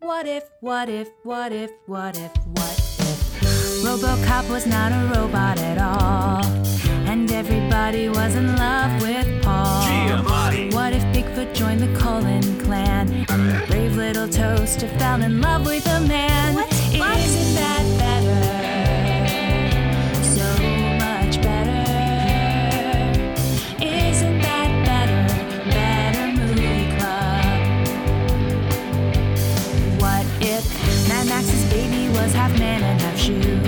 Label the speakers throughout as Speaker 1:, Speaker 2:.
Speaker 1: What if, what if, what if, what if, what if Robocop was not a robot at all? And everybody was in love with Paul. What if Bigfoot joined the Cullen clan? Brave little toaster fell in love with a man.
Speaker 2: What?
Speaker 1: Isn't
Speaker 2: What?
Speaker 1: that better? So much better. Isn't that better? Better movie club. What if Mad Max's baby was half man and half shoe?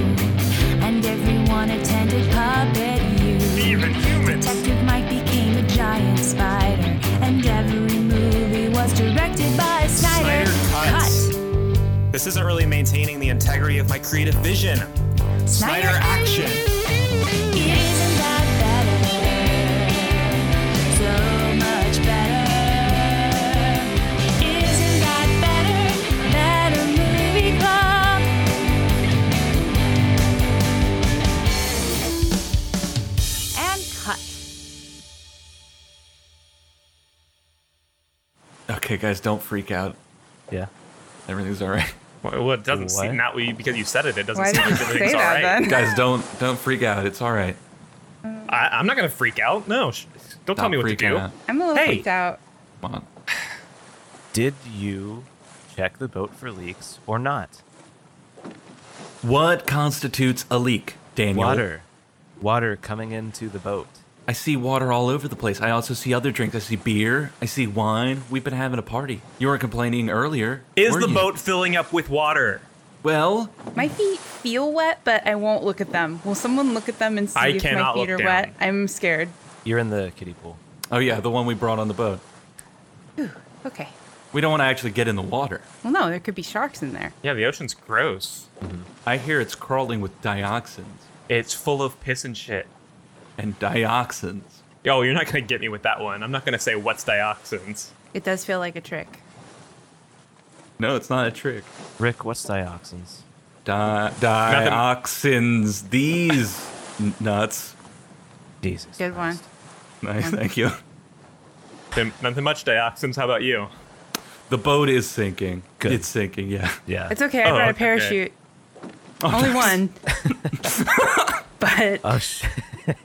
Speaker 1: And everyone attended puppet you.
Speaker 3: Even humans.
Speaker 1: Detective Mike became a giant spider, and every movie was directed by Snyder.
Speaker 3: Snyder cuts. This isn't really maintaining the integrity of my creative vision.
Speaker 1: Cut.
Speaker 3: Snyder action.
Speaker 1: Isn't that better? So much better. Isn't that better? Better movie club. And cut.
Speaker 4: Okay, guys, don't freak out.
Speaker 5: Yeah.
Speaker 4: Everything's all right.
Speaker 3: Well, it doesn't
Speaker 5: What?
Speaker 3: seem that way because you said it. It doesn't
Speaker 2: Why
Speaker 3: seem
Speaker 2: did you
Speaker 3: like
Speaker 2: say
Speaker 3: everything's all
Speaker 2: that
Speaker 3: right.
Speaker 2: then?
Speaker 4: guys, don't don't freak out. It's all right.
Speaker 3: I, I'm not gonna freak out. No, sh- don't tell
Speaker 4: Stop
Speaker 3: me what to
Speaker 4: freaking
Speaker 3: do.
Speaker 4: out.
Speaker 2: I'm a little
Speaker 3: Hey.
Speaker 2: freaked out.
Speaker 4: Come on.
Speaker 5: Did you check the boat for leaks or not?
Speaker 4: What constitutes a leak, Daniel?
Speaker 5: Water. Water coming into the boat.
Speaker 4: I see water all over the place. I also see other drinks. I see beer. I see wine. We've been having a party. You were complaining earlier.
Speaker 3: Is
Speaker 4: were
Speaker 3: the
Speaker 4: you?
Speaker 3: boat filling up with water?
Speaker 4: Well,
Speaker 2: My feet feel wet, but I won't look at them. Will someone look at them and see
Speaker 3: I
Speaker 2: if my
Speaker 3: cannot
Speaker 2: feet are
Speaker 3: look
Speaker 2: wet?
Speaker 3: down.
Speaker 2: I'm scared.
Speaker 5: You're in the kiddie pool.
Speaker 4: oh yeah, the one we brought on the boat.
Speaker 2: Okay.
Speaker 4: We don't want to actually get in the water.
Speaker 2: Well, no, there could be sharks in there.
Speaker 3: Yeah, the ocean's gross.
Speaker 4: I hear it's crawling with dioxins
Speaker 3: It's full of piss and shit.
Speaker 4: and dioxins.
Speaker 3: Yo, you're not gonna get me with that one. I'm not gonna say what's dioxins.
Speaker 2: It does feel like a trick.
Speaker 4: No, it's not a trick.
Speaker 5: Rick, what's dioxins?
Speaker 4: Di- dioxins. These n- nuts.
Speaker 5: Jesus.
Speaker 2: Good one.
Speaker 4: Nice,
Speaker 5: Christ.
Speaker 4: thank you.
Speaker 3: Then- Nothing much dioxins. How about you?
Speaker 4: The boat is sinking.
Speaker 5: Good.
Speaker 4: It's sinking. Yeah.
Speaker 5: Yeah.
Speaker 2: It's okay. I
Speaker 3: Oh,
Speaker 2: brought a
Speaker 3: okay. Oh,
Speaker 2: parachute. Only one. but
Speaker 5: Oh shit.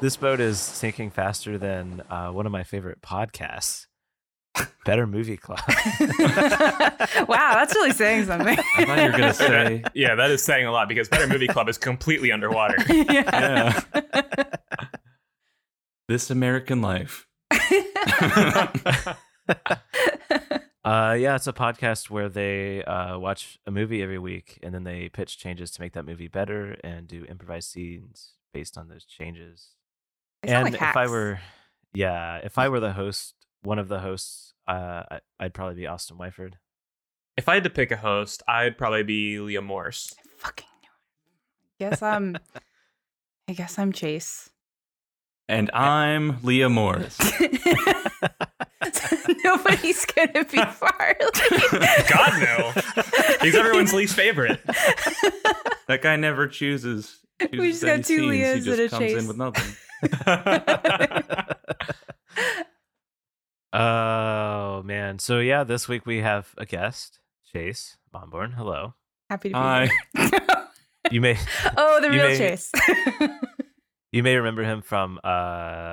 Speaker 5: this boat is sinking faster than uh, one of my favorite podcasts. Better movie club.
Speaker 2: wow, that's really saying something.
Speaker 4: I thought you were gonna say.
Speaker 3: Yeah, that is saying a lot because Better Movie Club is completely underwater.
Speaker 2: yeah.
Speaker 4: Yeah. this American life.
Speaker 5: Uh, yeah, it's a podcast where they uh, watch a movie every week and then they pitch changes to make that movie better and do improvised scenes based on those changes.
Speaker 2: They sound
Speaker 5: and
Speaker 2: like
Speaker 5: if I
Speaker 2: hacks.
Speaker 5: were, yeah, if I were the host, one of the hosts, uh, I- I'd probably be Austin Wyford.
Speaker 3: if I had to pick a host, I'd probably be Leah Morse.
Speaker 2: fucking knew it. Guess I'm. I guess I'm Chase.
Speaker 4: And I'm Leah Morris.
Speaker 2: Nobody's gonna be Farley.
Speaker 3: God no, he's everyone's least favorite.
Speaker 4: That guy never chooses. chooses
Speaker 2: We just got
Speaker 4: any
Speaker 2: two
Speaker 4: scenes.
Speaker 2: Leahs
Speaker 4: He just
Speaker 2: and a
Speaker 4: comes
Speaker 2: Chase.
Speaker 4: in with nothing.
Speaker 5: oh man. So yeah, this week we have a guest, Chase Bomborn. Hello.
Speaker 2: Happy to be
Speaker 4: Hi.
Speaker 2: here.
Speaker 5: You may
Speaker 2: oh, the
Speaker 5: You
Speaker 2: real
Speaker 5: may-
Speaker 2: Chase.
Speaker 5: you may remember him from uh,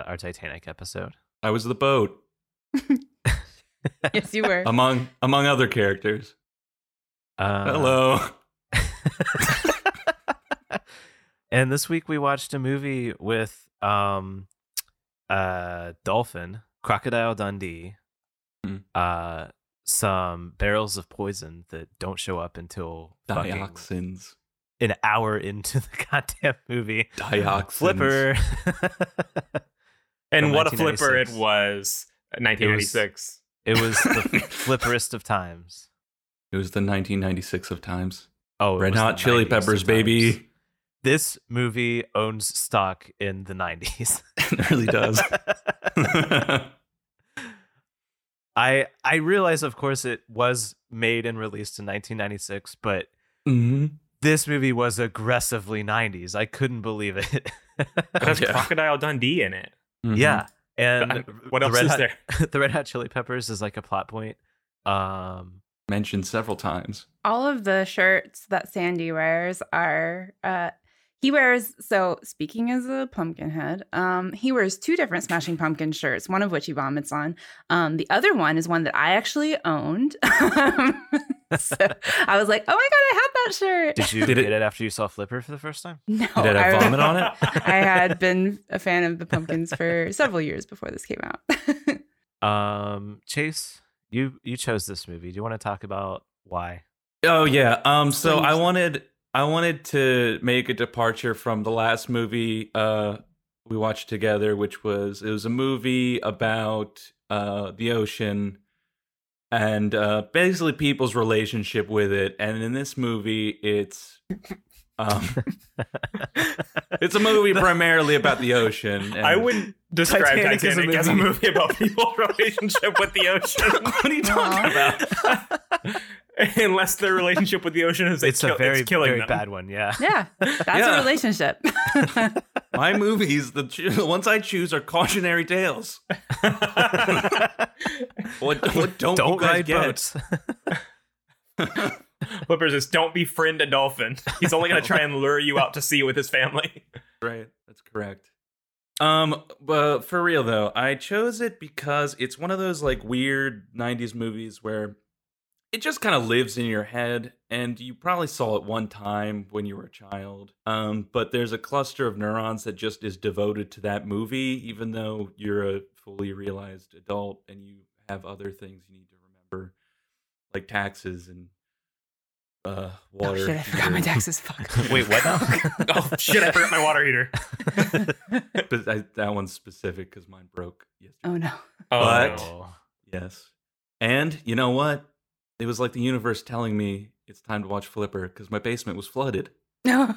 Speaker 5: our Titanic episode.
Speaker 4: I was the boat
Speaker 2: yes, you were.
Speaker 4: among among other characters.
Speaker 5: Uh,
Speaker 4: Hello.
Speaker 5: and this week we watched a movie with um uh dolphin crocodile dundee
Speaker 4: Mm.
Speaker 5: uh some barrels of poison that don't show up until fucking
Speaker 4: Dioxins.
Speaker 5: an hour into the goddamn movie
Speaker 4: Dioxins.
Speaker 5: flipper
Speaker 3: And
Speaker 5: From
Speaker 3: what a flipper it
Speaker 5: 1996.
Speaker 3: was. 1996.
Speaker 5: it was the flipperest of times
Speaker 4: It was the 1996 of times.
Speaker 5: oh it
Speaker 4: Red
Speaker 5: was
Speaker 4: Hot
Speaker 5: the
Speaker 4: Chili
Speaker 5: 90s of
Speaker 4: Peppers,
Speaker 5: times.
Speaker 4: baby.
Speaker 5: this movie owns stock in the 90s
Speaker 4: it really does. Mm-hmm.
Speaker 5: I I realize, of course, it was made and released in 1996, but
Speaker 4: hmm
Speaker 5: this movie was aggressively 90s. I couldn't believe it.
Speaker 3: It has
Speaker 4: Yeah.
Speaker 3: Crocodile Dundee in it.
Speaker 5: Yeah, and
Speaker 3: What
Speaker 5: the
Speaker 3: else
Speaker 5: Red
Speaker 3: is
Speaker 5: Hot-
Speaker 3: there?
Speaker 5: the Red Hot Chili Peppers is like a plot point. Um,
Speaker 4: mentioned several times.
Speaker 2: all of the shirts that Sandy wears are uh he wears so speaking as a pumpkin head, um, he wears two different Smashing Pumpkin shirts, one of which he vomits on. Um, the other one is one that I actually owned. so I was like, oh my god, I had that shirt.
Speaker 5: did you
Speaker 4: Did
Speaker 5: did
Speaker 4: it-
Speaker 5: it, after you saw Flipper for the first time?
Speaker 2: no,
Speaker 4: Did it have
Speaker 2: Oh, I,
Speaker 4: vomit on it?
Speaker 2: I had been a fan of the pumpkins for several years before this came out.
Speaker 5: Um, Chase, you you chose this movie. Do you want to talk about why?
Speaker 4: Oh yeah. Um. So I
Speaker 2: Please.
Speaker 4: wanted I wanted to make a departure from the last movie uh we watched together, which was it was a movie about uh the ocean and uh basically people's relationship with it. And in this movie, it's um it's a movie primarily about the ocean. and-
Speaker 3: I wouldn't describe Titanic,
Speaker 5: Titanic as a
Speaker 3: as, a
Speaker 5: movie.
Speaker 3: movie about people's relationship with the ocean.
Speaker 4: What are you talking about?
Speaker 3: Unless their relationship with the ocean is
Speaker 5: It's
Speaker 3: kill-
Speaker 5: a very
Speaker 3: it's killing
Speaker 5: very
Speaker 3: them.
Speaker 5: bad one. Yeah.
Speaker 2: yeah, that's
Speaker 4: Yeah.
Speaker 2: a relationship. Oh,
Speaker 4: My movies, the, cho- the ones I choose are cautionary tales. What, what don't, you
Speaker 5: Don't
Speaker 4: guys
Speaker 5: ride
Speaker 4: get?
Speaker 5: boats.
Speaker 3: Flipper says, "Don't befriend a dolphin. He's only going to try and lure you out to sea with his family."
Speaker 4: Right. That's correct. Um, but for real though, I chose it because it's one of those like weird '90s movies where it just kind of lives in your head, and you probably saw it one time when you were a child. Um, but there's a cluster of neurons that just is devoted to that movie, even though you're a fully realized adult and you have other things you need to remember, like taxes and uh, water.
Speaker 2: oh shit, I forgot my
Speaker 4: heater.
Speaker 2: taxes. Fuck.
Speaker 5: Wait, what now?
Speaker 3: Oh shit! I forgot my water heater.
Speaker 4: But I, that one's specific because mine broke yesterday.
Speaker 2: Oh no.
Speaker 4: But-
Speaker 5: Oh.
Speaker 4: Yes. And you know what? It was like the universe telling me it's time to watch Flipper because my basement was flooded.
Speaker 2: No.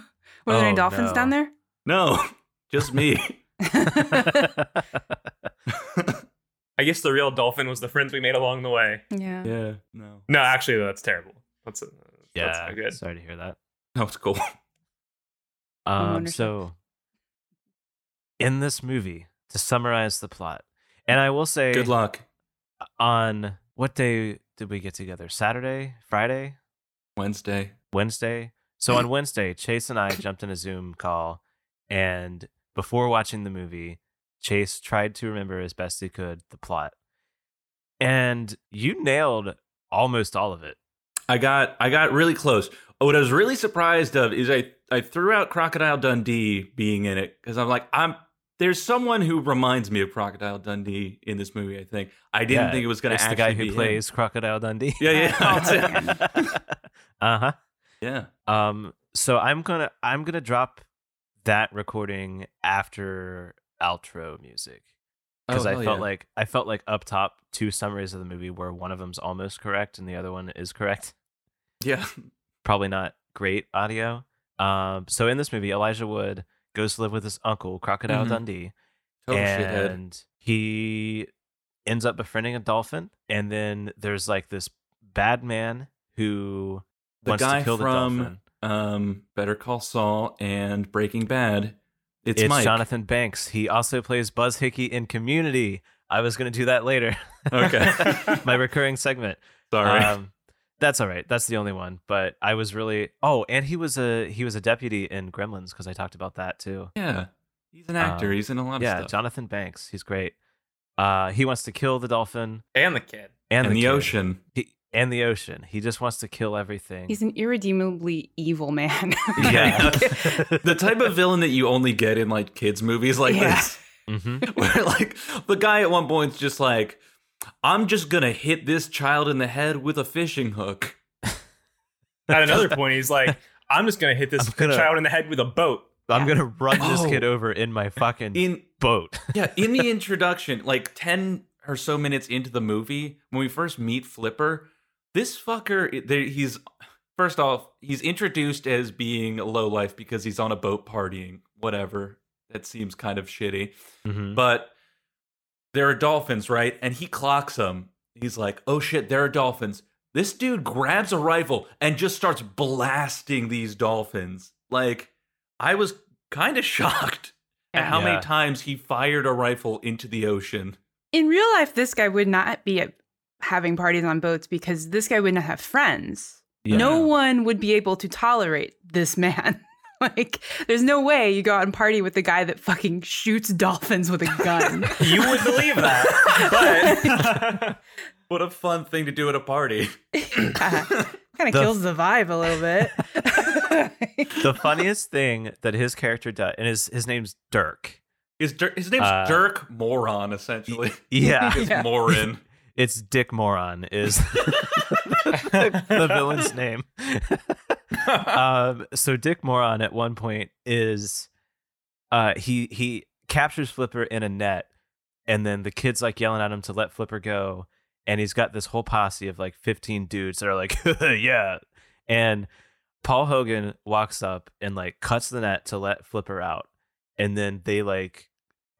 Speaker 2: Were there
Speaker 5: Oh,
Speaker 2: any dolphins
Speaker 5: no.
Speaker 2: down there?
Speaker 4: No, just me.
Speaker 3: Oh. I guess the real dolphin was the friends we made along the way.
Speaker 2: yeah.
Speaker 4: yeah. No.
Speaker 3: No, actually, that's terrible. That's uh, That's
Speaker 5: yeah.
Speaker 3: not good.
Speaker 5: Sorry to hear that.
Speaker 4: That was cool.
Speaker 5: Um,
Speaker 4: Oh,
Speaker 2: wonder if that's-
Speaker 5: so, in this movie, to summarize the plot, and I will say,
Speaker 4: Good luck.
Speaker 5: on what day did we get together? Saturday, Friday,
Speaker 4: Wednesday.
Speaker 5: Wednesday. So on Wednesday, Chase and I jumped in a Zoom call, and before watching the movie, Chase tried to remember as best he could the plot, and you nailed almost all of it.
Speaker 4: I got I got really close. Oh, What I was really surprised of is I I threw out Crocodile Dundee being in it because I'm like I'm there's someone who reminds me of Crocodile Dundee in this movie. I think I didn't
Speaker 5: Yeah,
Speaker 4: think it was going to
Speaker 5: It's
Speaker 4: actually
Speaker 5: the guy who
Speaker 4: be him.
Speaker 5: plays Crocodile Dundee.
Speaker 4: Yeah, yeah,
Speaker 2: Oh,
Speaker 4: that's it.
Speaker 5: uh huh.
Speaker 4: yeah.
Speaker 5: Um, so I'm gonna I'm gonna drop that recording after outro music because
Speaker 4: Oh,
Speaker 5: I
Speaker 4: hell
Speaker 5: felt
Speaker 4: yeah.
Speaker 5: like I felt like up top two summaries of the movie where one of them's almost correct and the other one is correct.
Speaker 4: yeah.
Speaker 5: Probably not great audio. Um, so in this movie, Elijah Wood goes to live with his uncle Crocodile
Speaker 4: Mhm.
Speaker 5: Dundee,
Speaker 4: Total shithead.
Speaker 5: and he ends up befriending a dolphin, and then there's like this bad man who
Speaker 4: The
Speaker 5: wants
Speaker 4: guy
Speaker 5: to kill
Speaker 4: from
Speaker 5: the dolphin.
Speaker 4: um, Better Call Saul and Breaking Bad. It's,
Speaker 5: It's,
Speaker 4: Mike.
Speaker 5: Jonathan Banks. He also plays Buzz Hickey in Community. I was going to do that later.
Speaker 4: Okay,
Speaker 5: My recurring segment.
Speaker 4: sorry.
Speaker 5: Um, that's all right. That's the only one. But I was really Oh, and he was a he was a deputy in Gremlins because I talked about that too.
Speaker 4: yeah, he's an actor.
Speaker 5: um,
Speaker 4: he's in a lot of
Speaker 5: yeah,
Speaker 4: stuff.
Speaker 5: Jonathan Banks. He's great. Uh, he wants to kill the dolphin
Speaker 3: and the kid.
Speaker 5: and,
Speaker 4: and the
Speaker 5: kid.
Speaker 4: ocean.
Speaker 5: He, and the ocean. He just wants to kill everything.
Speaker 2: He's an irredeemably evil man.
Speaker 5: yeah.
Speaker 4: The type of villain that you only get in like kids movies like
Speaker 2: Yeah.
Speaker 4: this,
Speaker 5: hmm
Speaker 4: where like the guy at one point's just like, "I'm just gonna hit this child in the head with a fishing hook."
Speaker 3: At another point, he's like, "I'm just going to hit this
Speaker 5: I'm gonna-
Speaker 3: child in the head with a boat."
Speaker 5: I'm gonna run this
Speaker 4: Oh.
Speaker 5: kid over in my fucking
Speaker 4: In
Speaker 5: boat.
Speaker 4: yeah, in the introduction, like 10 or so minutes into the movie, when we first meet Flipper, this fucker, it- there- he's first off, he's introduced as being a low life because he's on a boat partying, whatever. That seems kind of shitty.
Speaker 5: Mhm.
Speaker 4: But there are dolphins, right? And he clocks them. He's like, oh shit, there are dolphins. This dude grabs a rifle and just starts blasting these dolphins. Like, I was kind of shocked at how
Speaker 5: Yeah.
Speaker 4: many times he fired a rifle into the ocean.
Speaker 2: In real life, this guy would not be a, having parties on boats because this guy would not have friends.
Speaker 4: Yeah.
Speaker 2: No one would be able to tolerate this man. like, there's no way you go out and party with the guy that fucking shoots dolphins with a gun.
Speaker 3: You would believe that.
Speaker 4: But what a fun thing to do at a party.
Speaker 2: kind of
Speaker 5: The-
Speaker 2: kills the vibe a little bit.
Speaker 5: the funniest thing that his character does, and his his name's Dirk.
Speaker 4: His, Dir- his name's
Speaker 5: Uh,
Speaker 4: Dirk Moron, essentially.
Speaker 5: Yeah,
Speaker 4: It's
Speaker 2: Yeah.
Speaker 4: Morin.
Speaker 5: it's Dick Moron is the, the villain's name. um, so Dick Moron at one point is uh, he he captures Flipper in a net, and then the kid's like yelling at him to let Flipper go, and he's got this whole posse of like fifteen dudes that are like yeah, and Paul Hogan walks up and like cuts the net to let Flipper out, and then they like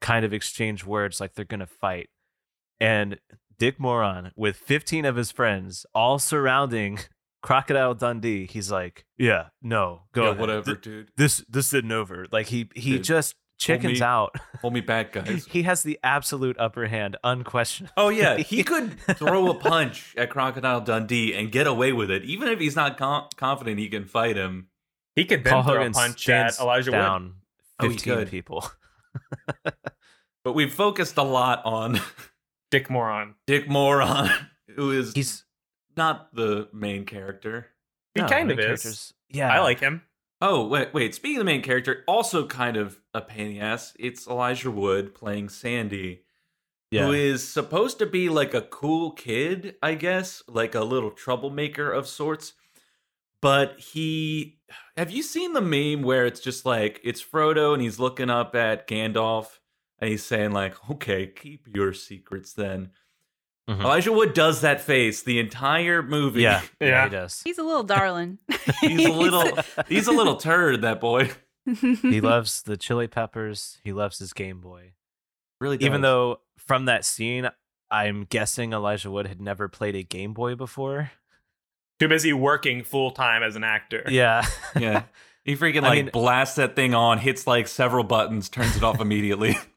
Speaker 5: kind of exchange words like they're gonna fight, and Dick Moron with fifteen of his friends all surrounding Crocodile Dundee, he's like, yeah, no, go
Speaker 4: Yeah,
Speaker 5: ahead.
Speaker 4: whatever,
Speaker 5: Th-
Speaker 4: dude.
Speaker 5: this this isn't over. Like he he
Speaker 4: Dude,
Speaker 5: just chickens
Speaker 4: me-
Speaker 5: out.
Speaker 4: Hold me back, guys.
Speaker 5: he has the absolute upper hand, unquestioned.
Speaker 4: Oh yeah, he could throw a punch at Crocodile Dundee and get away with it, even if he's not com- confident he can fight him.
Speaker 3: He could then
Speaker 5: Paul
Speaker 3: throw a
Speaker 5: Hogan
Speaker 3: punch
Speaker 5: stands
Speaker 3: at Elijah Wood.
Speaker 5: down
Speaker 4: Oh, he
Speaker 5: fifteen
Speaker 4: could.
Speaker 5: people.
Speaker 4: But we've focused a lot on
Speaker 3: Dick Moron.
Speaker 4: Dick Moron, who is
Speaker 5: He's
Speaker 4: not the main character.
Speaker 3: He
Speaker 5: no,
Speaker 3: kind
Speaker 5: main
Speaker 3: of is.
Speaker 5: characters- Yeah,
Speaker 3: I like him.
Speaker 4: Oh wait, wait. Speaking of the main character, also kind of a pain in the ass. It's Elijah Wood playing Sandy,
Speaker 5: Yeah.
Speaker 4: who is supposed to be like a cool kid, I guess, like a little troublemaker of sorts. But he, have you seen the meme where it's just like it's Frodo and he's looking up at Gandalf and he's saying like, "Okay, keep your secrets then."
Speaker 5: Mhm.
Speaker 4: Elijah Wood does that face the entire movie.
Speaker 5: Yeah, yeah,
Speaker 3: Yeah.
Speaker 5: he does.
Speaker 2: He's a little darling.
Speaker 4: he's a little, he's a little turd. That boy
Speaker 5: He loves the Chili Peppers. He loves his Game Boy.
Speaker 4: really,
Speaker 5: Even
Speaker 4: does.
Speaker 5: though from that scene, I'm guessing Elijah Wood had never played a Game Boy before.
Speaker 3: Too busy working full time as an actor.
Speaker 5: Yeah,
Speaker 4: Yeah. He freaking
Speaker 5: I
Speaker 4: like
Speaker 5: mean-
Speaker 4: blasts that thing on, hits like several buttons, turns it off immediately.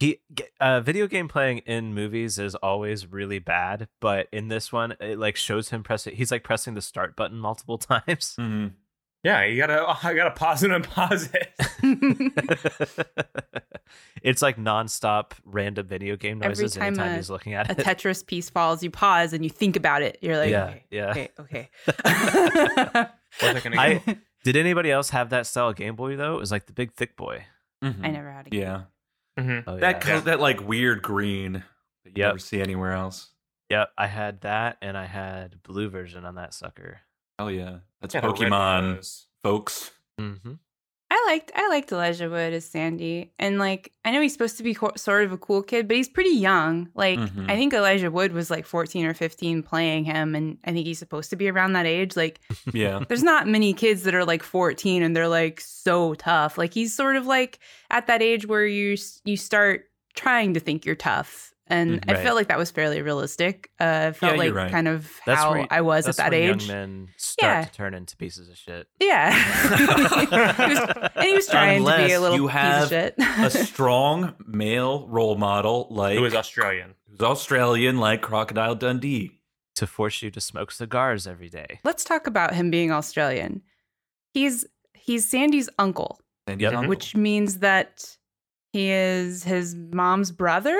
Speaker 5: He g- uh, video game playing in movies is always really bad, but in this one, it like shows him pressing. He's like pressing the start button multiple times.
Speaker 4: Mhm.
Speaker 3: Yeah, you gotta I gotta pause it and pause it. Hmm.
Speaker 5: it's like nonstop random video game
Speaker 2: Every
Speaker 5: noises
Speaker 2: time
Speaker 5: anytime
Speaker 2: a-
Speaker 5: he's looking at
Speaker 2: a
Speaker 5: it.
Speaker 2: Tetris piece falls, you pause and you think about it. You're like,
Speaker 5: yeah,
Speaker 2: okay,
Speaker 5: yeah.
Speaker 2: okay, okay.
Speaker 3: Where's it gonna go?
Speaker 5: I did anybody else have that style of Game Boy though? It was like the big thick boy.
Speaker 4: Mhm.
Speaker 2: I never had a
Speaker 4: Yeah.
Speaker 3: Mhm.
Speaker 5: Oh,
Speaker 4: That
Speaker 5: yeah.
Speaker 4: co- that like weird green that you
Speaker 5: Yep.
Speaker 4: never see anywhere else.
Speaker 5: Yep, I had that, and I had blue version on that sucker.
Speaker 4: Hell Oh, yeah. That's
Speaker 3: Got a red
Speaker 4: Pokemon,
Speaker 3: nose.
Speaker 4: folks.
Speaker 5: Mm-hmm.
Speaker 2: I liked I liked Elijah Wood as Sandy, and like I know he's supposed to be co- sort of a cool kid, but he's pretty young. Like
Speaker 5: Mm-hmm.
Speaker 4: Mhm.
Speaker 2: I think Elijah Wood was like fourteen or fifteen playing him, and I think he's supposed to be around that age. Like
Speaker 4: Yeah.
Speaker 2: there's not many kids that are like fourteen and they're like so tough. Like he's sort of like at that age where you s- you start trying to think you're tough. And
Speaker 5: Mhm.
Speaker 2: I
Speaker 5: Right.
Speaker 2: felt like that was fairly realistic. Uh, it felt
Speaker 4: Yeah,
Speaker 2: like
Speaker 4: you're right.
Speaker 2: kind of
Speaker 5: That's
Speaker 2: how
Speaker 5: where-
Speaker 2: I was at
Speaker 5: That's
Speaker 2: that
Speaker 5: when
Speaker 2: age.
Speaker 5: young men start
Speaker 2: Yeah.
Speaker 5: to turn into pieces of shit.
Speaker 2: Yeah, He was- and he was trying to be
Speaker 4: Unless
Speaker 2: a little
Speaker 4: you have
Speaker 2: piece of shit.
Speaker 4: a strong male role model like
Speaker 3: Who is Australian?
Speaker 4: who's Australian like Crocodile Dundee.
Speaker 5: to force you to smoke cigars every day.
Speaker 2: Let's talk about him being Australian. He's he's Sandy's uncle,
Speaker 4: And
Speaker 5: Yep.
Speaker 4: he's uncle.
Speaker 2: which means that he is his mom's brother.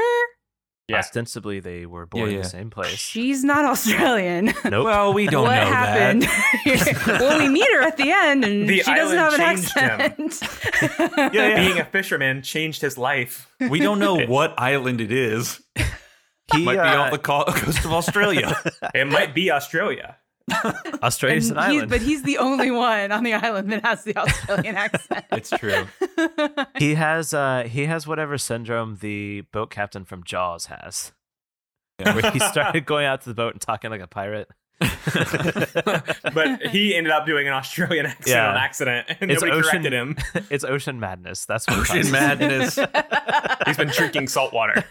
Speaker 3: Yeah.
Speaker 5: Ostensibly, they were born in
Speaker 4: yeah.
Speaker 5: the same place.
Speaker 2: She's not Australian.
Speaker 5: Nope.
Speaker 4: Well, we don't
Speaker 2: what
Speaker 4: know
Speaker 2: happened?
Speaker 4: Oh, that.
Speaker 2: well, we meet her at the end, and
Speaker 3: The
Speaker 2: she doesn't have an
Speaker 3: island changed
Speaker 2: accent.
Speaker 3: Yeah, Being a fisherman changed his life.
Speaker 4: We don't know what island it is.
Speaker 5: he,
Speaker 4: Might be
Speaker 5: uh,
Speaker 4: off the co- coast of Australia.
Speaker 3: It might be Australia.
Speaker 5: Australia's
Speaker 2: And
Speaker 5: an
Speaker 2: he's-
Speaker 5: island.
Speaker 2: but he's the only one on the island that has the Australian accent.
Speaker 4: it's true.
Speaker 5: he has uh, he has whatever syndrome the boat captain from Jaws has.
Speaker 4: Yeah.
Speaker 5: Where he started going out to the boat and talking like a pirate.
Speaker 3: But he ended up doing an Australian accent
Speaker 5: Yeah.
Speaker 3: on accident, and
Speaker 5: It's
Speaker 3: nobody
Speaker 5: ocean-
Speaker 3: corrected him.
Speaker 5: it's ocean madness. That's what it
Speaker 4: Ocean
Speaker 5: is.
Speaker 4: madness.
Speaker 3: He's been drinking salt water.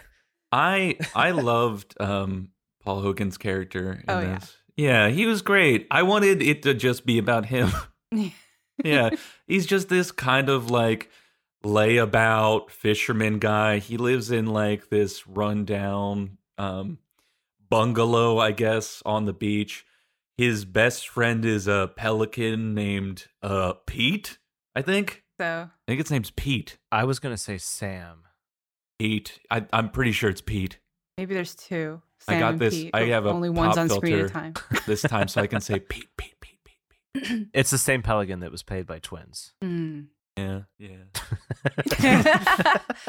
Speaker 4: I I loved um Paul Hogan's character in
Speaker 2: Oh, yeah.
Speaker 4: this. Yeah. he was great. I wanted it to just be about him. yeah, he's just this kind of like layabout fisherman guy. He lives in like this rundown um bungalow, I guess, on the beach. His best friend is a pelican named uh Pete, I think.
Speaker 2: So
Speaker 4: I think its name's Pete.
Speaker 5: I was gonna say Sam.
Speaker 4: Pete. I, I'm pretty sure it's Pete
Speaker 2: maybe there's two.
Speaker 4: I
Speaker 2: Sam
Speaker 4: got
Speaker 2: and
Speaker 4: this.
Speaker 2: Pete,
Speaker 4: I
Speaker 2: but
Speaker 4: have a
Speaker 2: only one's
Speaker 4: pop
Speaker 2: on screen at a
Speaker 4: filter.
Speaker 2: time.
Speaker 4: this time, so I can say Pete, Pete, Pete, Pete, Pete.
Speaker 5: It's the same pelican that was played by twins.
Speaker 2: Mm.
Speaker 4: Yeah, yeah.
Speaker 2: Hmm.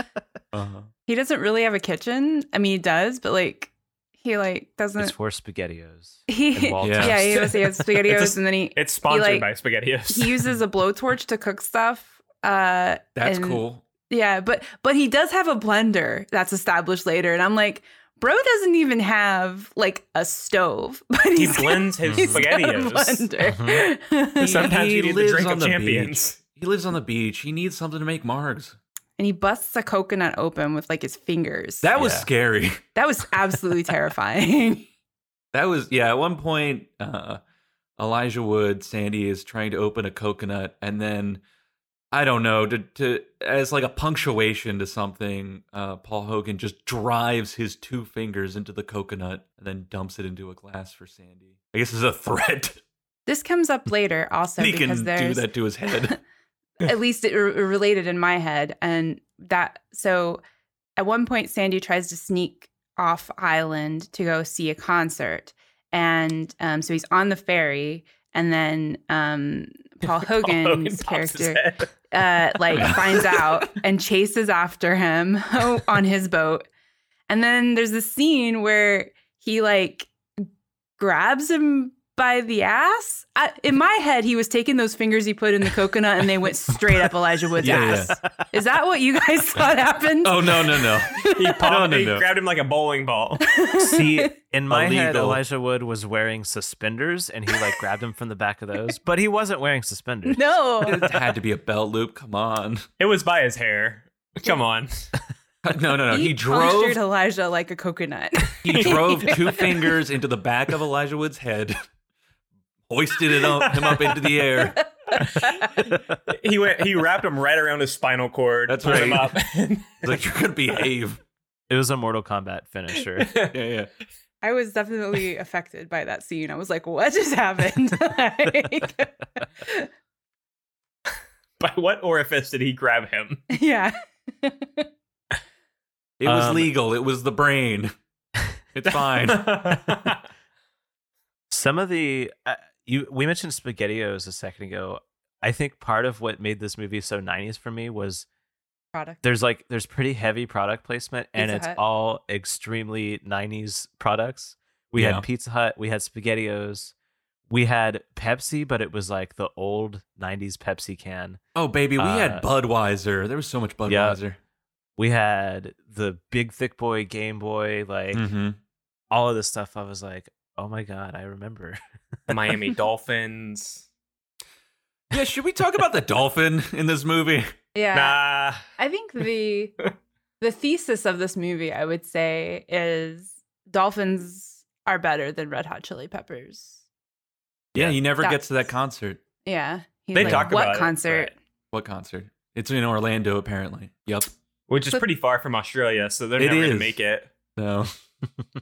Speaker 4: Uh-huh.
Speaker 2: he doesn't really have a kitchen. I mean, he does, but like he like
Speaker 5: it's
Speaker 2: doesn't.
Speaker 5: for spaghettios.
Speaker 2: He,
Speaker 5: and Walters.
Speaker 2: yeah. he has, he has spaghettios,
Speaker 3: It's a-
Speaker 2: and then he
Speaker 3: It's sponsored
Speaker 2: like-
Speaker 3: by SpaghettiOs.
Speaker 2: he uses a blowtorch to cook stuff. Uh,
Speaker 4: That's
Speaker 2: and-
Speaker 4: cool.
Speaker 2: Yeah, but but he does have a blender that's established later, and I'm like, bro doesn't even have like a stove, but
Speaker 3: he
Speaker 2: he's
Speaker 3: blends his
Speaker 2: he's got a
Speaker 3: SpaghettiOs.
Speaker 2: blender.
Speaker 3: Sometimes
Speaker 4: He
Speaker 3: you need the
Speaker 4: lives
Speaker 3: drink
Speaker 4: on
Speaker 3: of
Speaker 4: the
Speaker 3: champions.
Speaker 4: He lives on the beach. He needs something to make margs.
Speaker 2: and he busts a coconut open with like his fingers. That,
Speaker 4: That was
Speaker 5: Yeah.
Speaker 4: scary.
Speaker 2: was absolutely terrifying.
Speaker 4: That was yeah. At one point, uh, Elijah Wood, Sandy is trying to open a coconut, and then I don't know to to as like a punctuation to something. Uh, Paul Hogan just drives his two fingers into the coconut and then dumps it into a glass for Sandy. I guess it's a threat.
Speaker 2: This comes up later also
Speaker 4: he
Speaker 2: because
Speaker 4: can do
Speaker 2: there's
Speaker 4: that to his head.
Speaker 2: at least it re- related in my head and that so at one point sandy tries to sneak off island to go see a concert and um, so he's on the ferry and then um, paul hogan's
Speaker 3: Oh, pops his
Speaker 2: character
Speaker 3: head.
Speaker 2: uh, like finds out and chases after him on his boat. And then there's this scene where he like grabs him by the ass. I, in my head, he was taking those fingers he put in the coconut and they went straight up Elijah Wood's
Speaker 4: Yeah,
Speaker 2: ass. Is that what you guys thought happened?
Speaker 4: oh no no no!
Speaker 3: He, popped,
Speaker 4: no,
Speaker 3: he
Speaker 4: no.
Speaker 3: grabbed him like a bowling ball.
Speaker 5: See, in my head,
Speaker 4: Illegal.
Speaker 5: Elijah Wood was wearing suspenders, and he like grabbed him from the back of those, but he wasn't wearing suspenders.
Speaker 2: No.
Speaker 4: It had to be a belt loop. Come on!
Speaker 3: It was by his hair. Come on.
Speaker 4: No no no! He,
Speaker 2: punctured
Speaker 4: drove.
Speaker 2: Elijah like a coconut.
Speaker 4: He drove two fingers into the back of Elijah Wood's head, hoisted it up, him up into the air.
Speaker 3: He went. He wrapped him right around his spinal cord.
Speaker 4: That's
Speaker 3: pulled Him
Speaker 4: right.
Speaker 3: up.
Speaker 4: It's like you're gonna behave.
Speaker 5: It was a Mortal Kombat finisher.
Speaker 4: Yeah, yeah.
Speaker 2: I was definitely affected by that scene. I was like, what just happened? Like,
Speaker 3: by what orifice did he grab him?
Speaker 2: yeah.
Speaker 4: It was
Speaker 5: Um,
Speaker 4: legal. It was the brain. It's fine.
Speaker 5: Some of the uh, you we mentioned SpaghettiOs a second ago. I think part of what made this movie so 90s for me was
Speaker 2: Product.
Speaker 5: there's like there's pretty heavy product placement and
Speaker 2: Pizza
Speaker 5: it's
Speaker 2: Hut.
Speaker 5: all extremely 90s products. We
Speaker 4: Yeah.
Speaker 5: had Pizza Hut, we had SpaghettiOs, we had Pepsi, but it was like the old 90s Pepsi can.
Speaker 4: Oh baby, we
Speaker 5: Uh,
Speaker 4: had Budweiser. There was so much Budweiser.
Speaker 5: We had the big thick boy Game Boy, like
Speaker 4: Mhm.
Speaker 5: all of this stuff. I was like, oh my god, I remember.
Speaker 3: Miami Dolphins.
Speaker 4: Yeah, should we talk about the dolphin in this movie?
Speaker 2: Yeah.
Speaker 3: Nah.
Speaker 2: I think the the thesis of this movie, I would say, is dolphins are better than Red Hot Chili Peppers.
Speaker 4: Yeah, he never
Speaker 2: That-
Speaker 4: gets to that concert.
Speaker 2: Yeah, He's
Speaker 3: They
Speaker 2: like,
Speaker 3: talk
Speaker 2: what
Speaker 3: about it,
Speaker 2: concert.
Speaker 3: but-
Speaker 4: What concert? It's in Orlando, apparently. Yep.
Speaker 3: Which is
Speaker 2: But-
Speaker 3: pretty far from Australia, so they're
Speaker 4: It
Speaker 3: never gonna
Speaker 4: is.
Speaker 3: make it.
Speaker 4: No.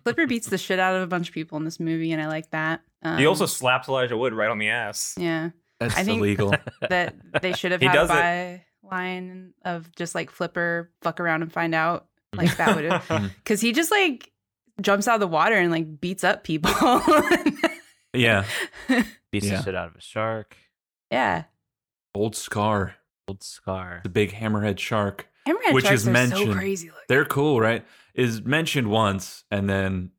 Speaker 2: Flipper beats the shit out of a bunch of people in this movie, and I like that. Um,
Speaker 3: He also slapped Elijah Wood right on the ass.
Speaker 2: yeah
Speaker 4: That's
Speaker 2: I think-
Speaker 4: illegal.
Speaker 2: that they should have
Speaker 3: He
Speaker 2: had a
Speaker 3: does it.
Speaker 2: by line of just like Flipper fuck around and find out like that would have because he just like jumps out of the water and like beats up people.
Speaker 4: yeah.
Speaker 5: Beats
Speaker 4: Yeah.
Speaker 5: the shit out of a shark,
Speaker 2: yeah,
Speaker 4: Old Scar,
Speaker 5: old scar.
Speaker 4: the big hammerhead shark.
Speaker 2: Emerald
Speaker 4: Which
Speaker 2: sharks
Speaker 4: is
Speaker 2: are
Speaker 4: mentioned.
Speaker 2: so crazy. Looking.
Speaker 4: they're cool, right? Is mentioned once, and then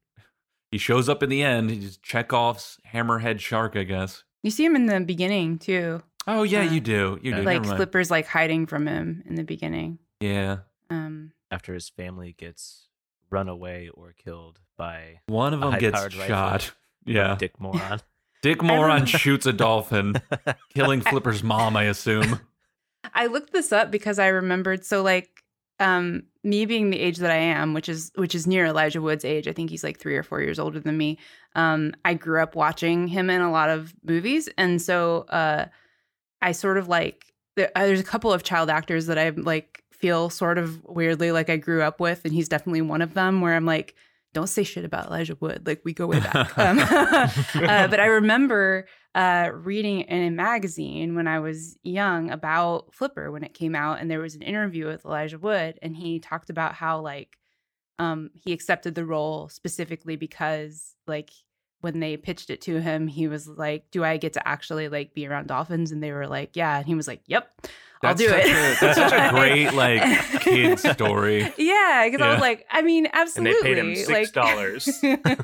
Speaker 4: he shows up in the end. He's Chekhov's hammerhead shark, I guess.
Speaker 2: You see him in the beginning too.
Speaker 4: Oh yeah,
Speaker 2: Uh,
Speaker 4: you do. You do.
Speaker 2: like
Speaker 4: Never mind.
Speaker 2: Flipper's like hiding from him in the beginning.
Speaker 4: yeah,
Speaker 2: Um,
Speaker 5: After his family gets run away or killed by
Speaker 4: one of
Speaker 5: A
Speaker 4: them gets
Speaker 5: high-powered rifle.
Speaker 4: shot. Yeah, Dick,
Speaker 5: Dick Moron.
Speaker 4: Moron
Speaker 2: remember-
Speaker 4: shoots a dolphin, killing Flipper's mom, I assume.
Speaker 2: I looked this up because I remembered. So like, um, me being the age that I am, which is which is near Elijah Wood's age. I think he's like three or four years older than me. Um, I grew up watching him in a lot of movies, and so uh, I sort of like there, uh, there's a couple of child actors that I like feel sort of weirdly like I grew up with, and he's definitely one of them. Where I'm like, don't say shit about Elijah Wood. Like we go way back. Um, uh, but I remember uh, reading in a magazine when I was young about Flipper when it came out, and there was an interview with Elijah Wood, and he talked about how like um, he accepted the role specifically because like when they pitched it to him, he was like, "Do I get to actually like be around dolphins?" And they were like, "Yeah," and he was like, "Yep." I'll
Speaker 4: That's
Speaker 2: do
Speaker 4: such
Speaker 2: it.
Speaker 4: a- that's such a great, like, kid story.
Speaker 2: Yeah, because I
Speaker 4: Yeah.
Speaker 2: was like, I mean,
Speaker 3: And they
Speaker 2: absolutely.
Speaker 3: paid him six dollars.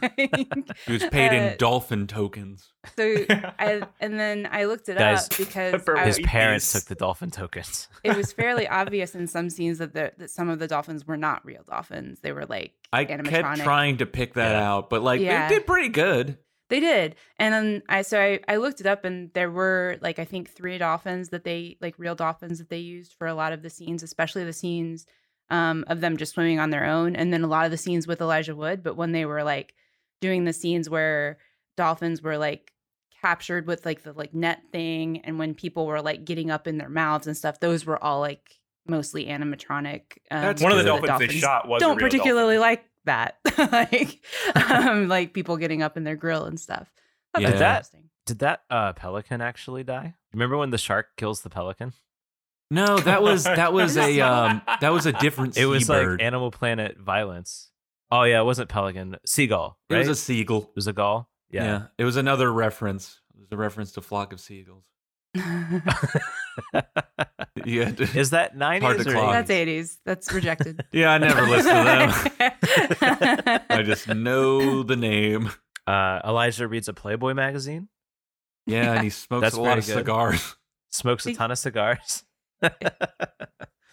Speaker 2: like,
Speaker 4: He was paid
Speaker 2: Uh,
Speaker 4: in dolphin tokens.
Speaker 2: so I and then I looked it
Speaker 5: Guys,
Speaker 2: up because
Speaker 3: Pepper
Speaker 2: I,
Speaker 5: His
Speaker 3: Wow. Yes.
Speaker 5: parents took the dolphin tokens.
Speaker 2: it was fairly obvious in some scenes that the, that some of the dolphins were not real dolphins. They were like
Speaker 4: I kept
Speaker 2: animatronic.
Speaker 4: trying to pick that
Speaker 5: Yeah.
Speaker 4: out, but like
Speaker 2: Yeah.
Speaker 4: they did pretty good.
Speaker 2: They did. And then I so I, I looked it up and there were like I think three dolphins that they like real dolphins that they used for a lot of the scenes, especially the scenes um, of them just swimming on their own, and then a lot of the scenes with Elijah Wood. But when they were like doing the scenes where dolphins were like captured with like the like net thing, and when people were like getting up in their mouths and stuff, those were all like mostly animatronic. Um,
Speaker 4: That's
Speaker 3: One of the
Speaker 4: good.
Speaker 3: dolphins, they shot was a
Speaker 2: don't
Speaker 3: real
Speaker 2: particularly
Speaker 3: dolphin.
Speaker 2: like that. like, um, like people getting up in their grill and stuff. Thought
Speaker 4: Yeah.
Speaker 2: was
Speaker 5: That-
Speaker 2: interesting.
Speaker 5: Did that uh, pelican actually die? Remember when the shark kills the pelican?
Speaker 4: No, that was that was a um that was a different
Speaker 5: It was
Speaker 4: seabird.
Speaker 5: like Animal Planet violence. Oh yeah, it wasn't pelican, seagull.
Speaker 4: it
Speaker 5: Right?
Speaker 4: was a seagull.
Speaker 5: It was a gull.
Speaker 4: Yeah.
Speaker 5: Yeah.
Speaker 4: it was another reference. It was a reference to flock of seagulls. Yeah,
Speaker 5: Is that nine
Speaker 4: Hard
Speaker 5: years
Speaker 4: to
Speaker 5: or
Speaker 4: clock.
Speaker 2: That's
Speaker 5: eight?
Speaker 2: eighties. That's rejected.
Speaker 4: yeah, I Um, never listened to them.
Speaker 2: them.
Speaker 4: I just know the name.
Speaker 5: Uh, Elijah reads a Playboy magazine,
Speaker 4: Yeah, and he smokes
Speaker 5: That's
Speaker 4: a lot
Speaker 5: pretty
Speaker 4: of
Speaker 5: good.
Speaker 4: cigars.
Speaker 5: smokes a
Speaker 2: See-
Speaker 5: ton of cigars.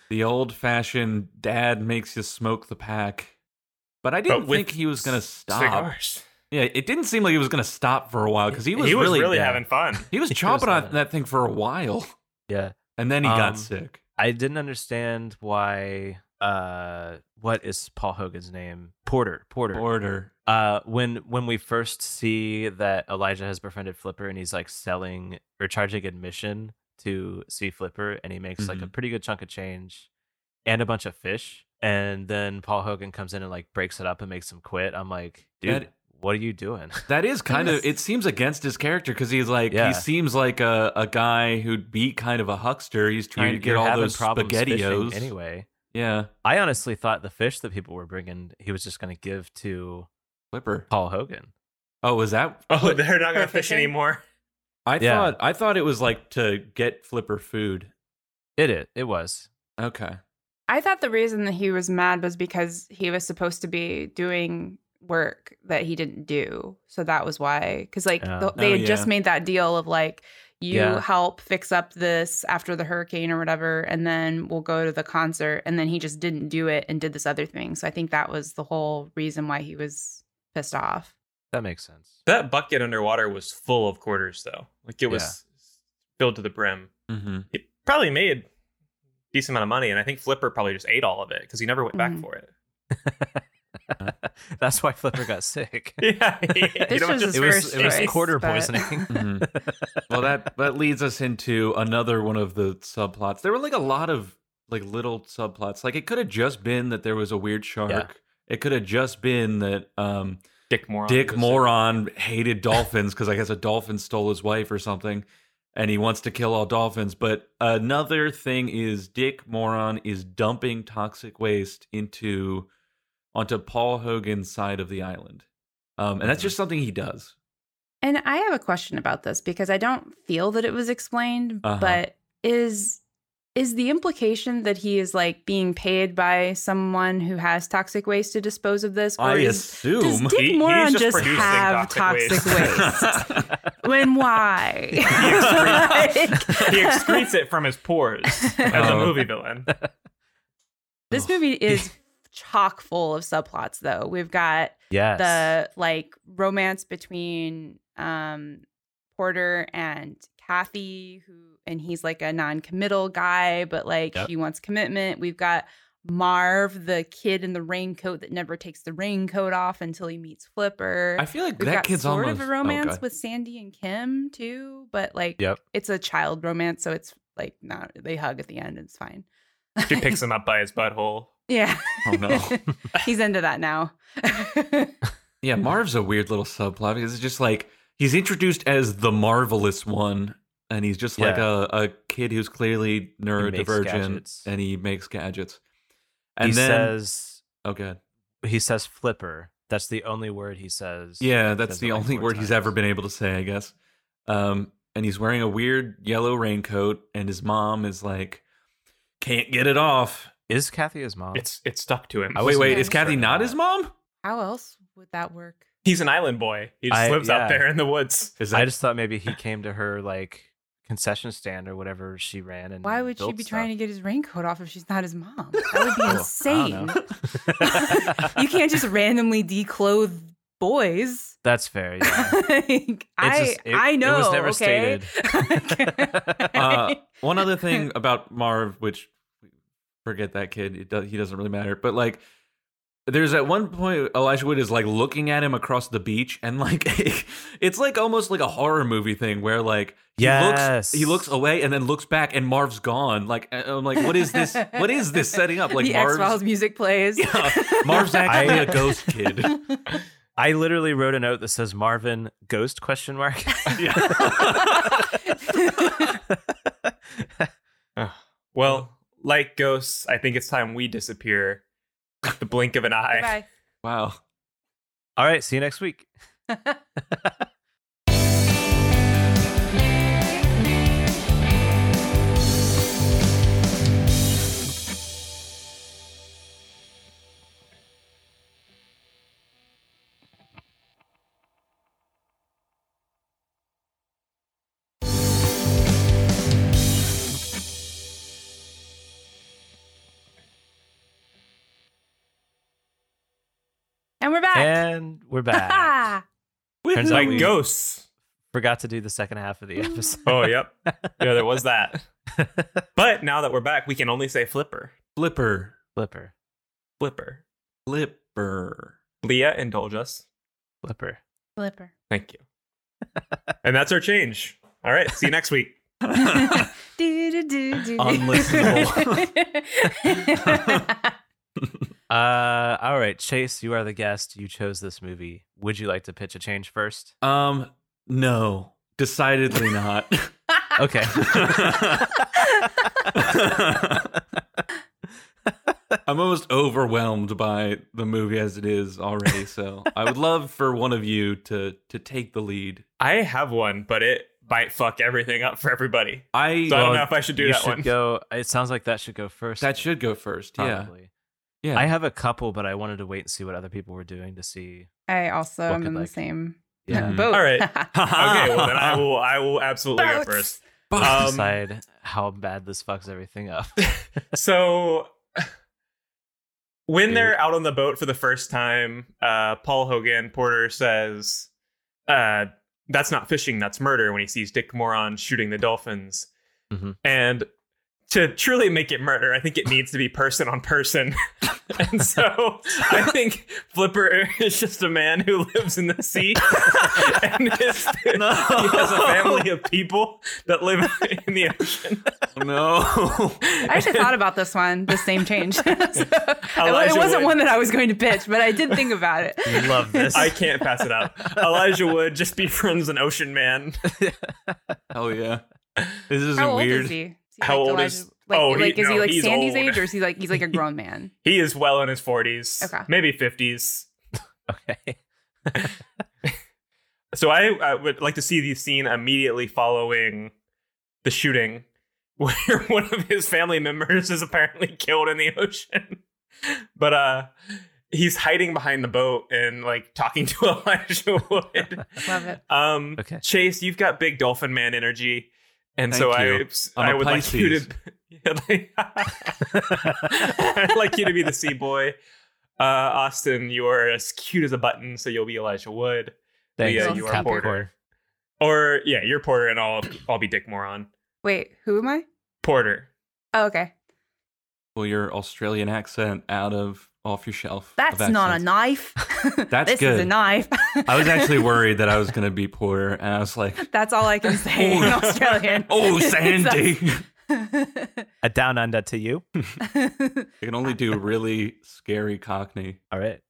Speaker 4: The old-fashioned dad makes you smoke the pack. But I
Speaker 3: But
Speaker 4: didn't
Speaker 3: with
Speaker 4: think he was gonna stop.
Speaker 3: Cigars.
Speaker 4: Yeah, it didn't seem like he was gonna stop for a while because he was really, down.
Speaker 3: having fun.
Speaker 4: He was
Speaker 5: He
Speaker 4: chomping
Speaker 5: was
Speaker 4: on
Speaker 5: having-
Speaker 4: that thing for a while,
Speaker 5: yeah.
Speaker 4: and then he
Speaker 5: Um,
Speaker 4: got sick.
Speaker 5: I didn't understand why. Uh, what is Paul Hogan's name? Porter. Porter.
Speaker 4: Order.
Speaker 5: uh, when when we first see that Elijah has befriended Flipper and he's like selling or charging admission to see Flipper and he makes like a
Speaker 4: Mm-hmm.
Speaker 5: pretty good chunk of change and a bunch of fish and then Paul Hogan comes in and like breaks it up and makes him quit. I'm like, dude,
Speaker 4: That-
Speaker 5: what are you doing?
Speaker 4: That is kind
Speaker 2: was-
Speaker 4: of. It seems against his character because he's like
Speaker 5: Yeah.
Speaker 4: he seems like a, a guy who'd be kind of a huckster. He's trying to get
Speaker 5: You're
Speaker 4: all
Speaker 5: having
Speaker 4: those
Speaker 5: problems fishing
Speaker 4: spaghettios.
Speaker 5: anyway.
Speaker 4: Yeah,
Speaker 5: I honestly thought the fish that people were bringing, he was just going to give to
Speaker 4: Flipper.
Speaker 5: Paul Hogan.
Speaker 4: Oh, was that?
Speaker 3: Oh, they're not gonna
Speaker 2: For
Speaker 3: fish
Speaker 2: fishing?
Speaker 3: anymore.
Speaker 4: I
Speaker 5: Yeah.
Speaker 4: thought I thought it was like to get Flipper food.
Speaker 5: It it it was.
Speaker 4: Okay.
Speaker 2: I thought the reason that he was mad was because he was supposed to be doing work that he didn't do. So that was why. Because like
Speaker 5: Yeah.
Speaker 2: the, they
Speaker 4: Oh,
Speaker 2: had
Speaker 4: yeah.
Speaker 2: just made that deal of like you
Speaker 5: Yeah.
Speaker 2: help fix up this after the hurricane or whatever, and then we'll go to the concert. And then he just didn't do it and did this other thing. So I think that was the whole reason why he was pissed off.
Speaker 5: That makes sense.
Speaker 3: That bucket underwater was full of quarters, though. Like it was filled to the brim.
Speaker 4: Mm-hmm.
Speaker 3: It probably made a decent amount of money, and I think Flipper probably just ate all of it because he never went back
Speaker 2: Mhm.
Speaker 3: for it.
Speaker 5: That's why Flipper got sick.
Speaker 3: Yeah,
Speaker 2: This was his
Speaker 5: it
Speaker 2: first
Speaker 5: was it was
Speaker 2: choice,
Speaker 5: quarter
Speaker 2: but-
Speaker 5: poisoning. Mm-hmm.
Speaker 4: well, that that leads us into another one of the subplots. There were like a lot of like little subplots. Like it could have just been that there was a weird shark. It could have just been that um,
Speaker 3: Dick Moron.
Speaker 4: Dick
Speaker 3: was-
Speaker 4: Moron hated dolphins because I guess a dolphin stole his wife or something, and he wants to kill all dolphins. But another thing is Dick Moron is dumping toxic waste into onto Paul Hogan's side of the island, um, and
Speaker 2: Mm-hmm.
Speaker 4: that's just something he does.
Speaker 2: And I have a question about this because I don't feel that it was explained,
Speaker 4: Uh-huh.
Speaker 2: but is is the implication that he is like being paid by someone who has toxic waste to dispose of this?
Speaker 4: I
Speaker 2: is,
Speaker 4: assume.
Speaker 2: does
Speaker 3: He-
Speaker 2: Dick
Speaker 3: he's
Speaker 2: Moron
Speaker 3: just
Speaker 2: just,
Speaker 3: producing
Speaker 2: have
Speaker 3: toxic
Speaker 2: toxic
Speaker 3: waste.
Speaker 2: waste? when why?
Speaker 3: he
Speaker 2: Like-
Speaker 3: excretes it from his pores as a
Speaker 4: Oh.
Speaker 3: movie villain.
Speaker 2: This movie is chock full of subplots though. We've got
Speaker 5: yes.
Speaker 2: the like romance between um Porter and Kathy who and he's like a non-committal guy but like
Speaker 5: Yep.
Speaker 2: he wants commitment. We've got Marv, the kid in the raincoat that never takes the raincoat off until he meets Flipper.
Speaker 4: I feel like
Speaker 2: We've
Speaker 4: that
Speaker 2: got
Speaker 4: kid's
Speaker 2: sort
Speaker 4: almost
Speaker 2: of a
Speaker 4: oh,
Speaker 2: romance
Speaker 4: God.
Speaker 2: with Sandy and Kim too, but like
Speaker 5: Yep.
Speaker 2: it's a child romance, so it's like not they hug at the end. It's fine.
Speaker 3: She picks him up by his butthole.
Speaker 2: Yeah.
Speaker 6: Oh no.
Speaker 2: He's into that now.
Speaker 4: Yeah, Marv's a weird little subplot because it's just like he's introduced as the marvelous one, and he's just like a, a kid who's clearly neurodivergent
Speaker 5: gadgets.
Speaker 4: and he makes gadgets. And
Speaker 5: he
Speaker 4: then
Speaker 5: says
Speaker 4: oh god.
Speaker 5: he says flipper. That's the only word he says.
Speaker 4: Yeah, that's
Speaker 5: says it
Speaker 4: the
Speaker 5: like
Speaker 4: only
Speaker 5: four
Speaker 4: word
Speaker 5: times.
Speaker 4: he's ever been able to say, I guess. Um, and he's wearing a weird yellow raincoat, and his mom is like, "Can't get it off."
Speaker 5: Is Kathy his mom?
Speaker 3: It's it's stuck to him.
Speaker 5: I
Speaker 4: wait,
Speaker 5: wasn't
Speaker 4: wait,
Speaker 2: even
Speaker 4: is Kathy
Speaker 5: sure
Speaker 4: not
Speaker 5: about
Speaker 4: his mom?
Speaker 2: How else would that work?
Speaker 3: He's an island boy. He just
Speaker 5: I-
Speaker 3: lives
Speaker 5: yeah.
Speaker 3: out there in the woods.
Speaker 4: Is
Speaker 5: I just thought maybe he came to her like concession stand or whatever she ran and
Speaker 2: Why would she
Speaker 5: built
Speaker 2: be
Speaker 5: stuff.
Speaker 2: trying to get his raincoat off if she's not his mom? That would
Speaker 5: Well,
Speaker 2: be
Speaker 5: Oh, I
Speaker 2: insane.
Speaker 5: don't know.
Speaker 2: you can't just randomly declothe boys.
Speaker 5: That's fair. Yeah.
Speaker 2: Like, I
Speaker 5: It's just- it-
Speaker 2: I
Speaker 5: it
Speaker 2: know.
Speaker 5: was never
Speaker 2: okay?
Speaker 5: stated.
Speaker 4: uh, one other thing about Marv, which forget that kid, it does, he doesn't really matter. But like, there's at one point Elijah Wood is like looking at him across the beach, and like, it's like almost like a horror movie thing where like he
Speaker 5: Yes.
Speaker 4: looks he looks away and then looks back, and Marv's gone. Like I'm like, what is this? What is this setting up? Like
Speaker 2: the X Files
Speaker 4: Marv's
Speaker 2: music plays.
Speaker 4: Marv's actually
Speaker 5: I-
Speaker 4: a ghost kid.
Speaker 5: I literally wrote a note that says Marvin ghost question mark.
Speaker 3: Well, like ghosts, I think it's time we disappear. The blink of an eye.
Speaker 2: Bye.
Speaker 4: Wow.
Speaker 5: All right, see you next week.
Speaker 2: And we're back.
Speaker 5: And we're back. Turns out
Speaker 3: Like
Speaker 5: we
Speaker 3: ghosts.
Speaker 5: forgot to do the second half of the episode.
Speaker 3: Oh, yep. Yeah, there was that. But now that we're back, we can only say flipper.
Speaker 4: Flipper.
Speaker 5: Flipper.
Speaker 3: Flipper.
Speaker 4: Flipper.
Speaker 3: Leah, indulge us.
Speaker 5: Flipper.
Speaker 2: Flipper.
Speaker 3: Thank you. and that's our change. All right. See you next week.
Speaker 2: Do, do, do, do.
Speaker 4: Unlistenable.
Speaker 5: Uh, all right, Chase, you are the guest. You chose this movie. Would you like to pitch a change first?
Speaker 4: Um, no, decidedly not.
Speaker 5: Okay.
Speaker 4: I'm almost overwhelmed by the movie as it is already. So I would love for one of you to to take the lead.
Speaker 3: I have one, but it might fuck everything up for everybody.
Speaker 4: I,
Speaker 3: So I don't
Speaker 4: well,
Speaker 3: know if I should do
Speaker 5: you
Speaker 3: that
Speaker 5: should
Speaker 3: one.
Speaker 5: go. It sounds like that should go first.
Speaker 4: that should go first. Yeah,
Speaker 5: probably.
Speaker 4: yeah.
Speaker 5: I have a couple, but I wanted to wait and see what other people were doing to see.
Speaker 2: I also
Speaker 5: What
Speaker 2: am
Speaker 5: could,
Speaker 2: in the
Speaker 5: like-
Speaker 2: same
Speaker 5: Yeah.
Speaker 4: Mhm.
Speaker 2: boat.
Speaker 3: All right. okay, well then I will I will absolutely go
Speaker 2: Boats.
Speaker 3: first.
Speaker 4: Fuck.
Speaker 3: Um,
Speaker 5: decide how bad this fucks everything up.
Speaker 3: So when they're out on the boat for the first time, uh, Paul Hogan Porter says, uh, "That's not fishing, that's murder." When he sees Dick Moran shooting the dolphins,
Speaker 5: Mhm.
Speaker 3: and to truly make it murder, I think it needs to be person on person. and so I think Flipper is just a man who lives in the sea and is, he has a family of people that live in the ocean.
Speaker 4: Oh, no.
Speaker 2: I actually thought about this one, the same change. So, I- it
Speaker 3: Elijah
Speaker 2: wasn't
Speaker 3: Wood.
Speaker 2: one that I was going to pitch, but I did think about it.
Speaker 5: Love this.
Speaker 3: I can't pass it up. Elijah Wood just befriends an ocean man.
Speaker 4: Hell yeah. This isn't
Speaker 2: How old
Speaker 4: weird.
Speaker 2: is he? Is he,
Speaker 3: How
Speaker 2: like,
Speaker 3: old is-
Speaker 2: Elijah- Like,
Speaker 3: oh, he-
Speaker 2: like is he
Speaker 3: no,
Speaker 2: like
Speaker 3: he's
Speaker 2: Sandy's
Speaker 3: old.
Speaker 2: age, or is he like he's like a grown man?
Speaker 3: He is well in his 40s,
Speaker 2: Okay.
Speaker 3: maybe 50s.
Speaker 5: okay.
Speaker 3: So I, I would like to see the scene immediately following the shooting, where one of his family members is apparently killed in the ocean. But uh, he's hiding behind the boat and like talking to Elijah Wood.
Speaker 2: Love it.
Speaker 3: Um,
Speaker 5: Okay.
Speaker 3: Chase, you've got big dolphin man energy, and
Speaker 4: Thank
Speaker 3: so
Speaker 4: you.
Speaker 3: I,
Speaker 4: I'm
Speaker 3: I
Speaker 4: a
Speaker 3: would like you
Speaker 4: Pisces.
Speaker 3: to, Yeah, like- I'd like you to be the sea boy. Uh, Austin, you are as cute as a button, so you'll be Elijah Wood.
Speaker 5: Thanks,
Speaker 3: Leah, you are
Speaker 5: Captain
Speaker 3: Porter. Or yeah, you're Porter, and I'll I'll be Dick Moran.
Speaker 2: Wait, who am I?
Speaker 3: Porter.
Speaker 2: Oh, okay.
Speaker 4: Pull your Australian accent out of off your shelf. of
Speaker 2: That's not a
Speaker 4: accents.
Speaker 2: knife.
Speaker 4: That's
Speaker 2: this is a
Speaker 4: good.
Speaker 2: knife.
Speaker 4: I was actually worried that I was gonna be Porter, and I was like,
Speaker 2: That's all I can say in
Speaker 4: Oh.
Speaker 2: Australian.
Speaker 4: "Oh, Sandy."
Speaker 5: A down under to you.
Speaker 4: I can only do really scary Cockney.
Speaker 5: All right.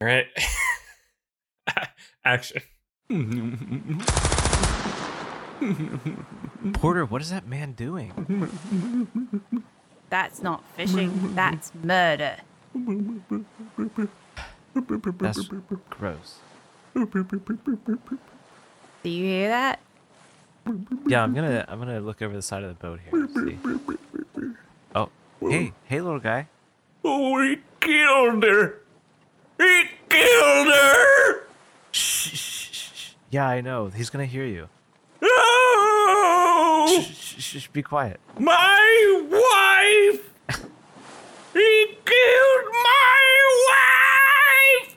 Speaker 3: All right. Action.
Speaker 5: Porter, what is that man doing?
Speaker 2: That's not fishing. That's murder.
Speaker 5: That's gross.
Speaker 2: Do you hear that?
Speaker 5: Yeah, I'm gonna I'm gonna look over the side of the boat here. See. Oh, hey, hey, little guy.
Speaker 4: We killed her. He killed her.
Speaker 5: Shh, shh, shh, shh. Yeah, I know. He's gonna hear you.
Speaker 4: No,
Speaker 5: Shh, shh, shh, shh, be quiet.
Speaker 4: my wife. He killed my wife.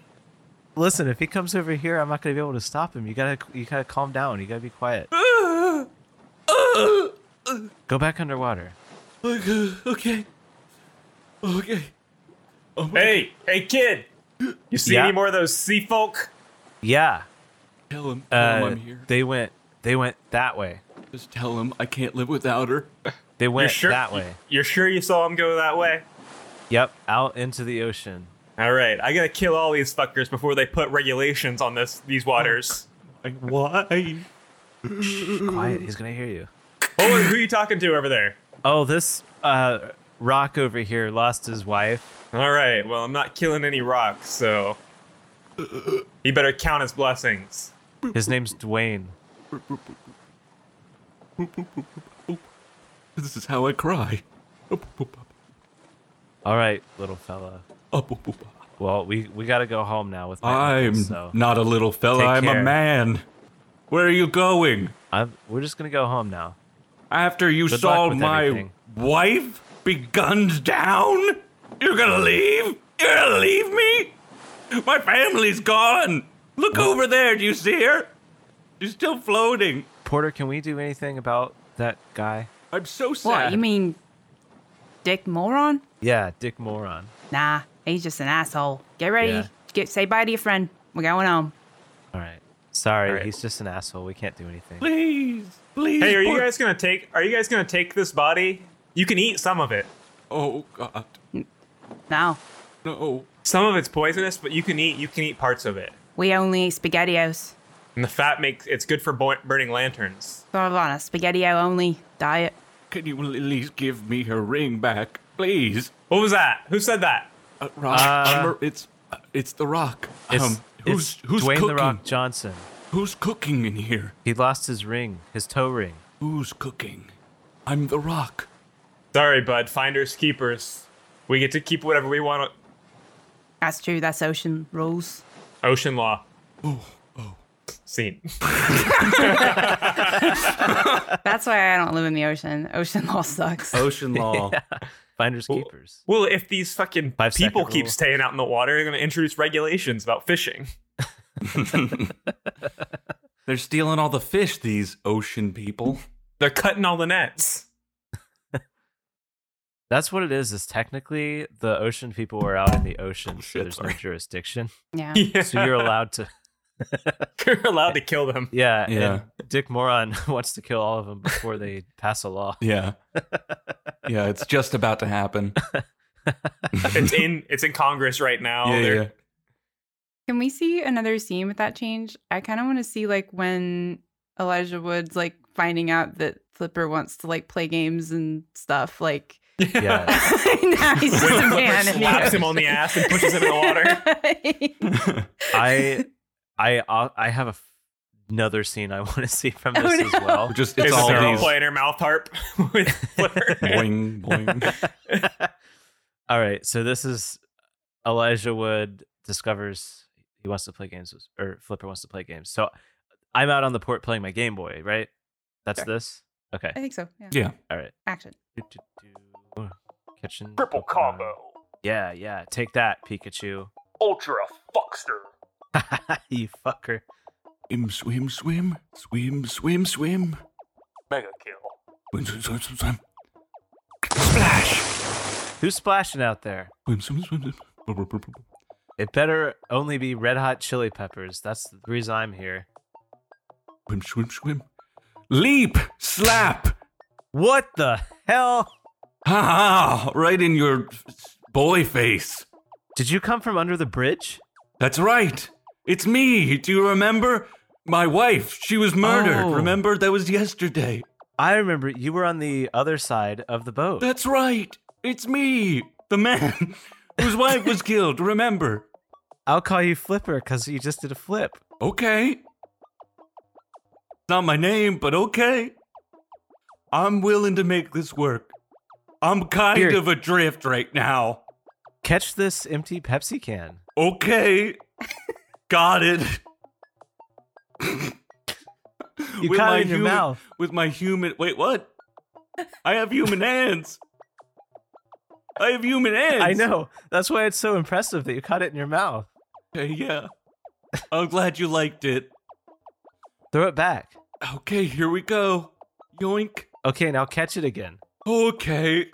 Speaker 5: Listen, if he comes over here, I'm not gonna be able to stop him. You gotta you gotta calm down. You gotta be quiet. Go back underwater.
Speaker 4: uh, Okay. Okay. Oh
Speaker 3: Hey, hey, kid. You see
Speaker 5: Yeah.
Speaker 3: any more of those sea folk?
Speaker 5: Yeah.
Speaker 4: Tell him. Tell him
Speaker 5: Uh,
Speaker 4: I'm here.
Speaker 5: they went they went that way.
Speaker 4: Just tell him I can't live without her.
Speaker 5: They went
Speaker 3: sure?
Speaker 5: that way.
Speaker 3: You're sure you saw him go that way?
Speaker 5: Yep, out into the ocean.
Speaker 3: All right, I gotta kill all these fuckers before they put regulations on this these waters.
Speaker 4: Why?
Speaker 5: Quiet. He's gonna hear you.
Speaker 3: Hold on, who you talking to over there?
Speaker 5: Oh, this uh, rock over here lost his wife.
Speaker 3: All right, well I'm not killing any rocks, so he better count his blessings.
Speaker 5: His name's Dwayne.
Speaker 4: This is how I cry. Up, up, up,
Speaker 5: All right, little fella.
Speaker 4: up, up, up, up.
Speaker 5: Well, we we gotta go home now with my
Speaker 4: I'm
Speaker 5: uncle, so
Speaker 4: not a little fella.
Speaker 5: Take
Speaker 4: I'm a
Speaker 5: care.
Speaker 4: man. Where are you going?
Speaker 5: I'm, we're just gonna go home now.
Speaker 4: After you
Speaker 5: Good luck
Speaker 4: saw
Speaker 5: with
Speaker 4: my
Speaker 5: everything.
Speaker 4: wife be gunned down, you're gonna leave? You're gonna leave me? My family's gone. Look over there. Do you see her? She's still floating.
Speaker 5: Porter, can we do anything about that guy?
Speaker 4: I'm so sad.
Speaker 2: What, you mean Dick Moron?
Speaker 5: Yeah, Dick Moron.
Speaker 2: Nah, he's just an asshole. Get ready.
Speaker 5: Yeah.
Speaker 2: Get say bye to your friend. We're going home.
Speaker 5: All right. Sorry,
Speaker 3: All right.
Speaker 5: he's just an asshole. We can't do anything.
Speaker 4: Please, please.
Speaker 3: Hey, are you
Speaker 4: put-
Speaker 3: guys gonna take? Are you guys gonna take this body? You can eat some of it.
Speaker 4: Oh God,
Speaker 2: No.
Speaker 4: no.
Speaker 3: Some of it's poisonous, but you can eat. You can eat parts of it.
Speaker 2: We only eat spaghettios.
Speaker 3: And the fat makes it's good for bo- burning lanterns.
Speaker 2: Sort of on a spaghettio only diet.
Speaker 4: Can you at least give me her ring back, please?
Speaker 3: What was that? Who said that?
Speaker 4: Uh, rock.
Speaker 5: Uh,
Speaker 4: um, it's uh, it's the Rock.
Speaker 5: It's,
Speaker 4: um, who's
Speaker 5: it's
Speaker 4: who's
Speaker 5: Dwayne
Speaker 4: cooking?
Speaker 5: the Rock Johnson.
Speaker 4: Who's cooking in here?
Speaker 5: He lost his ring, his toe ring.
Speaker 4: Who's cooking? I'm the Rock.
Speaker 3: Sorry, bud. Finders keepers. We get to keep whatever we want.
Speaker 2: That's true. That's ocean rules.
Speaker 3: Ocean law.
Speaker 4: Oh, oh.
Speaker 3: Scene.
Speaker 2: That's why I don't live in the ocean. Ocean law sucks.
Speaker 6: Ocean law.
Speaker 5: Finders keepers.
Speaker 3: Well, if these fucking
Speaker 5: Five
Speaker 3: people
Speaker 5: second
Speaker 3: keep
Speaker 5: rule.
Speaker 3: staying out in the water, they're gonna introduce regulations about fishing.
Speaker 4: They're stealing all the fish. These ocean people.
Speaker 3: They're cutting all the nets.
Speaker 5: That's what it is. Is technically the ocean people were out in the ocean, so
Speaker 4: shit,
Speaker 5: there's no
Speaker 4: sorry.
Speaker 5: jurisdiction.
Speaker 2: Yeah.
Speaker 3: Yeah.
Speaker 5: So you're allowed to.
Speaker 3: You're allowed to kill them.
Speaker 5: Yeah.
Speaker 4: Yeah.
Speaker 5: And Dick Moron wants to kill all of them before they pass a law.
Speaker 4: Yeah. yeah, it's just about to happen.
Speaker 3: It's in it's in Congress right now.
Speaker 5: Oh,
Speaker 4: yeah,
Speaker 3: They're-
Speaker 4: yeah.
Speaker 2: Can we see another scene with that change? I kind of want to see like when Elijah Wood's like finding out that Flipper wants to like play games and stuff. Like
Speaker 5: Yeah.
Speaker 2: now he's just a
Speaker 3: When Flipper
Speaker 2: man. in the
Speaker 3: slaps him on the ass and pushes him in the water.
Speaker 2: ocean.
Speaker 5: I, I, I'll- I have a f- another scene I want to see from this
Speaker 2: Oh, no.
Speaker 5: as well.
Speaker 4: Just
Speaker 3: There's
Speaker 4: it's
Speaker 3: a
Speaker 4: all
Speaker 3: girl
Speaker 4: these.
Speaker 3: playing her mouth harp with Flipper.
Speaker 4: Boing boing.
Speaker 5: All right. So this is Elijah Wood discovers he wants to play games with, or Flipper wants to play games. So I'm out on the port playing my Game Boy, right? That's
Speaker 2: Sure.
Speaker 5: this. Okay.
Speaker 2: I think so. Yeah.
Speaker 4: Yeah.
Speaker 5: All right.
Speaker 2: Action.
Speaker 5: Do, do, do. Kitchen. Pokemon. Yeah, yeah. Take that, Pikachu.
Speaker 7: Ultra Fuckster.
Speaker 5: you fucker.
Speaker 4: Swim, swim, swim, swim, swim, swim.
Speaker 7: Mega Kill.
Speaker 4: Swim, swim, swim, swim, swim. Splash!
Speaker 5: Who's splashing out there?
Speaker 4: Swim, swim, swim, swim. Br- br- br- br- br-
Speaker 5: It better only be red hot chili peppers. That's the reason I'm here.
Speaker 4: Swim, swim, swim. Leap! Slap!
Speaker 5: What the hell?
Speaker 4: Ha ha! Right in your boy face.
Speaker 5: Did you come from under the bridge?
Speaker 4: That's right. It's me. Do you remember? My wife. She was murdered.
Speaker 5: Oh.
Speaker 4: Remember? That was yesterday.
Speaker 5: I remember you were on the other side of the boat.
Speaker 4: That's right. It's me. The man whose wife was killed. Remember?
Speaker 5: I'll call you Flipper because you just did a flip.
Speaker 4: Okay. Not my name, but okay. I'm willing to make this work. I'm kind
Speaker 5: Here.
Speaker 4: of adrift right now.
Speaker 5: Catch this empty Pepsi can.
Speaker 4: Okay. Got it.
Speaker 5: You
Speaker 4: With
Speaker 5: caught
Speaker 4: my
Speaker 5: it in your
Speaker 4: human-
Speaker 5: mouth.
Speaker 4: With my human. Wait, what? I have human hands. I have human hands.
Speaker 5: I know. That's why it's so impressive that you caught it in your mouth.
Speaker 4: Okay, yeah. I'm glad you liked it.
Speaker 5: Throw it back.
Speaker 4: Okay, here we go. Yoink.
Speaker 5: Okay, now catch it again.
Speaker 4: Okay.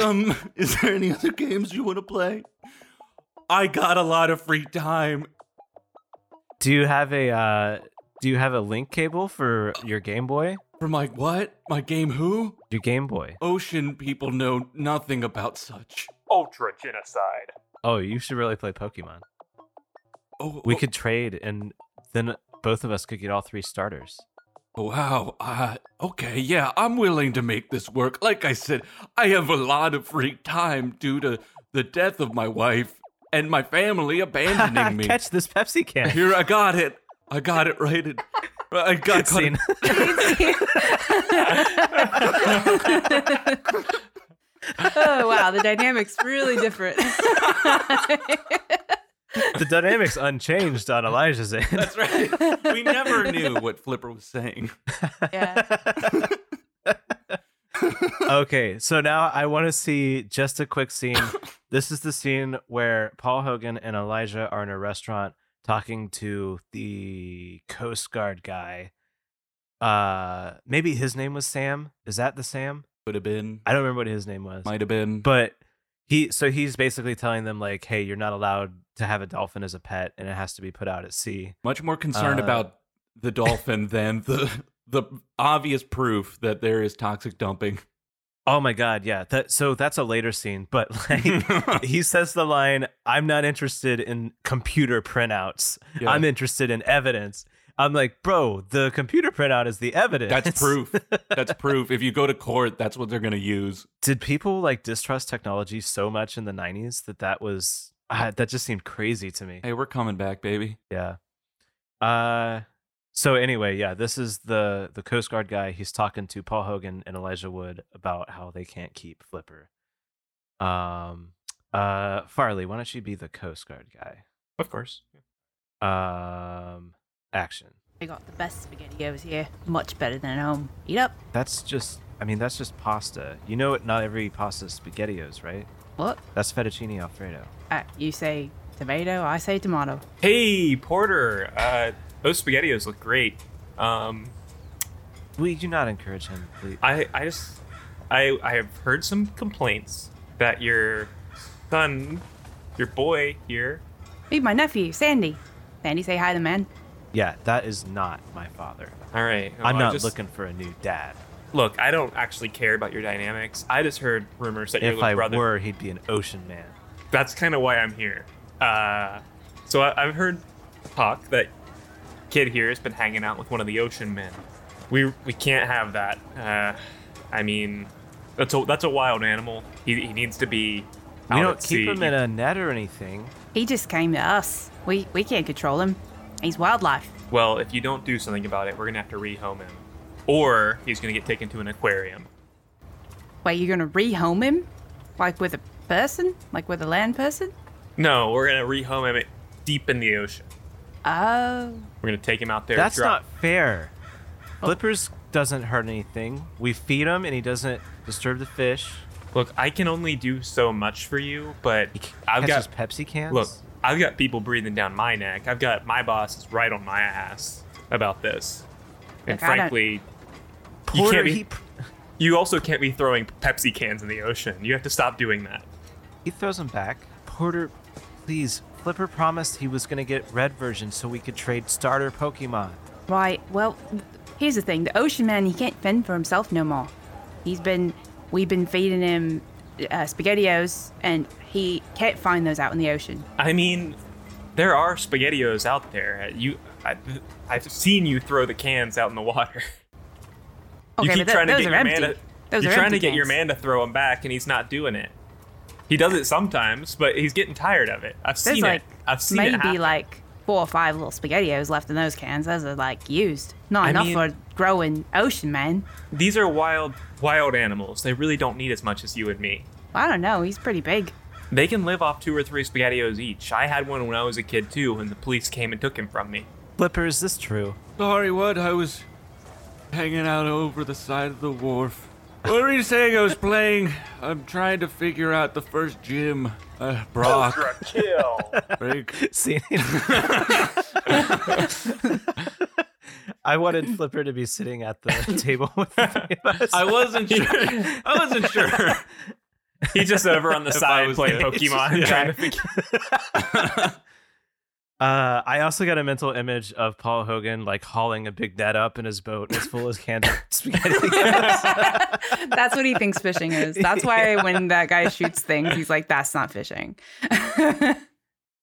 Speaker 4: Um, is there any other games you want to play? I got a lot of free time.
Speaker 5: Do you have a uh, do you have a link cable for your Game Boy?
Speaker 4: From like what? My game who?
Speaker 5: Your Game Boy.
Speaker 4: Ocean people know nothing about such.
Speaker 7: Ultra genocide.
Speaker 5: Oh, you should really play Pokemon.
Speaker 4: Oh,
Speaker 5: We
Speaker 4: oh,
Speaker 5: could trade, and then both of us could get all three starters.
Speaker 4: Wow. Uh, okay, yeah, I'm willing to make this work. Like I said, I have a lot of free time due to the death of my wife and my family abandoning me.
Speaker 5: Ah, Catch this Pepsi can.
Speaker 4: Here, I got it. I got it right. in- I got caught in-
Speaker 5: Scene.
Speaker 2: oh wow, the dynamics really different.
Speaker 5: the dynamics unchanged on Elijah's end.
Speaker 4: That's right. We never knew what Flipper was saying.
Speaker 2: yeah.
Speaker 5: okay, so now I want to see just a quick scene. this is the scene where Paul Hogan and Elijah are in a restaurant talking to the Coast Guard guy. Uh, maybe his name was Sam. Is that the Sam?
Speaker 4: Would have been.
Speaker 5: I don't remember what his name was.
Speaker 4: Might have been.
Speaker 5: But he, so he's basically telling them like, "Hey, you're not allowed to have a dolphin as a pet, and it has to be put out at sea."
Speaker 4: much more concerned
Speaker 5: Uh,
Speaker 4: about the dolphin than the the obvious proof that there is toxic dumping.
Speaker 5: Oh my god, yeah. That so that's a later scene, but like he says the line, I'm not interested in computer printouts.
Speaker 4: Yeah.
Speaker 5: I'm interested in evidence. I'm like, bro, the computer printout is the evidence.
Speaker 4: That's proof. That's proof. If you go to court, that's what they're going to use.
Speaker 5: Did people like distrust technology so much in the 90s that that was uh, that just seemed crazy to me.
Speaker 4: Hey, we're coming back, baby.
Speaker 5: Yeah. Uh so anyway, yeah, this is the the Coast Guard guy. He's talking to Paul Hogan and Elijah Wood about how they can't keep Flipper. Um uh Farley, why don't you be the Coast Guard guy?
Speaker 3: Of course.
Speaker 5: Um action.
Speaker 2: I got the best spaghetti over here. Much better than at home. Eat up.
Speaker 5: That's just I mean, that's just pasta. You know not every pasta is spaghettios, right?
Speaker 2: What?
Speaker 5: That's fettuccine alfredo.
Speaker 2: Uh, you say tomato, I say tomato.
Speaker 3: Hey, Porter. Uh, those spaghettios look great. Um,
Speaker 5: We do not encourage him, please.
Speaker 3: I, I just, I, I have heard some complaints that your son, your boy here,
Speaker 2: Meet my nephew, Sandy. Sandy, say hi to the man.
Speaker 5: Yeah, that is not my father.
Speaker 3: all right. well,
Speaker 5: I'm
Speaker 3: I
Speaker 5: not
Speaker 3: uh, just-
Speaker 5: looking for a new dad.
Speaker 3: Look, I don't actually care about your dynamics. I just heard rumors that your
Speaker 5: If
Speaker 3: little
Speaker 5: I
Speaker 3: brother.
Speaker 5: were, he'd be an ocean man.
Speaker 3: That's kind of why I'm here. Uh, so I, I've heard talk that kid here has been hanging out with one of the ocean men. We we can't have that. Uh, I mean, that's a that's a wild animal. He, he needs to be.
Speaker 5: We
Speaker 3: out
Speaker 5: don't
Speaker 3: at
Speaker 5: keep
Speaker 3: sea.
Speaker 5: him in a net or anything.
Speaker 2: He just came to us. We we can't control him. He's wildlife.
Speaker 3: Well, if you don't do something about it, we're gonna have to rehome him, or he's gonna get taken to an aquarium.
Speaker 2: Wait, you're gonna rehome him? Like with a person? Like with a land person?
Speaker 3: No, we're gonna rehome him deep in the ocean.
Speaker 2: Oh.
Speaker 3: We're gonna take him out there.
Speaker 5: That's
Speaker 3: drop.
Speaker 5: not fair.
Speaker 3: Oh.
Speaker 5: Flippers doesn't hurt anything. We feed him and he doesn't disturb the fish.
Speaker 3: Look, I can only do so much for you, but
Speaker 5: He c-
Speaker 3: I've got
Speaker 5: catches Pepsi cans.
Speaker 3: Look, I've got people breathing down my neck. I've got my boss is right on my ass about this. And
Speaker 2: Look, I don't-
Speaker 3: frankly, you
Speaker 5: Porter,
Speaker 3: can't
Speaker 5: he,
Speaker 3: be,
Speaker 5: pr-
Speaker 3: you also can't be throwing Pepsi cans in the ocean. You have to stop doing that.
Speaker 5: he throws him back. Porter, please. Flipper promised he was gonna get red version so we could trade starter Pokemon.
Speaker 2: Right, well, here's the thing the ocean man, he can't fend for himself no more. He's been, we've been feeding him uh, spaghettios, and he can't find those out in the ocean.
Speaker 3: I mean, there are spaghettios out there. You, I, I've seen you throw the cans out in the water.
Speaker 2: Okay,
Speaker 3: you keep
Speaker 2: but tho-
Speaker 3: trying to
Speaker 2: those
Speaker 3: get
Speaker 2: are
Speaker 3: your man.
Speaker 2: empty.
Speaker 3: To,
Speaker 2: those
Speaker 3: you're
Speaker 2: are
Speaker 3: trying
Speaker 2: empty
Speaker 3: to get your man
Speaker 2: cans.
Speaker 3: to throw him back, and he's not doing it. He does it sometimes, but he's getting tired of it. I've
Speaker 2: There's
Speaker 3: seen
Speaker 2: like
Speaker 3: it. I've seen it.
Speaker 2: maybe
Speaker 3: happen.
Speaker 2: like four or five little spaghettios left in those cans. Those are like used, not
Speaker 3: I
Speaker 2: enough
Speaker 3: mean-
Speaker 2: for a growing ocean man.
Speaker 3: These are wild, wild animals. They really don't need as much as you and me.
Speaker 2: I don't know. He's pretty big.
Speaker 3: They can live off two or three spaghettios each. I had one when I was a kid too, and the police came and took him from me.
Speaker 5: Flipper, is this true?
Speaker 4: Sorry, what? I was hanging out over the side of the wharf. What were you saying? I was playing. I'm trying to figure out the first gym. Uh, Brock.
Speaker 7: Ultra kill.
Speaker 4: Break.
Speaker 5: See, I wanted Flipper to be sitting at the table with the three of us.
Speaker 4: I wasn't sure. I wasn't sure.
Speaker 3: He's just over on the side
Speaker 4: was
Speaker 3: playing
Speaker 4: there.
Speaker 3: Pokemon. trying to figure-
Speaker 5: Uh, I also got a mental image of Paul Hogan like hauling a big net up in his boat as full as canned spaghetti.
Speaker 2: That's what he thinks fishing is. That's why when that guy shoots things, he's like, "That's not fishing."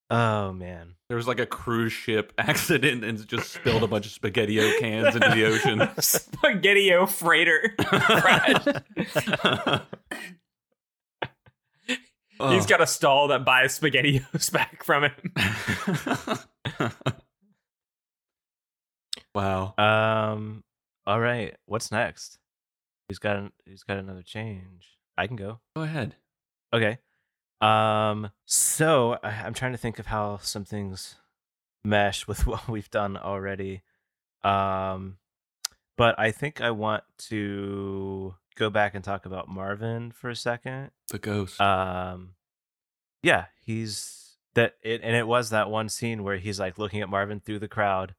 Speaker 5: oh man,
Speaker 4: There was like a cruise ship accident and it just spilled a bunch of spaghettio cans into the ocean.
Speaker 3: Spaghettio freighter. crash.
Speaker 4: Oh.
Speaker 3: He's got a stall that buys spaghettios back from him.
Speaker 4: wow.
Speaker 5: Um. All right. What's next? Who's got an, Who's got another change? I can go.
Speaker 4: Go ahead.
Speaker 5: Okay. Um. So I, I'm trying to think of how some things mesh with what we've done already. Um. But I think I want to go back and talk about Marvin for a second.
Speaker 4: The ghost.
Speaker 5: Um, yeah, he's that it, and it was that one scene where he's like looking at Marvin through the crowd,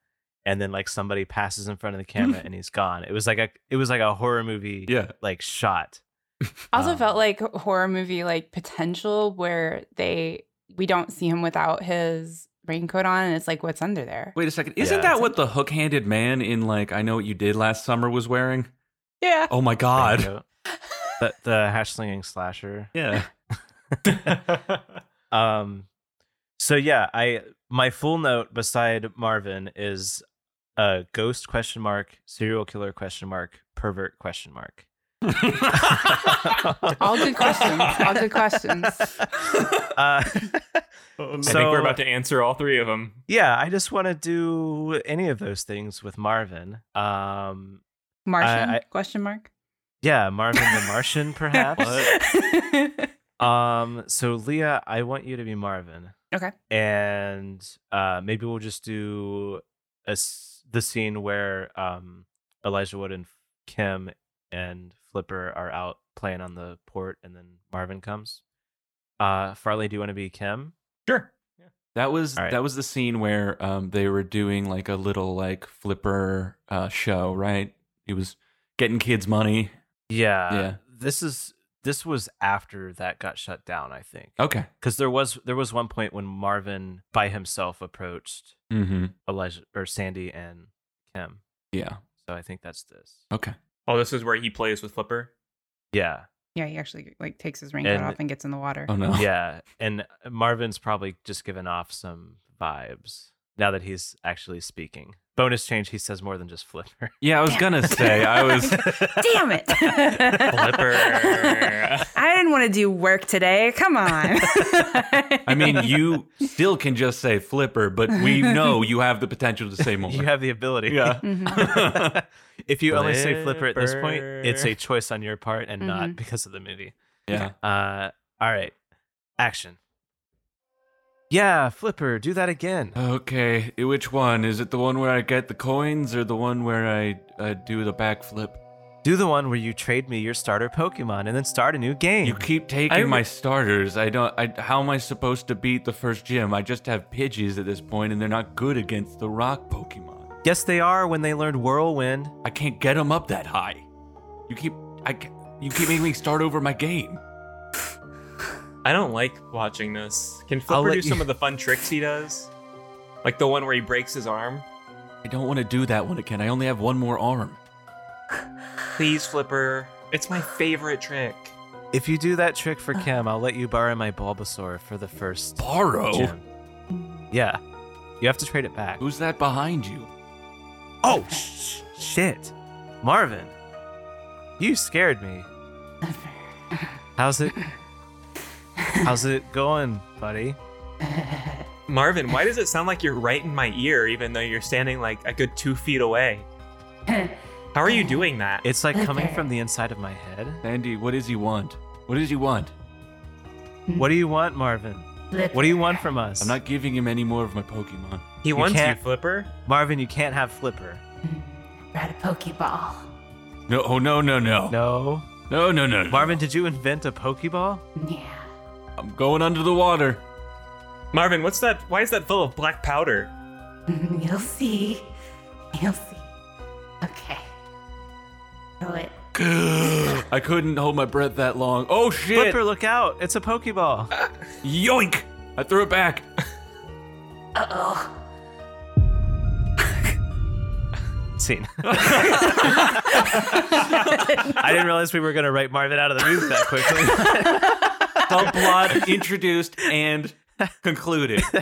Speaker 5: and then like somebody passes in front of the camera and he's gone. It was like a, it was like a horror movie,
Speaker 4: yeah.
Speaker 5: like shot.
Speaker 2: Also
Speaker 5: Um,
Speaker 2: felt like horror movie like potential where they we don't see him without his raincoat on, and it's like, what's under there?
Speaker 4: Wait a second. Isn't
Speaker 5: Yeah.
Speaker 4: that what the hook-handed man in like I know what you did last summer was wearing?
Speaker 2: Yeah.
Speaker 4: Oh my god.
Speaker 5: Raincoat. the the hash slinging slasher.
Speaker 4: Yeah.
Speaker 5: um, so yeah, I my full note beside Marvin is uh, ghost question mark serial killer question mark pervert question mark.
Speaker 2: All good questions. All good questions.
Speaker 3: I
Speaker 5: Uh,
Speaker 3: think Oh, we're about to answer all three of them.
Speaker 5: yeah, I just want to do any of those things with Marvin. Um,
Speaker 2: Martian?
Speaker 5: I-
Speaker 2: question mark.
Speaker 5: yeah, Marvin the Martian, perhaps. um, so Leah, I want you to be Marvin.
Speaker 2: Okay.
Speaker 5: And uh, maybe we'll just do a s the scene where um, Elijah Wood and Kim and Flipper are out playing on the port, and then Marvin comes. Uh, Farley, do you want to be Kim?
Speaker 3: Sure.
Speaker 4: That was
Speaker 5: All right.
Speaker 4: that was the scene where um, they were doing like a little like flipper uh, show, right? He was getting kids money.
Speaker 5: Yeah.
Speaker 4: Yeah.
Speaker 5: This is this was after that got shut down, I think.
Speaker 4: Okay.
Speaker 5: Cuz there was there was one point when Marvin by himself approached
Speaker 4: Mm-hmm.
Speaker 5: Elijah or Sandy and Kim.
Speaker 4: Yeah.
Speaker 5: So I think that's this.
Speaker 4: Okay.
Speaker 3: Oh, this is where he plays with Flipper.
Speaker 5: Yeah.
Speaker 2: yeah, he actually like takes his raincoat
Speaker 5: And-
Speaker 2: off and gets in the water.
Speaker 4: Oh no.
Speaker 5: Yeah. And Marvin's probably just given off some vibes now that he's actually speaking. Bonus change he says more than just flipper.
Speaker 4: Yeah, I was gonna say I was.
Speaker 2: Damn it.
Speaker 3: Flipper.
Speaker 2: I didn't want to do work today. Come on.
Speaker 4: I mean, you still can just say flipper, but we know you have the potential to say more.
Speaker 5: You have the ability.
Speaker 4: yeah.
Speaker 2: Mhm.
Speaker 5: if you only say flipper at this point, it's a
Speaker 3: Flipper.
Speaker 5: choice on your part and not because of the movie.
Speaker 4: Yeah.
Speaker 5: Uh, all right, action. Yeah, Flipper, do that again.
Speaker 4: Okay. i- Which one is it? The one where I get the coins, or the one where I uh, do the backflip?
Speaker 5: Do the one where you trade me your starter Pokemon and then start a new game.
Speaker 4: You keep taking my starters. I don't. I, how am I supposed to beat the first gym? I just have Pidgeys at this point, and they're not good against the rock Pokemon.
Speaker 5: yes, they are when they learned Whirlwind.
Speaker 4: I can't get them up that high. You keep. I. ca- You keep making me start over my game.
Speaker 3: I don't like watching this. Can
Speaker 5: I'll
Speaker 3: Flipper
Speaker 5: let
Speaker 3: do
Speaker 5: you-
Speaker 3: some of the fun tricks he does? Like the one where he breaks his arm?
Speaker 4: I don't want to do that one again. I only have one more arm.
Speaker 3: Please, Flipper. It's my favorite trick.
Speaker 5: If you do that trick for Kim, I'll let you borrow my Bulbasaur for the first
Speaker 4: Borrow?
Speaker 5: gym. Yeah. You have to trade it back.
Speaker 4: Who's that behind you?
Speaker 5: Oh, sh- shit. Marvin, you scared me. How's it? How's it going, buddy?
Speaker 3: Marvin, why does it sound like you're right in my ear, even though you're standing like a good two feet away? How are you doing that?
Speaker 5: It's like coming from the inside of my head.
Speaker 4: Sandy, what does he want? What does he want?
Speaker 5: What do you want, Marvin? What do you want from us?
Speaker 4: I'm not giving him any more of my Pokemon.
Speaker 3: he wants you,
Speaker 5: can't-
Speaker 3: Flipper.
Speaker 5: Marvin, you can't have Flipper.
Speaker 1: Got a Pokeball.
Speaker 4: No, oh, no, no, no.
Speaker 5: No.
Speaker 4: No, no, no. no.
Speaker 5: Marvin, did you invent a Pokeball?
Speaker 1: Yeah.
Speaker 4: I'm going under the water.
Speaker 3: Marvin, what's that? Why is that full of black powder?
Speaker 1: You'll see. You'll see. Okay. Throw it.
Speaker 4: I couldn't hold my breath that long. Oh, shit.
Speaker 5: Flipper, look out! It's a Pokeball.
Speaker 4: Yoink. I threw it back.
Speaker 5: Scene. I didn't realize we were gonna write Marvin out of the room that quickly.
Speaker 4: The plot introduced and concluded.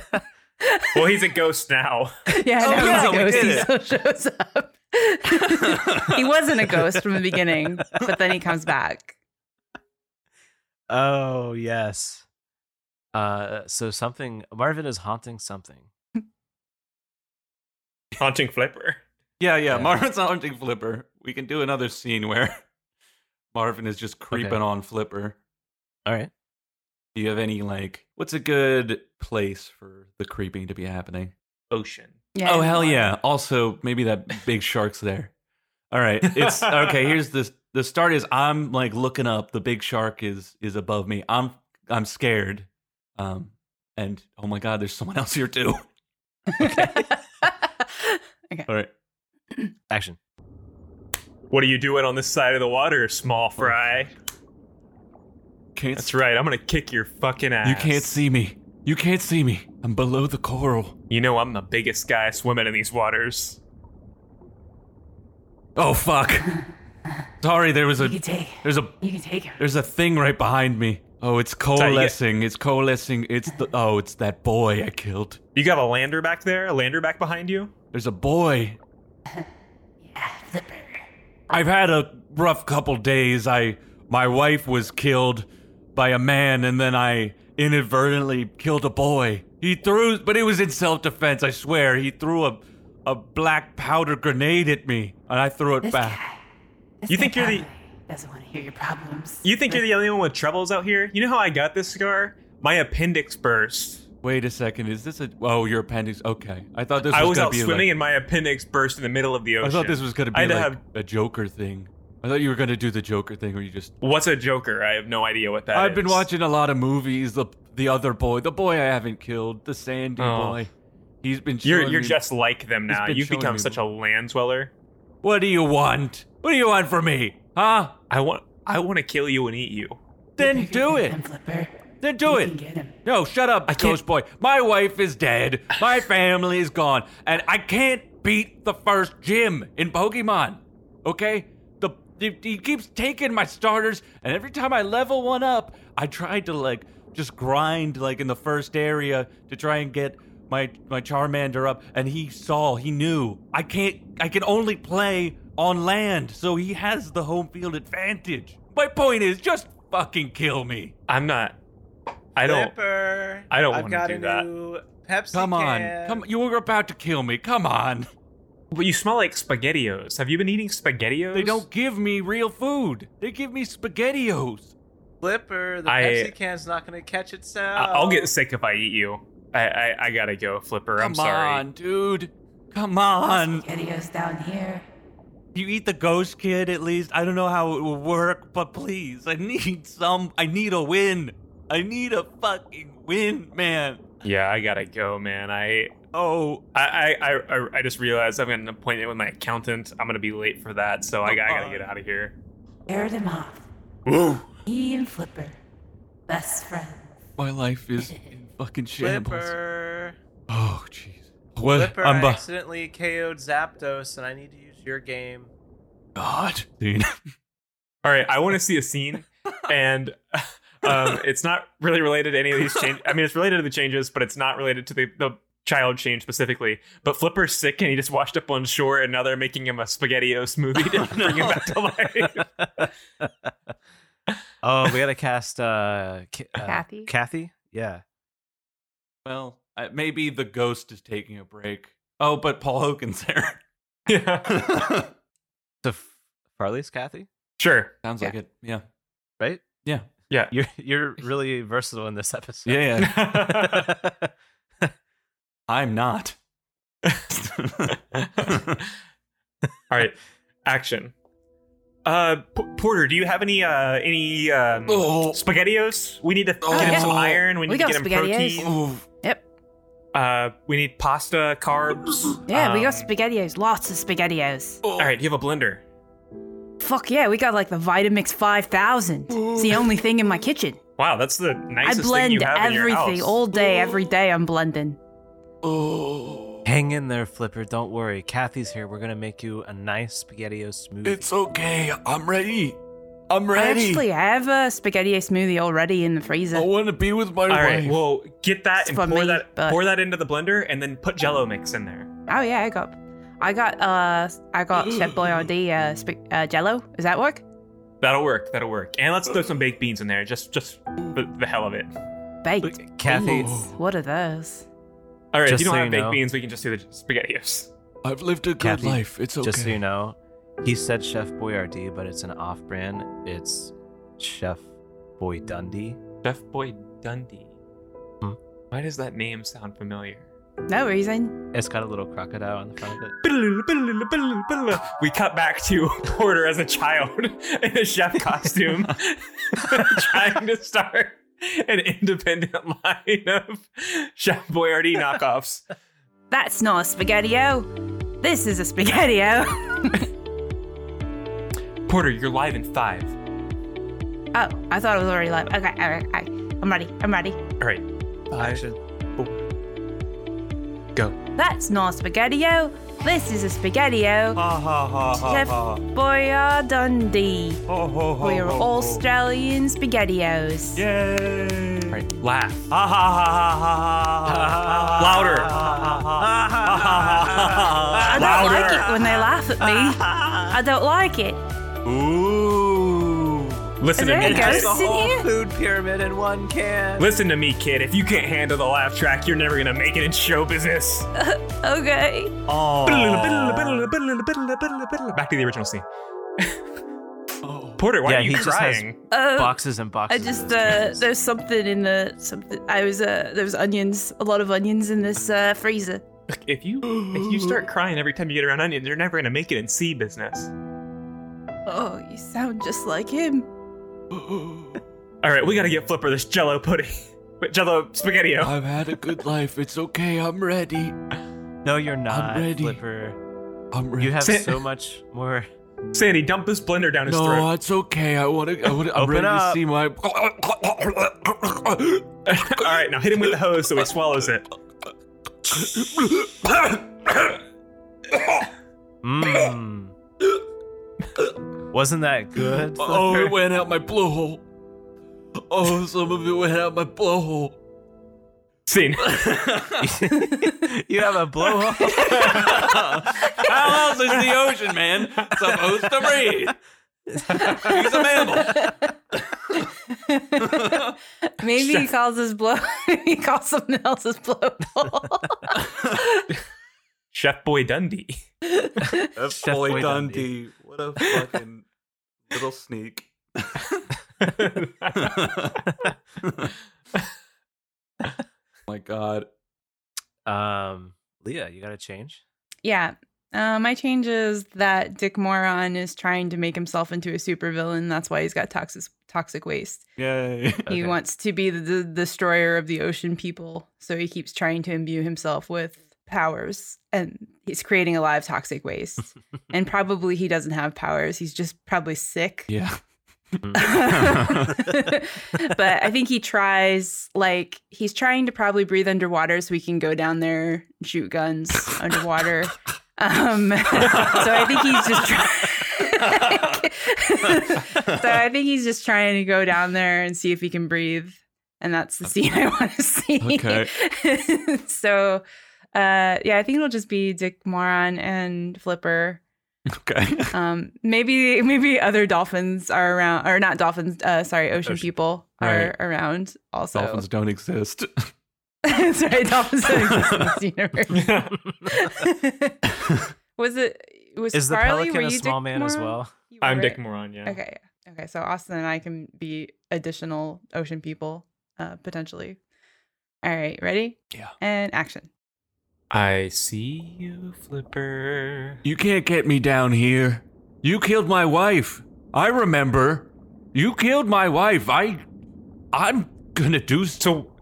Speaker 3: Well, he's a ghost now. Oh,
Speaker 2: Yeah, I know
Speaker 5: yeah, we
Speaker 2: he's a
Speaker 5: did
Speaker 2: ghost. He still shows up. he wasn't a ghost from the beginning, but then he comes back.
Speaker 5: oh yes. Uh, so something Marvin is haunting something.
Speaker 3: Haunting Flipper.
Speaker 4: Yeah, yeah.
Speaker 5: Yeah.
Speaker 4: Marvin's not hunting Flipper. We can do another scene where Marvin is just creeping
Speaker 5: Okay.
Speaker 4: on Flipper.
Speaker 5: All right.
Speaker 4: Do you have any like? What's a good place for the creeping to be happening?
Speaker 3: Ocean.
Speaker 2: Yeah,
Speaker 4: oh hell yeah! Also, maybe that big shark's there. All right, it's okay. Here's the the start is I'm like looking up. The big shark is is above me. I'm I'm scared. Um, and oh my god, there's someone else here too. All right,
Speaker 5: Action.
Speaker 3: What are you doing on this side of the water, small fry?
Speaker 4: can't
Speaker 3: That's right. I'm gonna kick your fucking ass.
Speaker 4: you can't see me. You can't see me. I'm below the coral.
Speaker 3: You know I'm the biggest guy swimming in these waters.
Speaker 4: Oh fuck. Sorry, there was a
Speaker 1: You can take.
Speaker 4: there's a
Speaker 1: You can take her.
Speaker 4: there's a thing right behind me. Oh, it's coalescing. It's coalescing. It's the oh, it's that boy I killed.
Speaker 3: You got a lander back there? A lander back behind you?
Speaker 4: There's a boy.
Speaker 1: Flipper.
Speaker 4: I've had a rough couple days. I my wife was killed by a man and then I inadvertently killed a boy. He threw but it was in self-defense, I swear. He threw a a black powder grenade at me and I threw it
Speaker 1: This
Speaker 4: back.
Speaker 1: guy. This
Speaker 3: You
Speaker 1: guy
Speaker 3: think you're the-
Speaker 1: probably Doesn't want to hear your problems.
Speaker 3: You think you're the only one with troubles out here? You know how I got this scar? My appendix burst.
Speaker 4: Wait a second. Is this a Oh, your appendix. Okay. I thought this was
Speaker 3: I was
Speaker 4: gonna
Speaker 3: out
Speaker 4: be
Speaker 3: swimming
Speaker 4: like-
Speaker 3: and my appendix burst in the middle of the ocean.
Speaker 4: I thought this was gonna be
Speaker 3: I had
Speaker 4: like
Speaker 3: to have-
Speaker 4: a Joker thing. I thought you were gonna do the Joker thing where you just.
Speaker 3: What's a Joker? I have no idea what that
Speaker 4: I've been
Speaker 3: is.
Speaker 4: watching a lot of movies. The the other boy, the boy I haven't killed, the Sandy
Speaker 3: Oh.
Speaker 4: boy. He's been.
Speaker 3: You're
Speaker 4: showing
Speaker 3: you're
Speaker 4: me-
Speaker 3: just like them
Speaker 4: He's
Speaker 3: now.
Speaker 4: been
Speaker 3: You've
Speaker 4: showing
Speaker 3: become
Speaker 4: me-
Speaker 3: such a land dweller.
Speaker 4: What do you want? What do you want from me? Huh?
Speaker 3: I want I want to kill you and eat you.
Speaker 4: Then do
Speaker 1: Get him,
Speaker 4: it.
Speaker 1: Flipper.
Speaker 4: Then do
Speaker 1: you Can
Speaker 4: it.
Speaker 1: get him.
Speaker 4: No, shut up,
Speaker 3: can't-
Speaker 4: ghost boy. My wife is dead. My family is gone, and I can't beat the first gym in Pokemon. Okay, the he, he keeps taking my starters, and every time I level one up, I tried to like just grind like in the first area to try and get my my Charmander up, and he saw, he knew I can't. I can only play on land, so he has the home field advantage. My point is, just fucking kill me.
Speaker 3: I'm not I don't
Speaker 5: Flipper.
Speaker 3: I don't I've wanna got do a that.
Speaker 5: new Pepsi
Speaker 4: Come on. Come you were about to kill me. Come on.
Speaker 3: But you smell like spaghettios. Have you been eating spaghettios?
Speaker 4: They don't give me real food. They give me spaghettios.
Speaker 5: Flipper. The
Speaker 3: I- Pepsi
Speaker 5: can's not gonna catch itself.
Speaker 3: I- I'll get sick if I eat you. I I, I gotta go, Flipper.
Speaker 4: Um,
Speaker 3: I'm
Speaker 4: Come
Speaker 3: sorry.
Speaker 4: on, dude. Come on.
Speaker 1: Spaghettios down here.
Speaker 4: You eat the ghost kid at least. I don't know how it will work, but please, I need some I need a win. I need a fucking win, man.
Speaker 3: Yeah, I gotta go, man. I
Speaker 4: Oh,
Speaker 3: I, I, I, I just realized I've got an appointment with my accountant. I'm gonna be late for that, so I, I gotta get out of here.
Speaker 1: Aired him off. He and Flipper. Best friends.
Speaker 4: my life is in fucking shambles.
Speaker 5: Flipper.
Speaker 4: Oh, jeez. What?
Speaker 5: Flipper.
Speaker 4: I'm
Speaker 5: I
Speaker 4: bu-
Speaker 5: accidentally KO'd Zapdos, and I need to use your game.
Speaker 4: God, dude.
Speaker 3: All right, I want to see a scene, and um, it's not really related to any of these changes. I mean, it's related to the changes, but it's not related to the, the child change specifically. But Flipper's sick, and he just washed up on shore, and now they're making him a SpaghettiOs movie to bring him back to life.
Speaker 5: oh, we gotta cast uh, Ki- uh,
Speaker 2: Kathy?
Speaker 5: Kathy, yeah.
Speaker 4: Well, uh, maybe the ghost is taking a break. Oh, but Paul Hogan's there.
Speaker 3: yeah,
Speaker 5: So F- Farley's Kathy,
Speaker 3: sure.
Speaker 4: Sounds like it. Yeah.
Speaker 5: right?
Speaker 4: Yeah.
Speaker 3: Yeah.
Speaker 5: You're you're really versatile in this episode.
Speaker 4: Yeah. yeah. I'm not.
Speaker 3: All right, action. Uh, P- Porter, do you have any uh any um,
Speaker 4: Oh.
Speaker 3: SpaghettiOs? We need to
Speaker 4: Oh,
Speaker 3: get him some
Speaker 4: yeah.
Speaker 3: iron. We
Speaker 2: We
Speaker 3: need to
Speaker 2: got
Speaker 3: get him
Speaker 2: SpaghettiOs.
Speaker 3: protein.
Speaker 4: Oof.
Speaker 3: Uh, we need pasta, carbs.
Speaker 2: Yeah, we got
Speaker 3: Um, Oh.
Speaker 2: spaghettios, lots of spaghettios.
Speaker 3: All right, you have a blender.
Speaker 2: Fuck yeah, we got like the Vitamix 5000. It's the only thing in my kitchen.
Speaker 3: Wow, that's the
Speaker 2: I
Speaker 3: nicest thing
Speaker 2: blend
Speaker 3: you have in your
Speaker 2: everything
Speaker 3: house.
Speaker 2: all day, every day. I'm blending.
Speaker 4: Oh.
Speaker 5: Hang in there, Flipper. Don't worry. Kathy's here. We're gonna make you a nice SpaghettiOs smoothie.
Speaker 4: okay. I'm ready. I'm
Speaker 2: I actually have a spaghetti smoothie already in the freezer.
Speaker 4: want to be with my
Speaker 3: all right, well, get that
Speaker 2: It's
Speaker 3: and
Speaker 2: for
Speaker 3: pour
Speaker 2: me,
Speaker 3: that
Speaker 2: but-
Speaker 3: pour that into the blender, and then put Jello mix in there.
Speaker 2: Oh yeah, I got, I got uh, I got Chef Boyardee uh, sp- uh, Jello. Does that work?
Speaker 3: That'll work. That'll work. And let's throw some baked beans in there, just just for the hell of it.
Speaker 2: Baked.
Speaker 5: Kathy,
Speaker 2: What are those?
Speaker 3: All right, if
Speaker 5: Just
Speaker 3: you don't
Speaker 5: so
Speaker 3: have
Speaker 5: you
Speaker 3: baked
Speaker 5: know.
Speaker 3: beans, we can just do the spaghettios.
Speaker 4: I've lived a good
Speaker 5: Kathy,
Speaker 4: life. It's okay.
Speaker 5: just so you know, he said Chef Boyardee, but it's an off-brand. It's Chef Boy Dundee.
Speaker 3: Chef Boy Dundee.
Speaker 5: Hmm.
Speaker 3: Why does that name sound familiar?
Speaker 2: No reason.
Speaker 5: It's got a little crocodile on the front of it.
Speaker 3: We cut back to Porter as a child in a chef costume, trying to start an independent line of Chef Boyardee knockoffs.
Speaker 2: That's not a spaghettio. This is a spaghettio.
Speaker 3: Porter, you're live in five.
Speaker 2: Oh, I thought it was already live. Okay, all right, all right. I'm ready. I'm ready.
Speaker 3: All right,
Speaker 5: Action.
Speaker 2: That's not a spaghettio. This is a spaghettio.
Speaker 3: Ha ha ha
Speaker 2: Chef Boyardee.
Speaker 3: Ho ho ho.
Speaker 2: We are Australian spaghettios.
Speaker 3: Yay! laugh. Ha ha ha ha ha ha. Louder.
Speaker 2: I don't like it when they laugh at me. I don't like it.
Speaker 3: Ooh. Listen to
Speaker 2: Is there
Speaker 3: me,
Speaker 2: a
Speaker 3: kid.
Speaker 2: ghost in here?
Speaker 5: Food pyramid in one can.
Speaker 3: Listen to me, kid. If you can't handle the laugh track, you're never gonna make it in show business.
Speaker 2: Okay.
Speaker 3: Back to the original scene. Porter, why
Speaker 5: Yeah,
Speaker 3: are you
Speaker 5: he just has-
Speaker 3: crying?
Speaker 2: Uh,
Speaker 5: Boxes and
Speaker 2: I
Speaker 5: boxes. of
Speaker 2: just
Speaker 5: those
Speaker 2: uh,
Speaker 5: cans.
Speaker 2: there's something in the something. I was uh, there was onions, a lot of onions in this uh, freezer.
Speaker 3: If you if you start crying every time you get around onions, you're never gonna make it in sea business.
Speaker 2: Oh, you sound just like him.
Speaker 3: All right, we gotta get Flipper this Jello pudding, Wait, Jello spaghettio.
Speaker 4: I've had a good life. It's okay. I'm ready.
Speaker 5: no, you're not,
Speaker 4: ready.
Speaker 5: Flipper.
Speaker 4: I'm ready.
Speaker 5: You have
Speaker 3: Sit.
Speaker 5: so much more.
Speaker 3: Sandy, dump this blender down his
Speaker 4: no,
Speaker 3: throat.
Speaker 4: it's okay. I want to. I want to. I'm
Speaker 5: Open
Speaker 4: ready
Speaker 5: up.
Speaker 4: to see my.
Speaker 3: All right, now hit him with the hose so he swallows it.
Speaker 4: Uh,
Speaker 5: Mmm. Wasn't that good?
Speaker 4: Oh,
Speaker 5: Flipper?
Speaker 4: it went out my blowhole. Oh, some of it went out my blowhole.
Speaker 3: Scene.
Speaker 5: you have a blowhole.
Speaker 4: How else is the ocean man supposed to breathe? He's a mammal.
Speaker 2: Maybe he calls his blow. he calls someone else's blowhole.
Speaker 3: Chef Boy Dundee.
Speaker 5: Chef Boy Dundee.
Speaker 4: What a fucking little sneak. my god.
Speaker 5: um, Leah, you gotta change.
Speaker 2: yeah. Uh, my change is that Dick Moron is trying to make himself into a supervillain. That's why he's got toxic toxic waste.
Speaker 4: Yay.
Speaker 2: He
Speaker 5: Okay.
Speaker 2: wants to be the, the destroyer of the ocean people, so he keeps trying to imbue himself with powers, and he's creating a lot of toxic waste. and probably he doesn't have powers; he's just probably sick.
Speaker 4: Yeah.
Speaker 2: but I think he tries, like he's trying to probably breathe underwater, so he can go down there and shoot guns underwater. Um, so I think he's just. Try- so I think he's just trying to go down there and see if he can breathe. And that's the scene I want to see.
Speaker 4: Okay.
Speaker 2: so uh yeah, I think it'll just be Dick Moran and Flipper.
Speaker 4: Okay.
Speaker 2: Um maybe maybe other dolphins are around or not dolphins, uh sorry, ocean,
Speaker 4: Ocean.
Speaker 2: people are around also.
Speaker 4: Dolphins don't exist.
Speaker 2: sorry, dolphins don't exist in this universe. was it was
Speaker 5: Is the
Speaker 2: Farley, were
Speaker 5: pelican a
Speaker 2: you
Speaker 5: small
Speaker 2: Dick
Speaker 5: man as
Speaker 2: Moran?
Speaker 5: well?
Speaker 2: You
Speaker 3: I'm
Speaker 2: were
Speaker 3: Dick
Speaker 2: it?
Speaker 3: Moran. Yeah.
Speaker 2: Okay. yeah. Okay. So Austin and I can be additional ocean people, uh, potentially. All right. Ready?
Speaker 4: Yeah.
Speaker 2: And action.
Speaker 3: I see you, Flipper.
Speaker 4: You can't get me down here. You killed my wife. I remember. You killed my wife. I. I'm gonna do. So-
Speaker 3: So,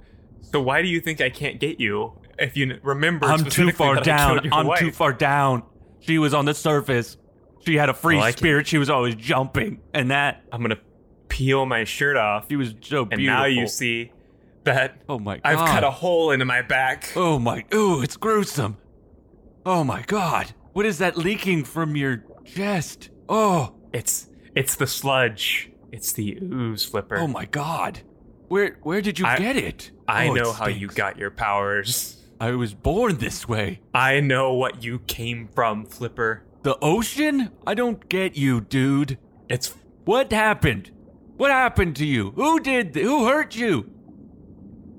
Speaker 3: so why do you think I can't get you? If you n- remember,
Speaker 4: I'm too
Speaker 3: specifically
Speaker 4: far
Speaker 3: that I killed
Speaker 4: down.
Speaker 3: your
Speaker 4: I'm too
Speaker 3: wife.
Speaker 4: far down. She was on the surface. She had a free
Speaker 3: I like it.
Speaker 4: spirit. She was always jumping, and that
Speaker 3: I'm gonna peel my shirt off,
Speaker 4: she was so
Speaker 3: and
Speaker 4: beautiful.
Speaker 3: now you see that
Speaker 4: Oh my god.
Speaker 3: I've cut a hole into my back.
Speaker 4: Oh my. Ooh, it's gruesome. Oh my god. What is that leaking from your chest? Oh.
Speaker 3: It's it's the sludge. It's the ooze, Flipper.
Speaker 4: Oh my god. Where where did you
Speaker 3: I-
Speaker 4: get it?
Speaker 3: I
Speaker 4: Oh, it
Speaker 3: know how you
Speaker 4: stinks.
Speaker 3: got your powers.
Speaker 4: I was born this way.
Speaker 3: I know what you came from, Flipper.
Speaker 4: The ocean? I don't get you, dude.
Speaker 3: It's
Speaker 4: What happened? What happened to you? Who did th- who hurt you?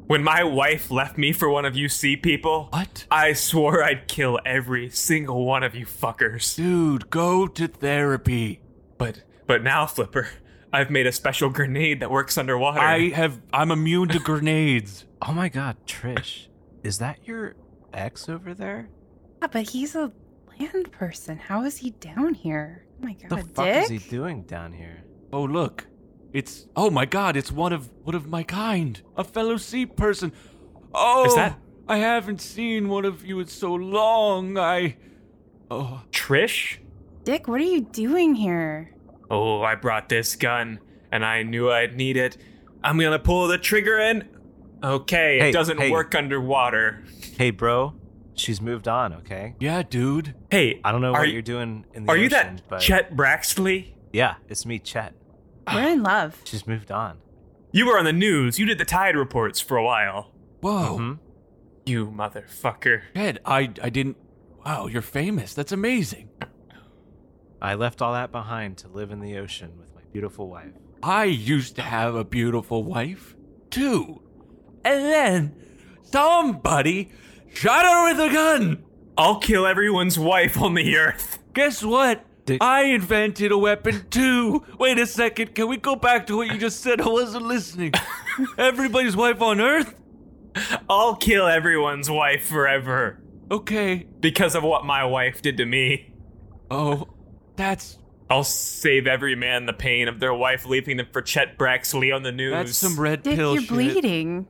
Speaker 3: when my wife left me for one of you sea people.
Speaker 4: What?
Speaker 3: I swore I'd kill every single one of you fuckers.
Speaker 4: Dude, go to therapy.
Speaker 3: But but now, Flipper, I've made a special grenade that works underwater.
Speaker 4: I have I'm immune to grenades.
Speaker 5: Oh my god, Trish, is that your ex over there?
Speaker 2: Yeah, but he's a land person. How is he down here? Oh my
Speaker 5: What
Speaker 2: god,
Speaker 5: the fuck
Speaker 2: Dick.
Speaker 5: is he doing down here?
Speaker 4: Oh look. It's oh my god, it's one of one of my kind. A fellow sea person. Oh
Speaker 3: that-
Speaker 4: I haven't seen one of you in so long. I Oh
Speaker 3: Trish?
Speaker 2: Dick, what are you doing here?
Speaker 3: Oh, I brought this gun and I knew I'd need it. I'm gonna pull the trigger in. Okay,
Speaker 5: Hey,
Speaker 3: it doesn't
Speaker 5: hey.
Speaker 3: work underwater.
Speaker 5: Hey, bro, she's moved on. Okay,
Speaker 4: yeah, dude.
Speaker 3: Hey,
Speaker 5: I don't know
Speaker 3: are
Speaker 5: what
Speaker 3: you,
Speaker 5: you, are doing in the
Speaker 3: Are
Speaker 5: ocean,
Speaker 3: you that
Speaker 5: but
Speaker 3: Chet Braxley?
Speaker 5: yeah, it's me, Chet.
Speaker 2: We're in love.
Speaker 5: She's moved on.
Speaker 3: You were on the news. You did the tide reports for a while. Oh.
Speaker 4: Whoa.
Speaker 5: Mhm.
Speaker 3: You motherfucker.
Speaker 4: Ted, I I didn't. Wow, you're famous. That's amazing.
Speaker 5: I left all that behind to live in the ocean with my beautiful wife.
Speaker 4: I used to have a beautiful wife too, and then somebody shot her with a gun.
Speaker 3: I'll kill everyone's wife on the earth.
Speaker 4: Guess what?
Speaker 5: Dick-
Speaker 4: I invented a weapon too. Wait a second. Can we go back to what you just said? I wasn't listening. Everybody's wife on Earth.
Speaker 3: I'll kill everyone's wife forever
Speaker 4: Okay.
Speaker 3: because of what my wife did to me.
Speaker 4: Oh, that's
Speaker 3: I'll save every man the pain of their wife leaving them for Chet Braxley on the news.
Speaker 4: that's some red
Speaker 2: Dick,
Speaker 4: pill
Speaker 2: you're
Speaker 4: shit.
Speaker 2: bleeding.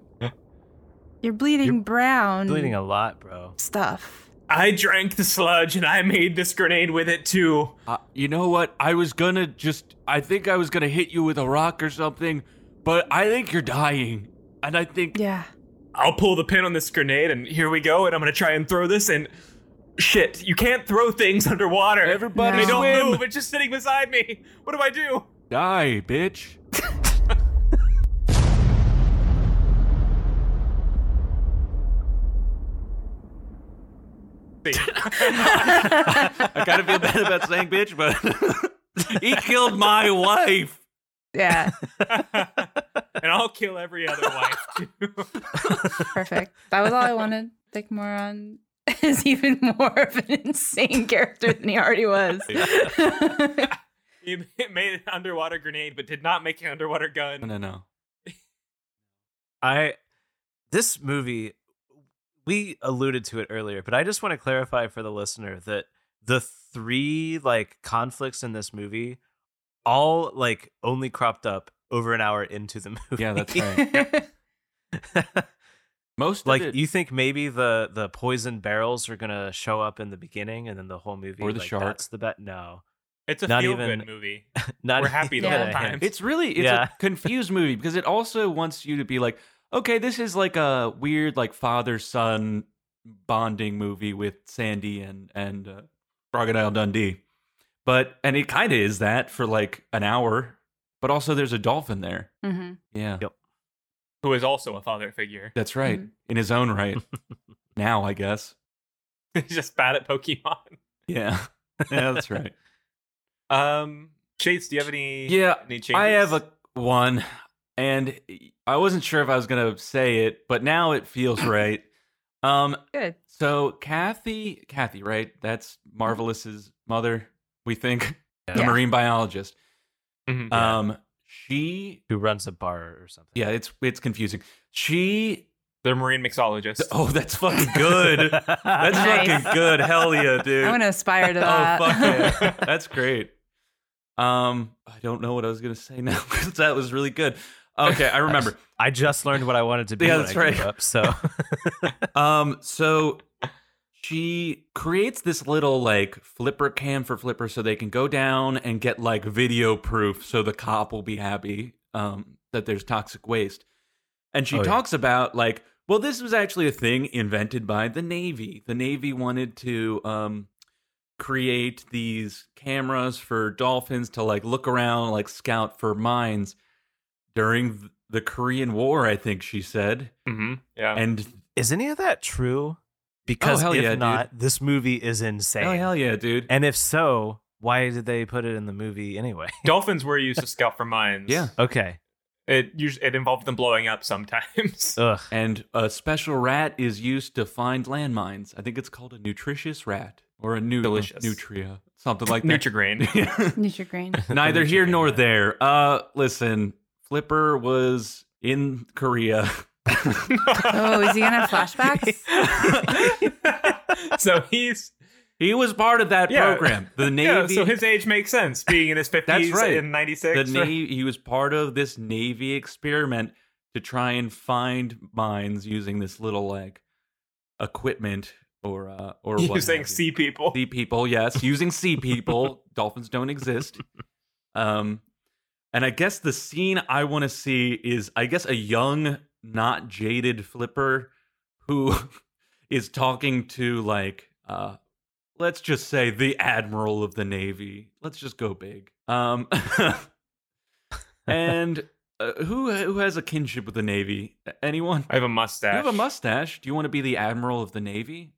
Speaker 2: You're bleeding brown
Speaker 5: Bleeding a lot, bro.
Speaker 2: stuff.
Speaker 3: I drank the sludge and I made this grenade with it too.
Speaker 4: Uh, you know what? I was gonna just. I think I was gonna hit you with a rock or something, but I think you're dying. And I think.
Speaker 2: Yeah.
Speaker 3: I'll pull the pin on this grenade and here we go. And I'm gonna try and throw this and shit. You can't throw things underwater. they
Speaker 4: Everybody
Speaker 2: No.
Speaker 3: don't
Speaker 4: swim.
Speaker 3: move. It's just sitting beside me. What do I do?
Speaker 4: Die, bitch. I gotta feel bad about saying bitch, but he killed my wife.
Speaker 2: Yeah.
Speaker 3: and I'll kill every other wife too.
Speaker 2: Perfect. That was all I wanted. Dick Moran is even more of an insane character than he already was.
Speaker 3: He made an underwater grenade, but did not make an underwater gun.
Speaker 4: No, no.
Speaker 5: I this movie we alluded to it earlier, but I just want to clarify for the listener that the three like conflicts in this movie all like only cropped up over an hour into the movie.
Speaker 4: Yeah, that's right.
Speaker 2: Mm-hmm.
Speaker 4: Most
Speaker 5: like
Speaker 4: of it,
Speaker 5: you think maybe the the poison barrels are gonna show up in the beginning and then the whole movie
Speaker 4: Or the
Speaker 5: like,
Speaker 4: shark.
Speaker 5: that's the bet no
Speaker 3: It's a
Speaker 5: Not
Speaker 3: feel good
Speaker 5: even-
Speaker 3: movie.
Speaker 5: not
Speaker 3: We're happy the
Speaker 5: even
Speaker 2: whole
Speaker 5: a
Speaker 3: time.
Speaker 5: hint.
Speaker 4: It's really it's
Speaker 5: Yeah.
Speaker 4: a confused movie because it also wants you to be like, okay, this is like a weird like father son bonding movie with Sandy and and uh, Crocodile Dundee, But and it kind of is that for like an hour. But also, there's a dolphin there.
Speaker 2: hmm
Speaker 4: Yeah,
Speaker 3: who is also a father figure.
Speaker 4: that's right. In his own right. now, I guess.
Speaker 3: He's just bad at Pokemon.
Speaker 4: Yeah. Yeah, that's right.
Speaker 3: Um, Chase, do you have any?
Speaker 4: Yeah,
Speaker 3: any changes?
Speaker 4: I have a one, and I wasn't sure if I was gonna say it, but now it feels right. Um,
Speaker 2: Good.
Speaker 4: so Kathy, Kathy, right? That's Marvelous's mother, we think, the
Speaker 2: Yeah.
Speaker 4: marine biologist.
Speaker 3: Mhm.
Speaker 4: Um, she,
Speaker 5: Who runs a bar or something?
Speaker 4: yeah, it's it's confusing. She,
Speaker 3: They're marine mixologists.
Speaker 4: oh, that's fucking good. That's
Speaker 2: Nice.
Speaker 4: fucking good. Hell yeah, dude.
Speaker 2: I want to aspire to
Speaker 4: Oh
Speaker 2: that.
Speaker 4: fuck yeah. That's great. Um, I don't know what I was gonna say now 'cause that was really good. Okay, I remember.
Speaker 5: I just learned what I wanted to be.
Speaker 4: Yeah,
Speaker 5: when
Speaker 4: that's
Speaker 5: I grew
Speaker 4: right.
Speaker 5: Up, so
Speaker 4: Um, so she creates this little like flipper cam for flipper so they can go down and get like video proof so the cop will be happy um that there's toxic waste. And she
Speaker 5: Oh, yeah.
Speaker 4: talks about like, well, this was actually a thing invented by the Navy. The Navy wanted to um create these cameras for dolphins to like look around, like scout for mines during th- the Korean War, I think she said.
Speaker 3: hmm Yeah.
Speaker 4: And
Speaker 5: is any of that true? Because
Speaker 4: Oh, hell
Speaker 5: if
Speaker 4: yeah, dude.
Speaker 5: not, this movie is insane.
Speaker 4: oh hell yeah, dude.
Speaker 5: And if so, why did they put it in the movie anyway?
Speaker 3: Dolphins were used to scout for mines.
Speaker 4: Yeah.
Speaker 5: okay.
Speaker 3: It usually it involved them blowing up sometimes.
Speaker 5: Ugh.
Speaker 4: And a special rat is used to find landmines. I think it's called a nutritious rat or a new
Speaker 3: Delicious.
Speaker 4: nutria, something like that.
Speaker 3: Nutrigrain.
Speaker 2: Nutrigrain.
Speaker 4: Neither here nor there. Uh, listen, Flipper was in Korea.
Speaker 2: Oh, is he gonna have flashbacks?
Speaker 3: so he's
Speaker 4: He was part of that
Speaker 3: Yeah.
Speaker 4: program. The Navy.
Speaker 3: yeah. So his age makes sense, being in his fifties
Speaker 4: right.
Speaker 3: in ninety
Speaker 4: the
Speaker 3: six.
Speaker 4: Navy. He was part of this Navy experiment to try and find mines using this little like equipment or uh or what
Speaker 3: using
Speaker 4: have you.
Speaker 3: sea people.
Speaker 4: sea people yes using sea people dolphins don't exist um and i guess the scene i want to see is i guess a young not jaded flipper who is talking to like uh let's just say the admiral of the navy let's just go big um and uh, who who has a kinship with the navy anyone
Speaker 3: I have a mustache.
Speaker 4: you have a mustache do you want to be the admiral of the navy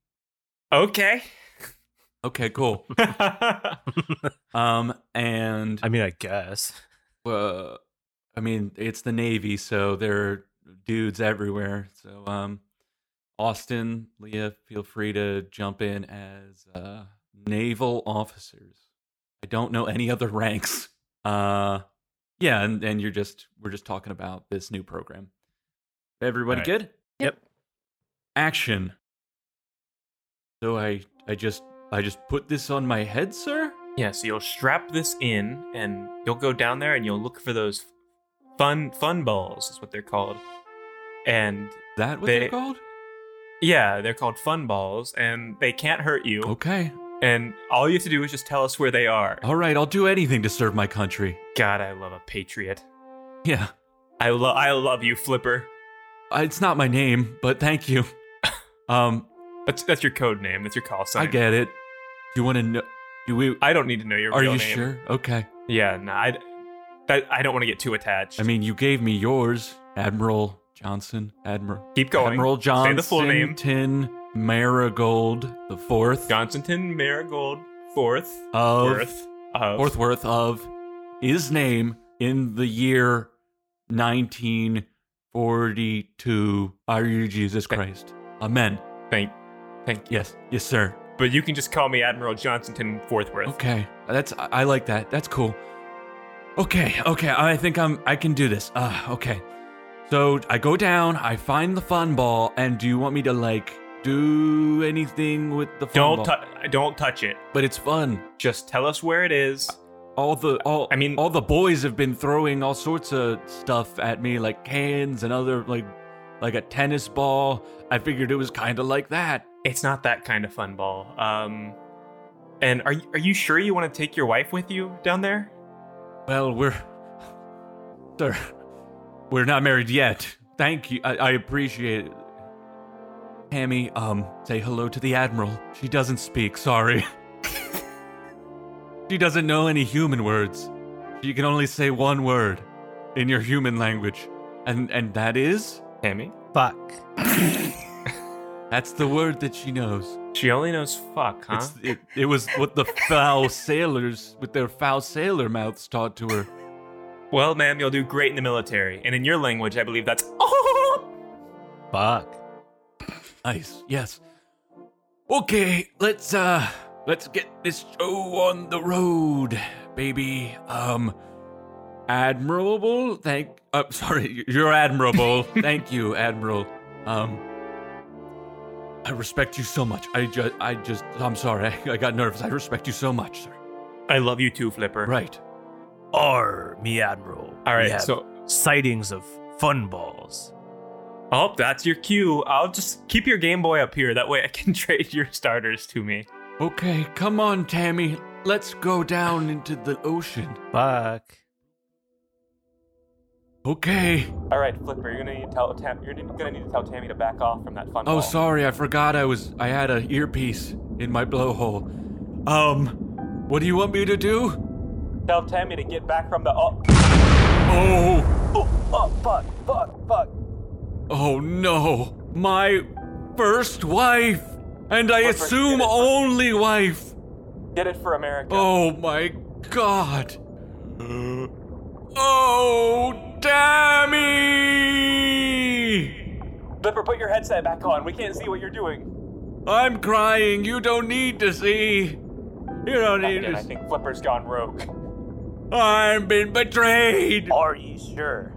Speaker 3: Okay.
Speaker 4: okay cool
Speaker 3: I
Speaker 4: um and
Speaker 5: I mean, I guess.
Speaker 4: uh, I mean, it's the Navy, so there are dudes everywhere. So, um, Austin, Leah, feel free to jump in as uh, naval officers. I don't know any other ranks. Uh, yeah, and, and you're just we're just talking about this new program. Everybody
Speaker 5: All right.
Speaker 4: good?
Speaker 5: Yep.
Speaker 4: Action. So I I just I just put this on my head, sir.
Speaker 3: Yeah, so you'll strap this in and you'll go down there and you'll look for those fun fun balls is what they're called. And
Speaker 4: That what they're
Speaker 3: They-
Speaker 4: called?
Speaker 3: yeah, they're called fun balls and they can't hurt you.
Speaker 4: Okay.
Speaker 3: And all you have to do is just tell us where they are.
Speaker 4: All right, I'll do anything to serve my country.
Speaker 3: God, I love a patriot.
Speaker 4: Yeah.
Speaker 3: I love I love you, Flipper.
Speaker 4: Uh, It's not my name, but thank you. Um,
Speaker 3: That's that's your code name. That's your call sign.
Speaker 4: I get it. You want to know? Do we?
Speaker 3: I don't need to know your
Speaker 4: Are
Speaker 3: real
Speaker 4: you
Speaker 3: name.
Speaker 4: sure? Okay.
Speaker 3: Yeah, no, I, I, I don't want to get too attached.
Speaker 4: I mean, you gave me yours, Admiral Johnson, Admiral
Speaker 3: keep going.
Speaker 4: Admiral Johnson,
Speaker 3: Say the full name.
Speaker 4: Tin Marigold the Fourth
Speaker 3: Johnsonton Marigold Fourth
Speaker 4: of
Speaker 3: Worth of
Speaker 4: Forthworth of his name in the year 1942. Are you Jesus Christ? Amen.
Speaker 3: Thank, thank you.
Speaker 4: Yes, yes, sir.
Speaker 3: But you can just call me Admiral Johnsonton Forthworth.
Speaker 4: Okay, that's I I like that. That's cool. Okay, okay, I think I'm I can do this. Uh, okay. So I go down, I find the fun ball, and do you want me to like do anything with the fun
Speaker 3: Don't
Speaker 4: ball?
Speaker 3: tu- don't touch it.
Speaker 4: but it's fun.
Speaker 3: Just tell us where it is.
Speaker 4: All the all
Speaker 3: I mean-
Speaker 4: all the boys have been throwing all sorts of stuff at me, like cans and other like like a tennis ball. I figured it was kind of like that.
Speaker 3: It's not that kind of fun ball. Um, and are you, are you sure you want to take your wife with you down there?
Speaker 4: Well, we're. Sir, we're not married yet. Thank you. I, I appreciate it. Tammy, um, say hello to the Admiral. She doesn't speak, sorry. She doesn't know any human words. You can only say one word in your human language. And and that is
Speaker 3: Tammy.
Speaker 5: Fuck.
Speaker 4: that's the word that she knows.
Speaker 3: She only knows fuck, huh?
Speaker 4: It's, it, it was what the foul sailors with their foul sailor mouths taught to her.
Speaker 3: Well, ma'am, you'll do great in the military. And in your language, I believe that's oh.
Speaker 5: Fuck.
Speaker 4: Nice. Yes. Okay, let's uh let's get this show on the road, baby. Um admirable. Thank uh, sorry, you're admirable. Thank you, admiral. Um I respect you so much. I just I just I'm sorry. I, I got nervous. I respect you so much, sir.
Speaker 3: I love you too, Flipper.
Speaker 4: Right.
Speaker 5: R, me admiral.
Speaker 3: All right.
Speaker 5: We have
Speaker 3: So,
Speaker 5: sightings of fun balls.
Speaker 3: oh, that's your cue. I'll just keep your Game Boy up here. That way, I can trade your starters to me.
Speaker 4: Okay, come on, Tammy. Let's go down into the ocean.
Speaker 5: Fuck.
Speaker 4: Okay.
Speaker 3: All right, Flipper, you're gonna need to tell Tam- you're gonna need to tell Tammy to back off from that fun.
Speaker 4: Oh,
Speaker 3: ball.
Speaker 4: sorry, I forgot I was I had a earpiece in my blowhole. Um, what do you want me to do?
Speaker 3: Tell Tammy to get back from the. Oh,
Speaker 4: Oh,
Speaker 3: oh, oh fuck, fuck, fuck.
Speaker 4: oh no, my first wife, and I
Speaker 3: Flipper,
Speaker 4: assume
Speaker 3: get it.
Speaker 4: only wife.
Speaker 3: Did it for America.
Speaker 4: Oh my God. Oh, Tammy!
Speaker 3: Flipper, put your headset back on. We can't see what you're doing.
Speaker 4: I'm crying. You don't need to see. You don't need
Speaker 3: Captain,
Speaker 4: to.
Speaker 3: I
Speaker 4: See.
Speaker 3: think Flipper's gone rogue.
Speaker 4: I've been betrayed.
Speaker 3: Are you sure?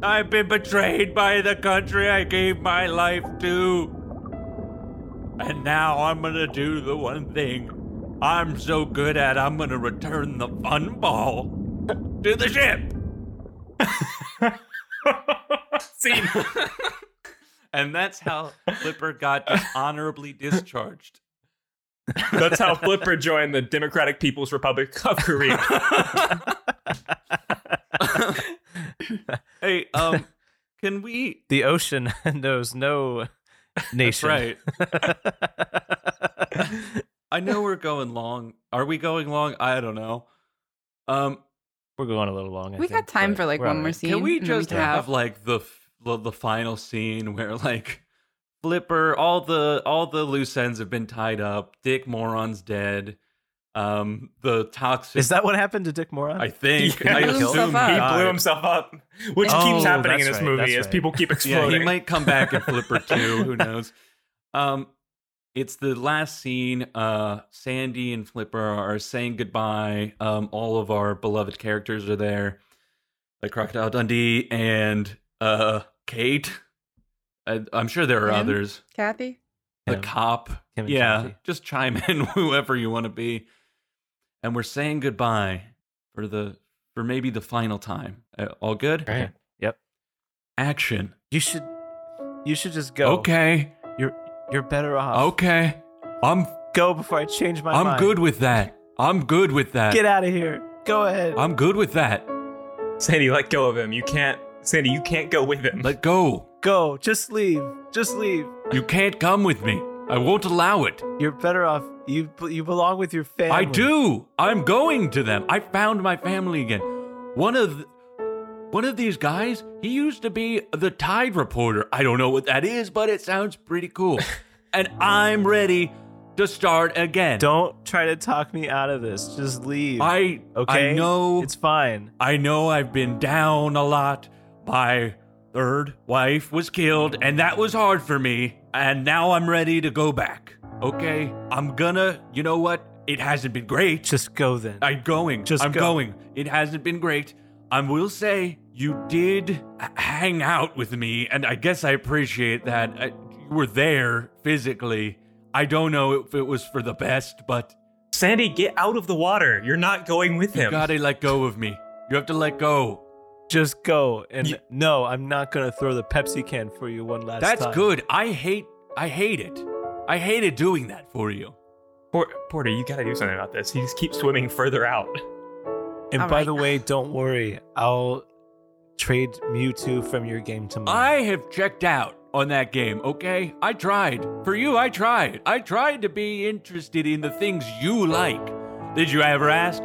Speaker 4: I've been betrayed by the country I gave my life to. And now I'm gonna do the one thing I'm so good at. I'm gonna return the fun ball to the ship.
Speaker 3: Scene.
Speaker 4: And that's how Flipper got dishonorably discharged.
Speaker 3: That's how Flipper joined the Democratic People's Republic of Korea.
Speaker 4: Hey, um, can we?
Speaker 5: The ocean knows no
Speaker 4: That's
Speaker 5: nation.
Speaker 4: right. I know we're going long. Are we going long? I don't know. Um,
Speaker 5: We're going a little long. I
Speaker 2: We
Speaker 5: think,
Speaker 2: got time
Speaker 5: but
Speaker 2: for like
Speaker 5: we're
Speaker 2: one more
Speaker 5: alright.
Speaker 2: scene.
Speaker 4: Can we
Speaker 2: and then
Speaker 4: just
Speaker 2: can wrap
Speaker 4: have
Speaker 2: up.
Speaker 4: like the f- the the final scene where like Flipper, all the all the loose ends have been tied up. Dick Moron's dead. Um, the toxic.
Speaker 5: Is that what happened to Dick Moran?
Speaker 4: I think.
Speaker 3: Yeah.
Speaker 4: I
Speaker 3: He blew
Speaker 4: assume
Speaker 2: himself up.
Speaker 3: he
Speaker 4: died.
Speaker 3: blew himself up, which
Speaker 5: Oh,
Speaker 3: keeps happening in
Speaker 5: that's
Speaker 3: this
Speaker 5: right,
Speaker 3: movie
Speaker 5: that's
Speaker 3: as
Speaker 5: right.
Speaker 3: people keep
Speaker 4: Yeah,
Speaker 3: exploding.
Speaker 4: he might come back in Flipper too. Who knows? Um, it's the last scene. Uh, Sandy and Flipper are saying goodbye. Um, all of our beloved characters are there, like Crocodile Dundee and uh, Kate. I, I'm sure there are
Speaker 2: Him?
Speaker 4: others.
Speaker 2: Kathy.
Speaker 4: The
Speaker 5: Him.
Speaker 4: cop.
Speaker 5: Him and
Speaker 4: yeah,
Speaker 5: Kathy.
Speaker 4: just chime in whoever you want to be. And we're saying goodbye for the for maybe the final time. Uh, all good?
Speaker 5: Right. Yep.
Speaker 4: Action.
Speaker 5: You should. You should just go.
Speaker 4: Okay.
Speaker 5: You're you're better off.
Speaker 4: Okay. I'm
Speaker 5: Go before I change my
Speaker 4: Oh. I'm
Speaker 5: mind.
Speaker 4: good with that. I'm good with that.
Speaker 5: Get out of here. Go ahead.
Speaker 4: I'm good with that.
Speaker 3: Sandy, let go of him. You can't. Sandy, you can't go with him.
Speaker 4: Let go.
Speaker 5: go. Just leave. Just leave.
Speaker 4: You can't come with me. I won't allow it.
Speaker 5: You're better off. You you belong with your family.
Speaker 4: I do. I'm going to them. I found my family again. One of th- one of these guys, he used to be the Tide reporter. I don't know what that is, but it sounds pretty cool. and I'm ready to start again.
Speaker 5: Don't try to talk me out of this. Just leave.
Speaker 4: I
Speaker 5: okay.
Speaker 4: I know
Speaker 5: it's fine.
Speaker 4: I know I've been down a lot. My third wife was killed, and that was hard for me. And now I'm ready to go back. Okay? I'm gonna, you know what? It hasn't been great.
Speaker 5: Just go then.
Speaker 4: I'm going.
Speaker 5: Just
Speaker 4: I'm
Speaker 5: go.
Speaker 4: going. It hasn't been great. I will say you did h- hang out with me, and I guess I appreciate that. I, you were there physically. I don't know if it was for the best, but
Speaker 3: Sandy, get out of the water. You're not going with
Speaker 4: you
Speaker 3: him.
Speaker 4: gotta let go of me. You have to let go.
Speaker 5: Just go. And
Speaker 3: You-
Speaker 5: no, I'm not gonna throw the Pepsi can for you one last
Speaker 4: That's
Speaker 5: time.
Speaker 4: good. I hate. I hate it. I hated doing that for you.
Speaker 3: Por- Porter, you gotta do something about this. He just keeps swimming further out.
Speaker 5: And
Speaker 2: All
Speaker 5: by
Speaker 2: right.
Speaker 5: the way, don't worry. I'll trade Mewtwo from your game tomorrow.
Speaker 4: I have checked out on that game. Okay, I tried for you. I tried. I tried to be interested in the things you like. Did you ever ask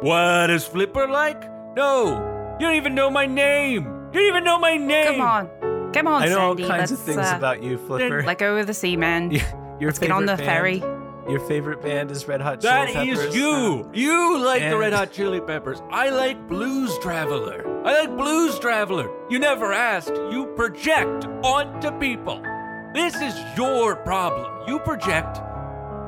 Speaker 4: What is Flipper like? No, you don't even know my name. You don't even know my name.
Speaker 2: Come on. Come on,
Speaker 5: I know all
Speaker 2: Sandy.
Speaker 5: kinds of
Speaker 2: Let's,
Speaker 5: things
Speaker 2: uh,
Speaker 5: about you, Flipper.
Speaker 2: Let go of the sea, man.
Speaker 5: Your
Speaker 2: Let's get on the
Speaker 5: favorite
Speaker 2: ferry.
Speaker 5: band- Your favorite band is Red Hot Chili
Speaker 4: That
Speaker 5: Peppers.
Speaker 4: is you. You like the
Speaker 5: And-
Speaker 4: Red Hot Chili Peppers. I like Blues Traveler. I like Blues Traveler. You never asked. You project onto people. This is your problem. You project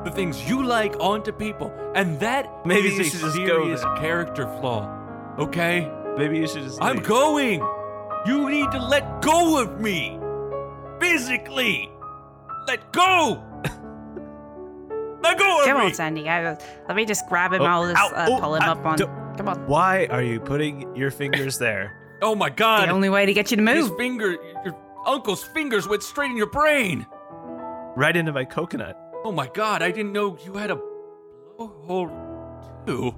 Speaker 4: the things you like onto people, and that
Speaker 5: Maybe
Speaker 4: is
Speaker 5: you
Speaker 4: a
Speaker 5: should just go
Speaker 4: serious
Speaker 5: there.
Speaker 4: character flaw. Okay,
Speaker 5: Uh, Maybe you should just.
Speaker 4: I'm
Speaker 5: leave.
Speaker 4: going. You need to let go of me physically. Let go. let go of
Speaker 2: Come
Speaker 4: me.
Speaker 2: on, Sandy. I, let me just grab him.
Speaker 5: Oh,
Speaker 2: I'll just
Speaker 5: ow,
Speaker 2: uh,
Speaker 5: oh,
Speaker 2: pull him
Speaker 5: I
Speaker 2: up on.
Speaker 5: don't-
Speaker 2: Come on.
Speaker 5: Why are you putting your fingers there?
Speaker 4: Oh my God.
Speaker 2: The only way to get you to
Speaker 4: His
Speaker 2: move.
Speaker 4: finger, your uncle's fingers went straight in your brain.
Speaker 5: right into my coconut.
Speaker 4: Oh my god, I didn't know you had a blowhole too.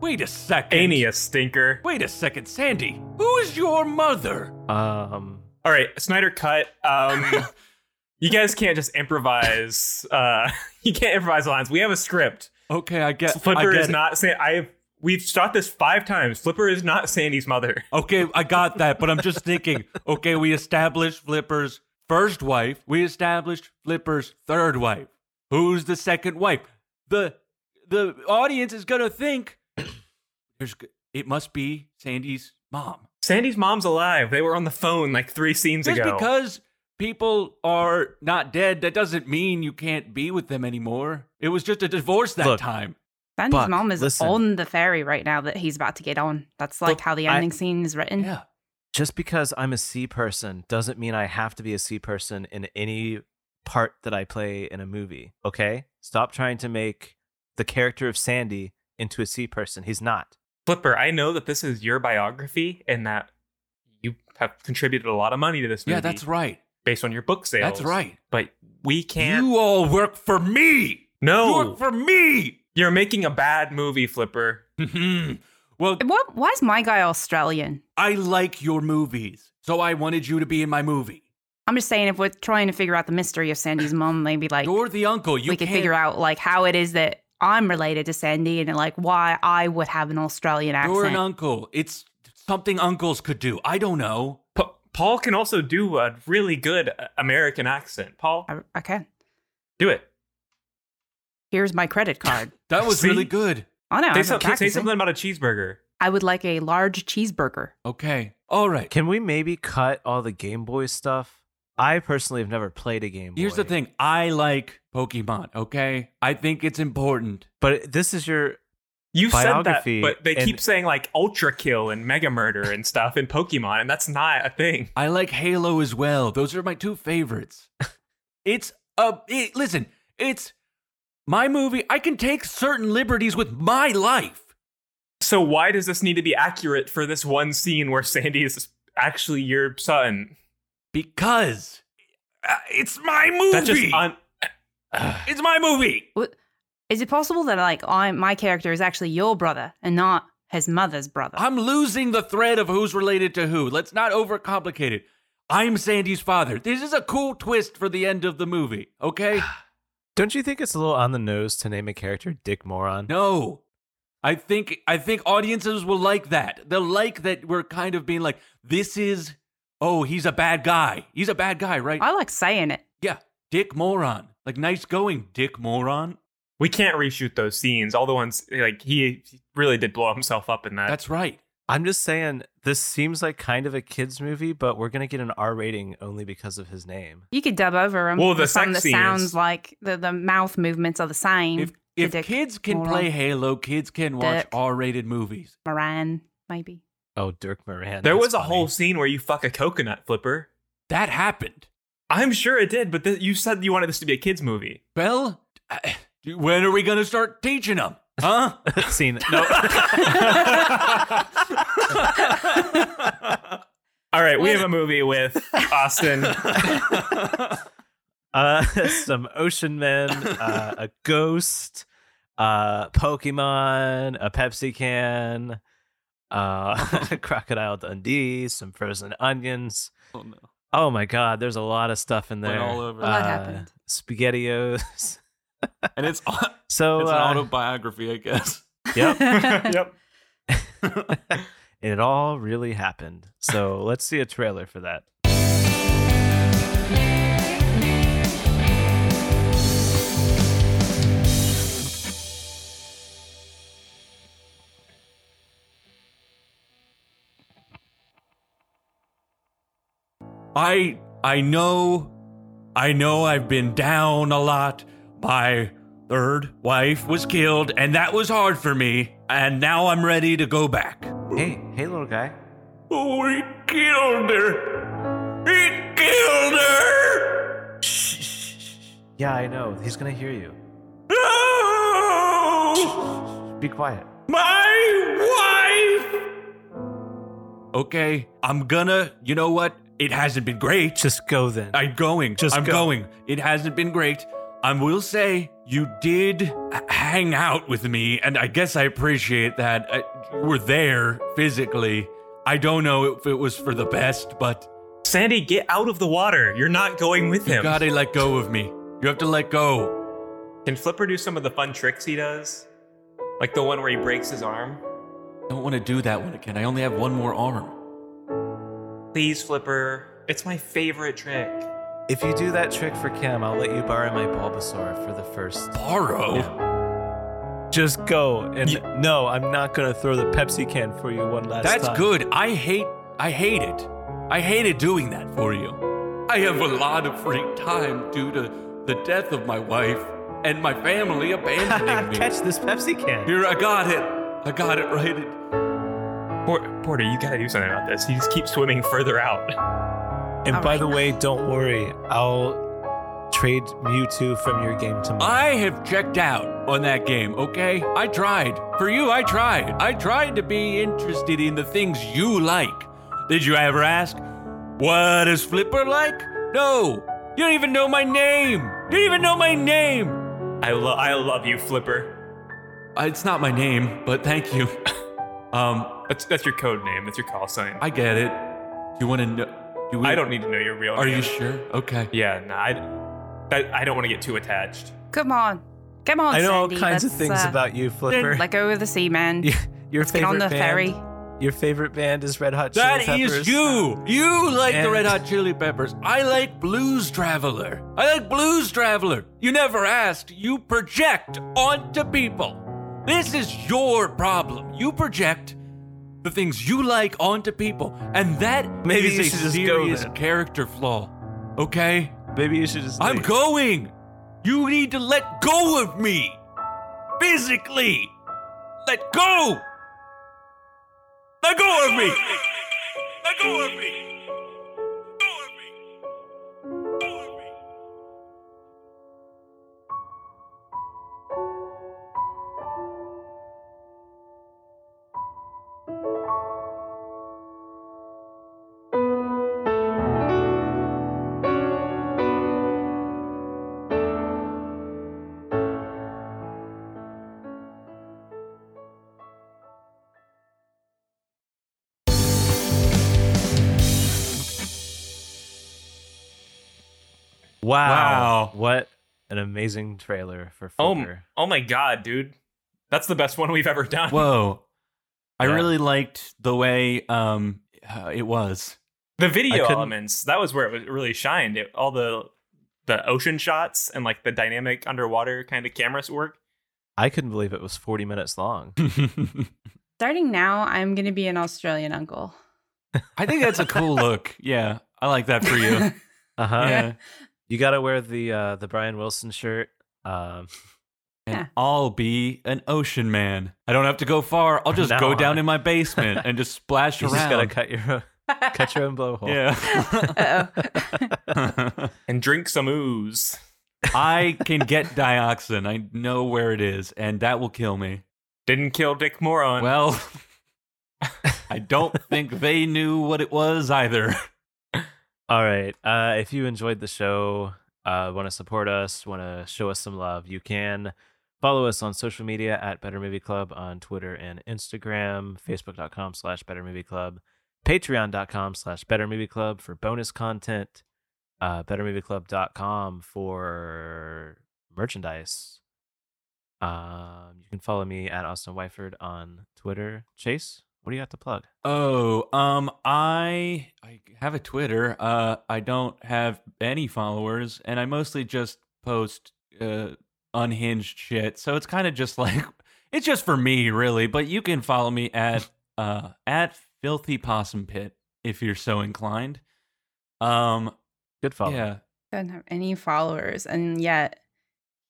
Speaker 4: Wait a second.
Speaker 3: Ain't a stinker.
Speaker 4: Wait a second, Sandy. Who is your mother?
Speaker 5: Um,
Speaker 3: All right, Snyder cut. Um, you guys can't just improvise. Uh, you can't improvise lines. We have a script.
Speaker 4: Okay, I get.
Speaker 3: Flipper
Speaker 4: I get
Speaker 3: is
Speaker 4: it.
Speaker 3: not Sandy. I've we've shot this five times. Flipper is not Sandy's mother.
Speaker 4: Okay, I got that, but I'm just thinking. Okay, we established Flipper's first wife. We established Flipper's third wife. Who's the second wife? The the audience is gonna think. There's. g- It must be Sandy's mom.
Speaker 3: Sandy's mom's alive. They were on the phone like three scenes
Speaker 4: Just
Speaker 3: ago.
Speaker 4: because people are not dead, that doesn't mean you can't be with them anymore. It was just a divorce that
Speaker 5: Look,
Speaker 4: time.
Speaker 2: Sandy's
Speaker 5: Buck,
Speaker 2: mom is
Speaker 5: listen.
Speaker 2: on the ferry right now that he's about to get on. That's like
Speaker 5: Look,
Speaker 2: how the
Speaker 5: I-
Speaker 2: ending scene is written.
Speaker 4: Yeah.
Speaker 5: just because I'm a C person doesn't mean I have to be a C person in any part that I play in a movie. Okay, stop trying to make the character of Sandy into a C person. He's not.
Speaker 3: Flipper, I know that this is your biography and that you have contributed a lot of money to this movie.
Speaker 4: Yeah, that's right.
Speaker 3: Based on your book sales.
Speaker 4: That's right.
Speaker 3: But we can't.
Speaker 4: You all work for me. You
Speaker 3: no,
Speaker 4: work for me.
Speaker 3: you're making a bad movie, Flipper.
Speaker 4: Mhm. well,
Speaker 2: What? Why is my guy Australian?
Speaker 4: I like your movies, so I wanted you to be in my movie.
Speaker 2: I'm just saying, if we're trying to figure out the mystery of Sandy's mom, maybe like
Speaker 4: You're the uncle. You
Speaker 2: we could
Speaker 4: can't
Speaker 2: figure out like how it is that I'm related to Sandy and like why I would have an Australian accent.
Speaker 4: You're an uncle. It's something uncles could do. I don't know.
Speaker 3: Pa- Paul can also do a really good uh, American accent. Paul,
Speaker 2: I, I can.
Speaker 3: do it.
Speaker 2: Here's my credit card.
Speaker 4: That was
Speaker 3: See?
Speaker 4: really good.
Speaker 2: I know.
Speaker 3: say,
Speaker 2: I'm eh?
Speaker 3: some- say
Speaker 2: practicing.
Speaker 3: something about a cheeseburger.
Speaker 2: I would like a large cheeseburger.
Speaker 4: Okay. All right.
Speaker 5: Can we maybe cut all the Game Boy stuff? I personally have never played a Game Boy.
Speaker 4: Here's the thing. I like Pokemon, okay? I think it's important.
Speaker 5: But this is your
Speaker 3: You said that,
Speaker 5: Biography
Speaker 3: but they
Speaker 5: and-
Speaker 3: keep saying like Ultra Kill and Mega Murder and stuff in Pokemon, and that's not a thing.
Speaker 4: I like Halo as well. Those are my two favorites. it's a it, listen, it's my movie. I can take certain liberties with my life.
Speaker 3: So why does this need to be accurate for this one scene where Sandy is actually your son?
Speaker 4: Because uh, it's my movie.
Speaker 3: That's just un-
Speaker 4: it's my movie.
Speaker 2: What, is it possible that like I my character is actually your brother and not his mother's brother?
Speaker 4: I'm losing the thread of who's related to who. Let's not overcomplicate it. I'm Sandy's father. This is a cool twist for the end of the movie, okay?
Speaker 5: Don't you think it's a little on the nose to name a character Dick Moron?
Speaker 4: No. I think I think audiences will like that. They'll like that we're kind of being like, this is oh, he's a bad guy. He's a bad guy, right?
Speaker 2: I like saying it.
Speaker 4: yeah. Dick moron. Like nice going, dick moron.
Speaker 3: we can't reshoot those scenes. All the ones like he he really did blow himself up in that.
Speaker 4: That's right.
Speaker 5: I'm just saying this seems like kind of a kids movie, but we're gonna get an R rating only because of his name.
Speaker 2: You could dub over him.
Speaker 3: Well,
Speaker 2: with
Speaker 3: the
Speaker 2: something
Speaker 3: sex
Speaker 2: that
Speaker 3: scene
Speaker 2: sounds
Speaker 3: is-
Speaker 2: like the, the mouth movements are the same.
Speaker 4: If
Speaker 2: The
Speaker 4: if
Speaker 2: dick
Speaker 4: kids can
Speaker 2: moron.
Speaker 4: play Halo, kids can watch
Speaker 2: Dick.
Speaker 4: R-rated movies.
Speaker 2: Moran, maybe.
Speaker 5: Oh, Dirk Moran.
Speaker 3: there
Speaker 5: that's
Speaker 3: was a
Speaker 5: funny.
Speaker 3: whole scene where you fuck a coconut flipper.
Speaker 4: That happened.
Speaker 3: I'm sure it did, but th- you said you wanted this to be a kids movie.
Speaker 4: Well, I- when are we going to start teaching them? Huh?
Speaker 5: scene. No,
Speaker 3: All right, we have a movie with Austin.
Speaker 5: uh, some ocean men, uh, a ghost, uh, Pokemon, a Pepsi can, uh, crocodile Dundee, some frozen onions.
Speaker 4: Oh, no.
Speaker 5: Oh my God, there's a lot of stuff in
Speaker 4: Went
Speaker 5: there. Uh,
Speaker 4: all over. A
Speaker 2: lot happened.
Speaker 5: Spaghettios.
Speaker 4: and it's it's
Speaker 5: So uh,
Speaker 4: autobiography, I guess.
Speaker 5: Yep.
Speaker 3: yep.
Speaker 5: it all really happened. So let's see a trailer for that.
Speaker 4: I I know I know I've been down a lot. My third wife was killed and that was hard for me and now I'm ready to go back.
Speaker 5: Hey, hey, little guy.
Speaker 4: Oh, he killed her. He killed her.
Speaker 5: Yeah, I know. He's gonna hear you.
Speaker 4: No!
Speaker 5: Be quiet.
Speaker 4: My wife. Okay, I'm gonna. You know what? It hasn't been great.
Speaker 5: Just go then.
Speaker 4: I'm going.
Speaker 5: Just
Speaker 4: I'm
Speaker 5: go.
Speaker 4: going. It hasn't been great. I will say you did h- hang out with me, and I guess I appreciate that. I, you were there physically. I don't know if it was for the best, but
Speaker 3: Sandy, get out of the water. You're not going with
Speaker 4: you
Speaker 3: him.
Speaker 4: gotta let go of me. You have to let go.
Speaker 3: Can Flipper do some of the fun tricks he does? Like the one where he breaks his arm?
Speaker 4: I don't want to do that one again. I only have one more arm.
Speaker 3: Please, Flipper. It's my favorite trick.
Speaker 5: If you do that trick for Kim, I'll let you borrow my Bulbasaur for the first.
Speaker 4: Borrow.
Speaker 5: Just go and no, I'm not gonna throw the Pepsi can for you one last
Speaker 4: That's
Speaker 5: time.
Speaker 4: good. I hate. I hate it. I hated doing that for you. I have a lot of free time due to the death of my wife and my family abandoning me.
Speaker 5: Catch this Pepsi can.
Speaker 4: Here, I got it. I got it right.
Speaker 3: Por- Porter, you gotta do something about this. You just keep swimming further out.
Speaker 5: And by the way, don't worry. I'll trade Mewtwo from your game tomorrow.
Speaker 4: I have checked out on that game, okay? I tried. For you, I tried. I tried to be interested in the things you like. Did you ever ask, what is Flipper like? No. You don't even know my name. You don't even know my name.
Speaker 3: I, lo- I love you, Flipper.
Speaker 4: Uh, It's not my name, but thank you. Um,
Speaker 3: That's, that's your code name. That's your call sign. I,
Speaker 4: I get it. You want to know? Do we,
Speaker 3: don't need to know your real
Speaker 4: Are
Speaker 3: name.
Speaker 4: you sure? Okay.
Speaker 3: Yeah, no, I, I, I don't want to get too attached.
Speaker 2: Come on. Come on,
Speaker 5: I know all
Speaker 2: Sandy.
Speaker 5: kinds of
Speaker 2: Let's,
Speaker 5: things
Speaker 2: uh,
Speaker 5: about you, Flipper.
Speaker 2: Let go of the sea, man.
Speaker 5: Y- your
Speaker 2: Get
Speaker 5: favorite
Speaker 2: on the
Speaker 5: band.
Speaker 2: ferry.
Speaker 5: Your favorite band is Red Hot Chili
Speaker 4: That
Speaker 5: Peppers.
Speaker 4: is you. You like the
Speaker 5: And-
Speaker 4: Red Hot Chili Peppers. I like Blues Traveler. I like Blues Traveler. You never asked. You project onto people. This is your problem. You project the things you like onto people, and that
Speaker 5: Maybe
Speaker 4: is
Speaker 5: you
Speaker 4: a
Speaker 5: should just go
Speaker 4: serious
Speaker 5: then.
Speaker 4: character flaw. Okay.
Speaker 5: Maybe you should just.
Speaker 4: I'm
Speaker 5: leave.
Speaker 4: going. You need to let go of me. Physically. Let go. Let go of me. Let go of me.
Speaker 5: Wow.
Speaker 3: Wow.
Speaker 5: What an amazing trailer for
Speaker 3: Oh, m-
Speaker 5: Flipper.
Speaker 3: oh my god, dude. That's the best one we've ever done.
Speaker 4: Whoa. I
Speaker 5: Yeah.
Speaker 4: really liked the way um uh, it was.
Speaker 3: The
Speaker 5: I
Speaker 3: video
Speaker 5: couldn't-
Speaker 3: elements, that was where it was- really shined. It, all the the ocean shots and like the dynamic underwater kind of cameras work.
Speaker 5: I couldn't believe it was 40 minutes long.
Speaker 2: Starting now, I'm going to be an Australian uncle.
Speaker 4: I think that's a cool look. Yeah. I like that for you.
Speaker 5: Uh huh.
Speaker 4: Yeah.
Speaker 5: You gotta wear the uh, the Brian Wilson shirt. Um,
Speaker 4: And
Speaker 2: Yeah.
Speaker 4: I'll be an ocean man. I don't have to go far. I'll just
Speaker 5: No.
Speaker 4: go down in my basement and just splash
Speaker 5: you
Speaker 4: around.
Speaker 5: just gotta cut your own, cut your own blowhole.
Speaker 4: yeah. Uh-oh.
Speaker 3: And drink some ooze.
Speaker 4: I can get dioxin. I know where it is, and that will kill me.
Speaker 3: Didn't kill Dick Moron.
Speaker 4: Well, I don't think they knew what it was either.
Speaker 5: All right. Uh, if you enjoyed the show, uh, want to support us, want to show us some love, you can follow us on social media at Better Movie Club on Twitter and Instagram, Facebook.com slash Better Movie Club, Patreon.com slash Better Movie Club for bonus content, uh, BetterMovieClub.com for merchandise. Um, you can follow me at Austin Wyford on Twitter. Chase, what do you got to plug?
Speaker 8: Oh, um, I I have a Twitter. Uh, I don't have any followers, and I mostly just post uh unhinged shit. So it's kind of just like it's just for me, really. But you can follow me at uh at filthy possum pit if you're so inclined. Um,
Speaker 5: Good follow.
Speaker 8: yeah,
Speaker 2: Don't have any followers, and yet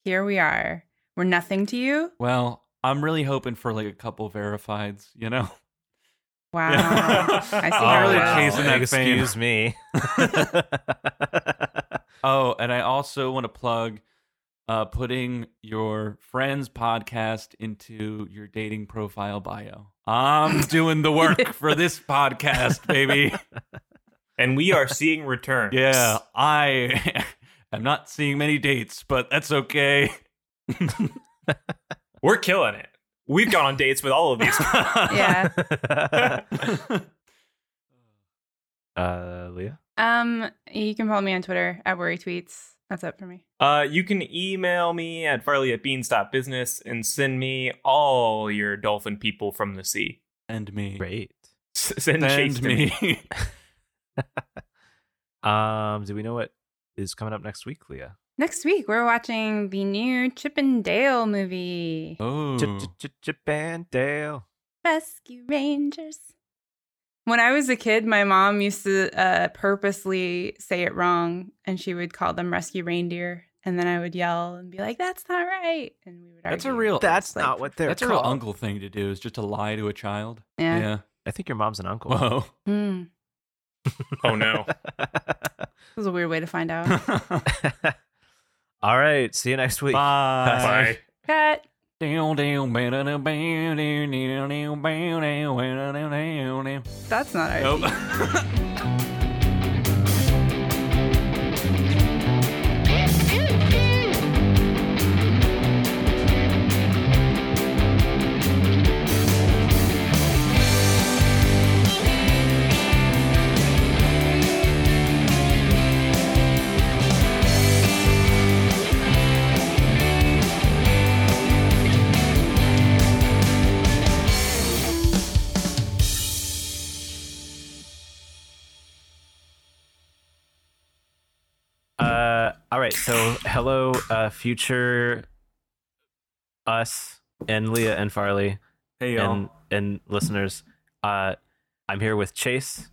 Speaker 2: here we are. We're nothing to you.
Speaker 8: Well, I'm really hoping for like a couple verifieds, you know.
Speaker 2: Wow.
Speaker 8: Yeah.
Speaker 2: I see
Speaker 8: Oh,
Speaker 2: how
Speaker 8: really
Speaker 2: well.
Speaker 8: chasing that fame.
Speaker 5: Excuse me.
Speaker 8: Oh, and I also want to plug uh, putting your friend's podcast into your dating profile bio. I'm doing the work for this podcast, baby.
Speaker 3: And we are seeing returns.
Speaker 8: Yeah, I am not seeing many dates, but that's okay.
Speaker 3: We're killing it. We've gone on dates with all of these.
Speaker 2: Yeah.
Speaker 5: uh, Leah.
Speaker 2: Um, you can follow me on Twitter at worry tweets. That's it for me.
Speaker 3: Uh, you can email me at farley at beans.business and send me all your dolphin people from the sea.
Speaker 8: and me.
Speaker 5: Great.
Speaker 3: S- send Chase
Speaker 8: And
Speaker 3: to me.
Speaker 8: me.
Speaker 5: Um, do we know what is coming up next week, Leah?
Speaker 2: Next week we're watching the new Chip and Dale movie,
Speaker 8: oh.
Speaker 5: Chip, chip, chip, chip and Dale.
Speaker 2: Rescue Rangers. When I was a kid, my mom used to uh, purposely say it wrong, and she would call them Rescue Reindeer, and then I would yell and be like, "That's not right," and we would.
Speaker 8: That's a
Speaker 2: argue.
Speaker 8: real-
Speaker 5: That's
Speaker 2: Like,
Speaker 5: not what they're
Speaker 8: That's a real
Speaker 5: called.
Speaker 8: uncle thing to do is just to lie to a child.
Speaker 2: Yeah.
Speaker 8: yeah.
Speaker 5: I think your mom's an uncle.
Speaker 8: Whoa.
Speaker 2: Mm,
Speaker 3: Oh, no.
Speaker 2: this was a weird way to find out.
Speaker 5: All right. See you next week.
Speaker 3: Bye.
Speaker 2: Cut.
Speaker 8: Down, down, ba da down, down, down, down, down, down, down.
Speaker 2: That's not our.
Speaker 8: Oh,
Speaker 2: theme.
Speaker 5: Uh, all right. So, hello, uh, future us and Leah and Farley
Speaker 4: Hey y'all.
Speaker 5: and and listeners. Uh, I'm here with Chase,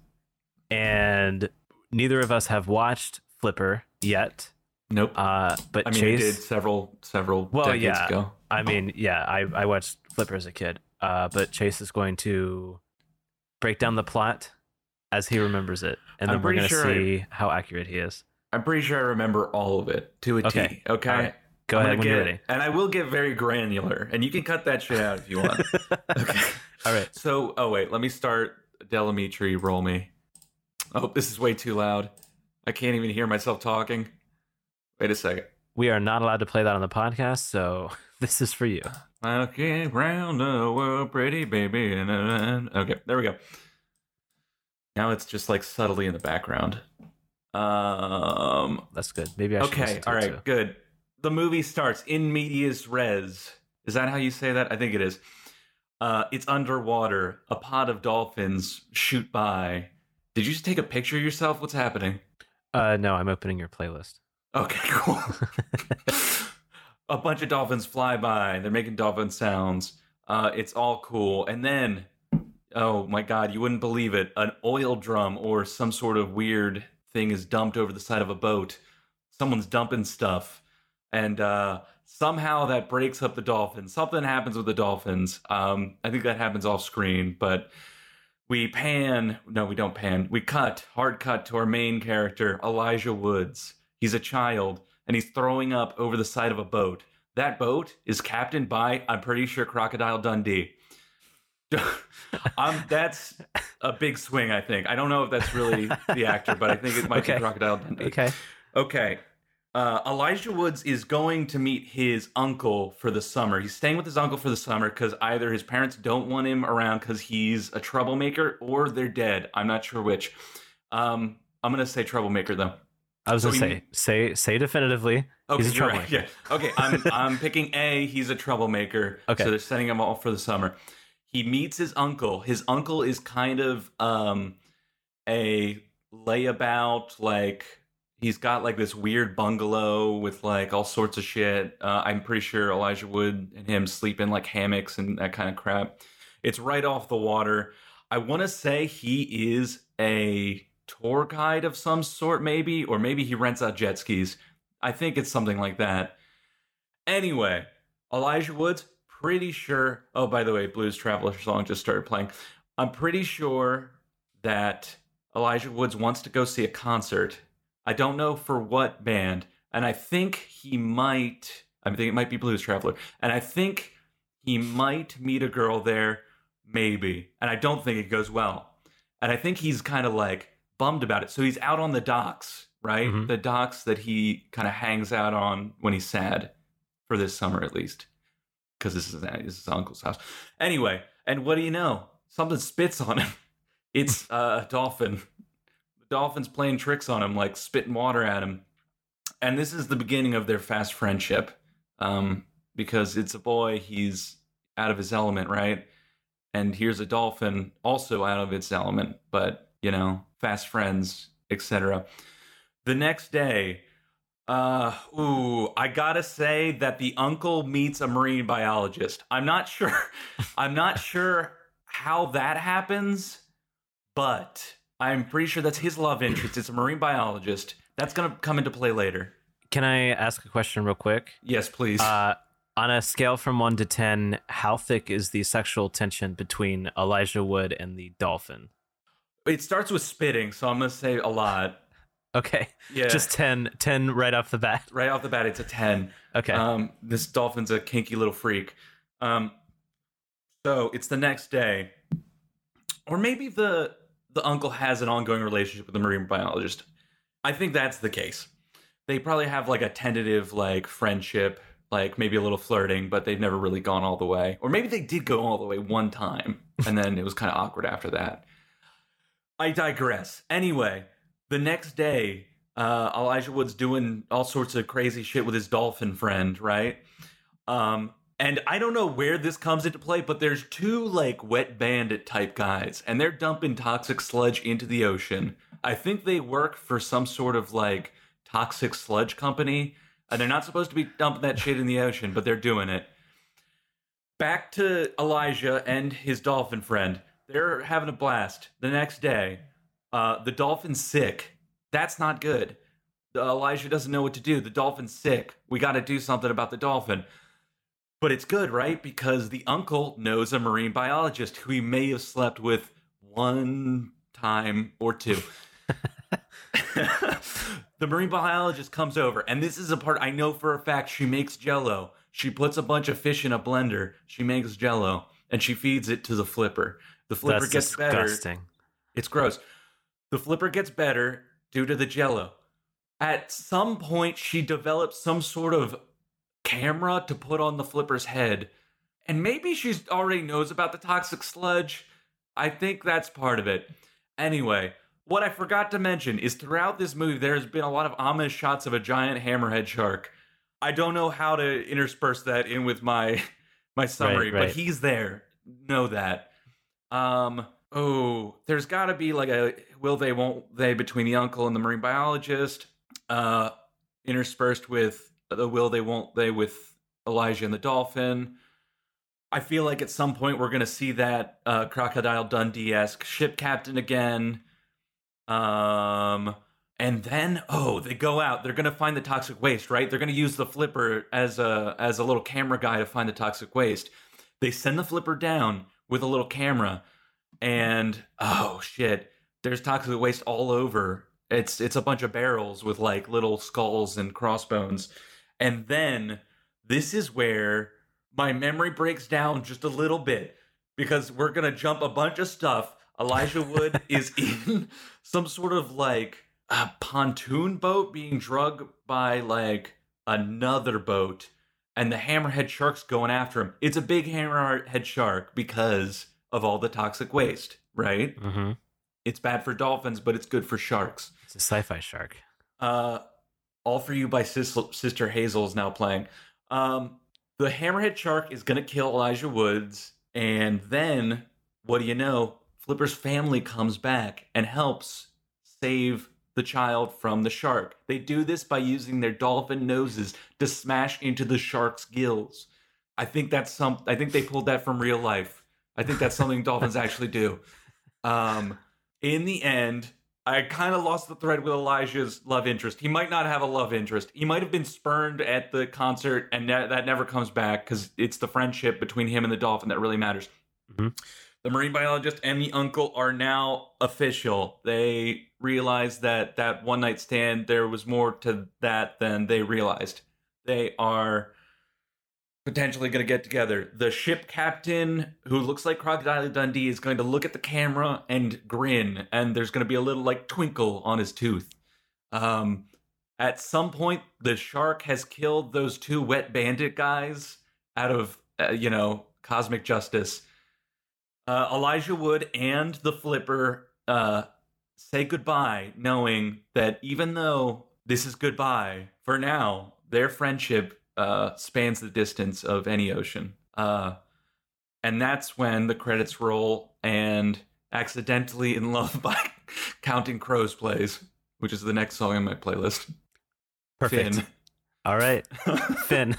Speaker 5: and neither of us have watched Flipper yet.
Speaker 8: Nope.
Speaker 5: Uh, but
Speaker 4: I mean, I
Speaker 5: Chase,
Speaker 4: did several several
Speaker 5: Well,
Speaker 4: decades
Speaker 5: yeah.
Speaker 4: ago.
Speaker 5: I mean, yeah, I, I watched Flipper as a kid. Uh, but Chase is going to break down the plot as he remembers it, and then
Speaker 4: I'm
Speaker 5: we're
Speaker 4: pretty
Speaker 5: gonna
Speaker 4: sure I-
Speaker 5: see how accurate he is.
Speaker 4: I'm pretty sure I remember all of it to a T.
Speaker 5: Okay.
Speaker 4: Okay.
Speaker 5: All right. Go
Speaker 4: I'm
Speaker 5: ahead
Speaker 4: gonna
Speaker 5: when you're
Speaker 4: get-
Speaker 5: ready.
Speaker 4: And I will get very granular, and you can cut that shit out if you want. okay.
Speaker 5: All right.
Speaker 4: So, oh wait, let me start. Delamitri, roll me. Oh, this is way too loud. I can't even hear myself talking. Wait a second.
Speaker 5: We are not allowed to play that on the podcast, so this is for you.
Speaker 4: Okay, round the world, pretty baby. and then- Okay, there we go. Now it's just like subtly in the background. Um.
Speaker 5: That's good. Maybe I should.
Speaker 4: Okay.
Speaker 5: listen to
Speaker 4: All
Speaker 5: it
Speaker 4: right. Good. The movie starts in medias res. Is that how you say that? I think it is. Uh, it's underwater. A pod of dolphins shoot by. Did you just take a picture of yourself? What's happening?
Speaker 5: too. Uh, no, I'm opening your playlist.
Speaker 4: Okay, cool. a bunch of dolphins fly by. They're making dolphin sounds. Uh, it's all cool. And then, oh my God, you wouldn't believe it. An oil drum or some sort of weird thing is dumped over the side of a boat. Someone's dumping stuff. And uh, somehow that breaks up the dolphins. Something happens with the dolphins. Um, I think that happens off screen, but we pan no we don't pan we cut hard cut to our main character elijah woods he's a child and he's throwing up over the side of a boat that boat is captained by i'm pretty sure crocodile dundee um, that's a big swing i think i don't know if that's really the actor but i think it might
Speaker 5: Okay.
Speaker 4: be crocodile dundee
Speaker 5: Okay.
Speaker 4: Okay. Uh, Elijah Woods is going to meet his uncle for the summer. He's staying with his uncle for the summer because either his parents don't want him around because he's a troublemaker or they're dead. I'm not sure which. Um, I'm going to say troublemaker, though.
Speaker 5: I was
Speaker 4: So
Speaker 5: gonna
Speaker 4: we
Speaker 5: say, say, say definitively.
Speaker 4: Okay,
Speaker 5: he's a
Speaker 4: you're
Speaker 5: troublemaker.
Speaker 4: right. Yeah. Okay, I'm I'm picking A. He's a troublemaker.
Speaker 5: Okay.
Speaker 4: So they're sending him off for the summer. He meets his uncle. His uncle is kind of um a layabout. Like he's got like this weird bungalow with like all sorts of shit. Uh, I'm pretty sure Elijah Wood and him sleep in like hammocks and that kind of crap. It's right off the water. I want to say he is a tour guide of some sort, maybe, or maybe he rents out jet skis. I think it's something like that. Anyway, Elijah Woods, pretty sure. Oh, by the way, Blues Traveler song just started playing. I'm pretty sure that Elijah Woods wants to go see a concert. I don't know for what band, and I think he might. I think it might be Blues Traveler, and I think he might meet a girl there, maybe. And I don't think it goes well. And I think he's kind of like bummed about it. So he's out on the docks, right?
Speaker 5: Mhm.
Speaker 4: The docks that he kind of hangs out on when he's sad for this summer, at least, because this is, this is his uncle's house. Anyway, and what do you know? Something spits on him. It's uh, a dolphin. The dolphin's playing tricks on him, like spitting water at him. And this is the beginning of their fast friendship. Um, because it's a boy, he's out of his element, right? And here's a dolphin also out of its element, but you know, fast friends, etc. The next day, uh, ooh, I gotta say that the uncle meets a marine biologist. I'm not sure, I'm not sure how that happens, but I'm pretty sure that's his love interest. It's a marine biologist. That's gonna come into play later.
Speaker 5: Can I ask a question real quick?
Speaker 4: Yes, please.
Speaker 5: Uh, on a scale from one to ten, how thick is the sexual tension between Elijah Wood and the dolphin?
Speaker 4: It starts with spitting, so I'm gonna say a lot.
Speaker 5: Okay,
Speaker 4: Yeah,
Speaker 5: just 10, 10 right off the bat.
Speaker 4: right off the bat, it's a ten.
Speaker 5: Okay,
Speaker 4: Um, this dolphin's a kinky little freak. Um, so it's the next day, or maybe the the uncle has an ongoing relationship with the marine biologist. I think that's the case. They probably have like a tentative like friendship, like maybe a little flirting, but they've never really gone all the way. Or maybe they did go all the way one time, and then it was kind of awkward after that. I digress. Anyway, the next day, uh, Elijah Wood's doing all sorts of crazy shit with his dolphin friend, right? Um, and I don't know where this comes into play, but there's two like wet bandit type guys, and they're dumping toxic sludge into the ocean. I think they work for some sort of like toxic sludge company, and they're not supposed to be dumping that shit in the ocean, but they're doing it. Back to Elijah and his dolphin friend. They're having a blast. The next day, uh, the dolphin's sick. That's not good. The- Elijah doesn't know what to do. The dolphin's sick. We got to do something about the dolphin. But it's good, right? Because the uncle knows a marine biologist who he may have slept with one time or two. the marine biologist comes over, and this is a part I know for a fact. She makes jello. She puts a bunch of fish in a blender. She makes jello, and she feeds it to the flipper. The flipper
Speaker 5: that's
Speaker 4: gets better.
Speaker 5: disgusting.
Speaker 4: It's gross. The flipper gets better due to the jello. At some point, she develops some sort of camera to put on the flipper's head. And maybe she already knows about the toxic sludge. I think that's part of it. Anyway, what I forgot to mention is throughout this movie, there's been a lot of ominous shots of a giant hammerhead shark. I don't know how to intersperse that in with my my summary,
Speaker 5: right.
Speaker 4: but he's there. Know that. Um. Oh, there's got to be like a will they won't they between the uncle and the marine biologist, uh, interspersed with the will they won't they with Elijah and the dolphin. I feel like at some point we're gonna see that uh, crocodile Dundee esque ship captain again. Um, and then oh, they go out. They're gonna find the toxic waste, right? They're gonna use the flipper as a as a little camera guy to find the toxic waste. They send the flipper down with a little camera, and oh shit, there's toxic waste all over. It's it's a bunch of barrels with like little skulls and crossbones, and then this is where my memory breaks down just a little bit because we're gonna jump a bunch of stuff. Elijah Wood is in some sort of like a pontoon boat being drugged by like another boat, and the hammerhead shark's going after him. It's a big hammerhead shark because of all the toxic waste, right?
Speaker 5: hmm
Speaker 4: It's bad for dolphins, but it's good for sharks.
Speaker 5: It's a sci-fi shark.
Speaker 4: uh, All for You by Sis- Sister Hazel is now playing. Um, the Hammerhead Shark is going to kill Elijah Woods. And then, what do you know? Flipper's family comes back and helps save the child from the shark. They do this by using their dolphin noses to smash into the shark's gills. I think that's some. I think they pulled that from real life. I think that's something dolphins actually do. Um, in the end, I kind of lost the thread with Elijah's love interest. He might not have a love interest. He might have been spurned at the concert, and that, that never comes back because it's the friendship between him and the dolphin that really matters.
Speaker 5: Mhm.
Speaker 4: The marine biologist and the uncle are now official. They realize that that one night stand, there was more to that than they realized. They are potentially going to get together. The ship captain, who looks like Crocodile Dundee, is going to look at the camera and grin, and there's going to be a little like twinkle on his tooth. Um, at some point, the shark has killed those two wet bandit guys out of uh, you know cosmic justice. Uh, Elijah Wood and the Flipper uh, say goodbye, knowing that even though this is goodbye for now, their friendship uh, spans the distance of any ocean. Uh, and that's when the credits roll and Accidentally in Love by Counting Crows plays, which is the next song on my playlist.
Speaker 5: Perfect.
Speaker 4: Finn.
Speaker 5: All right, Finn.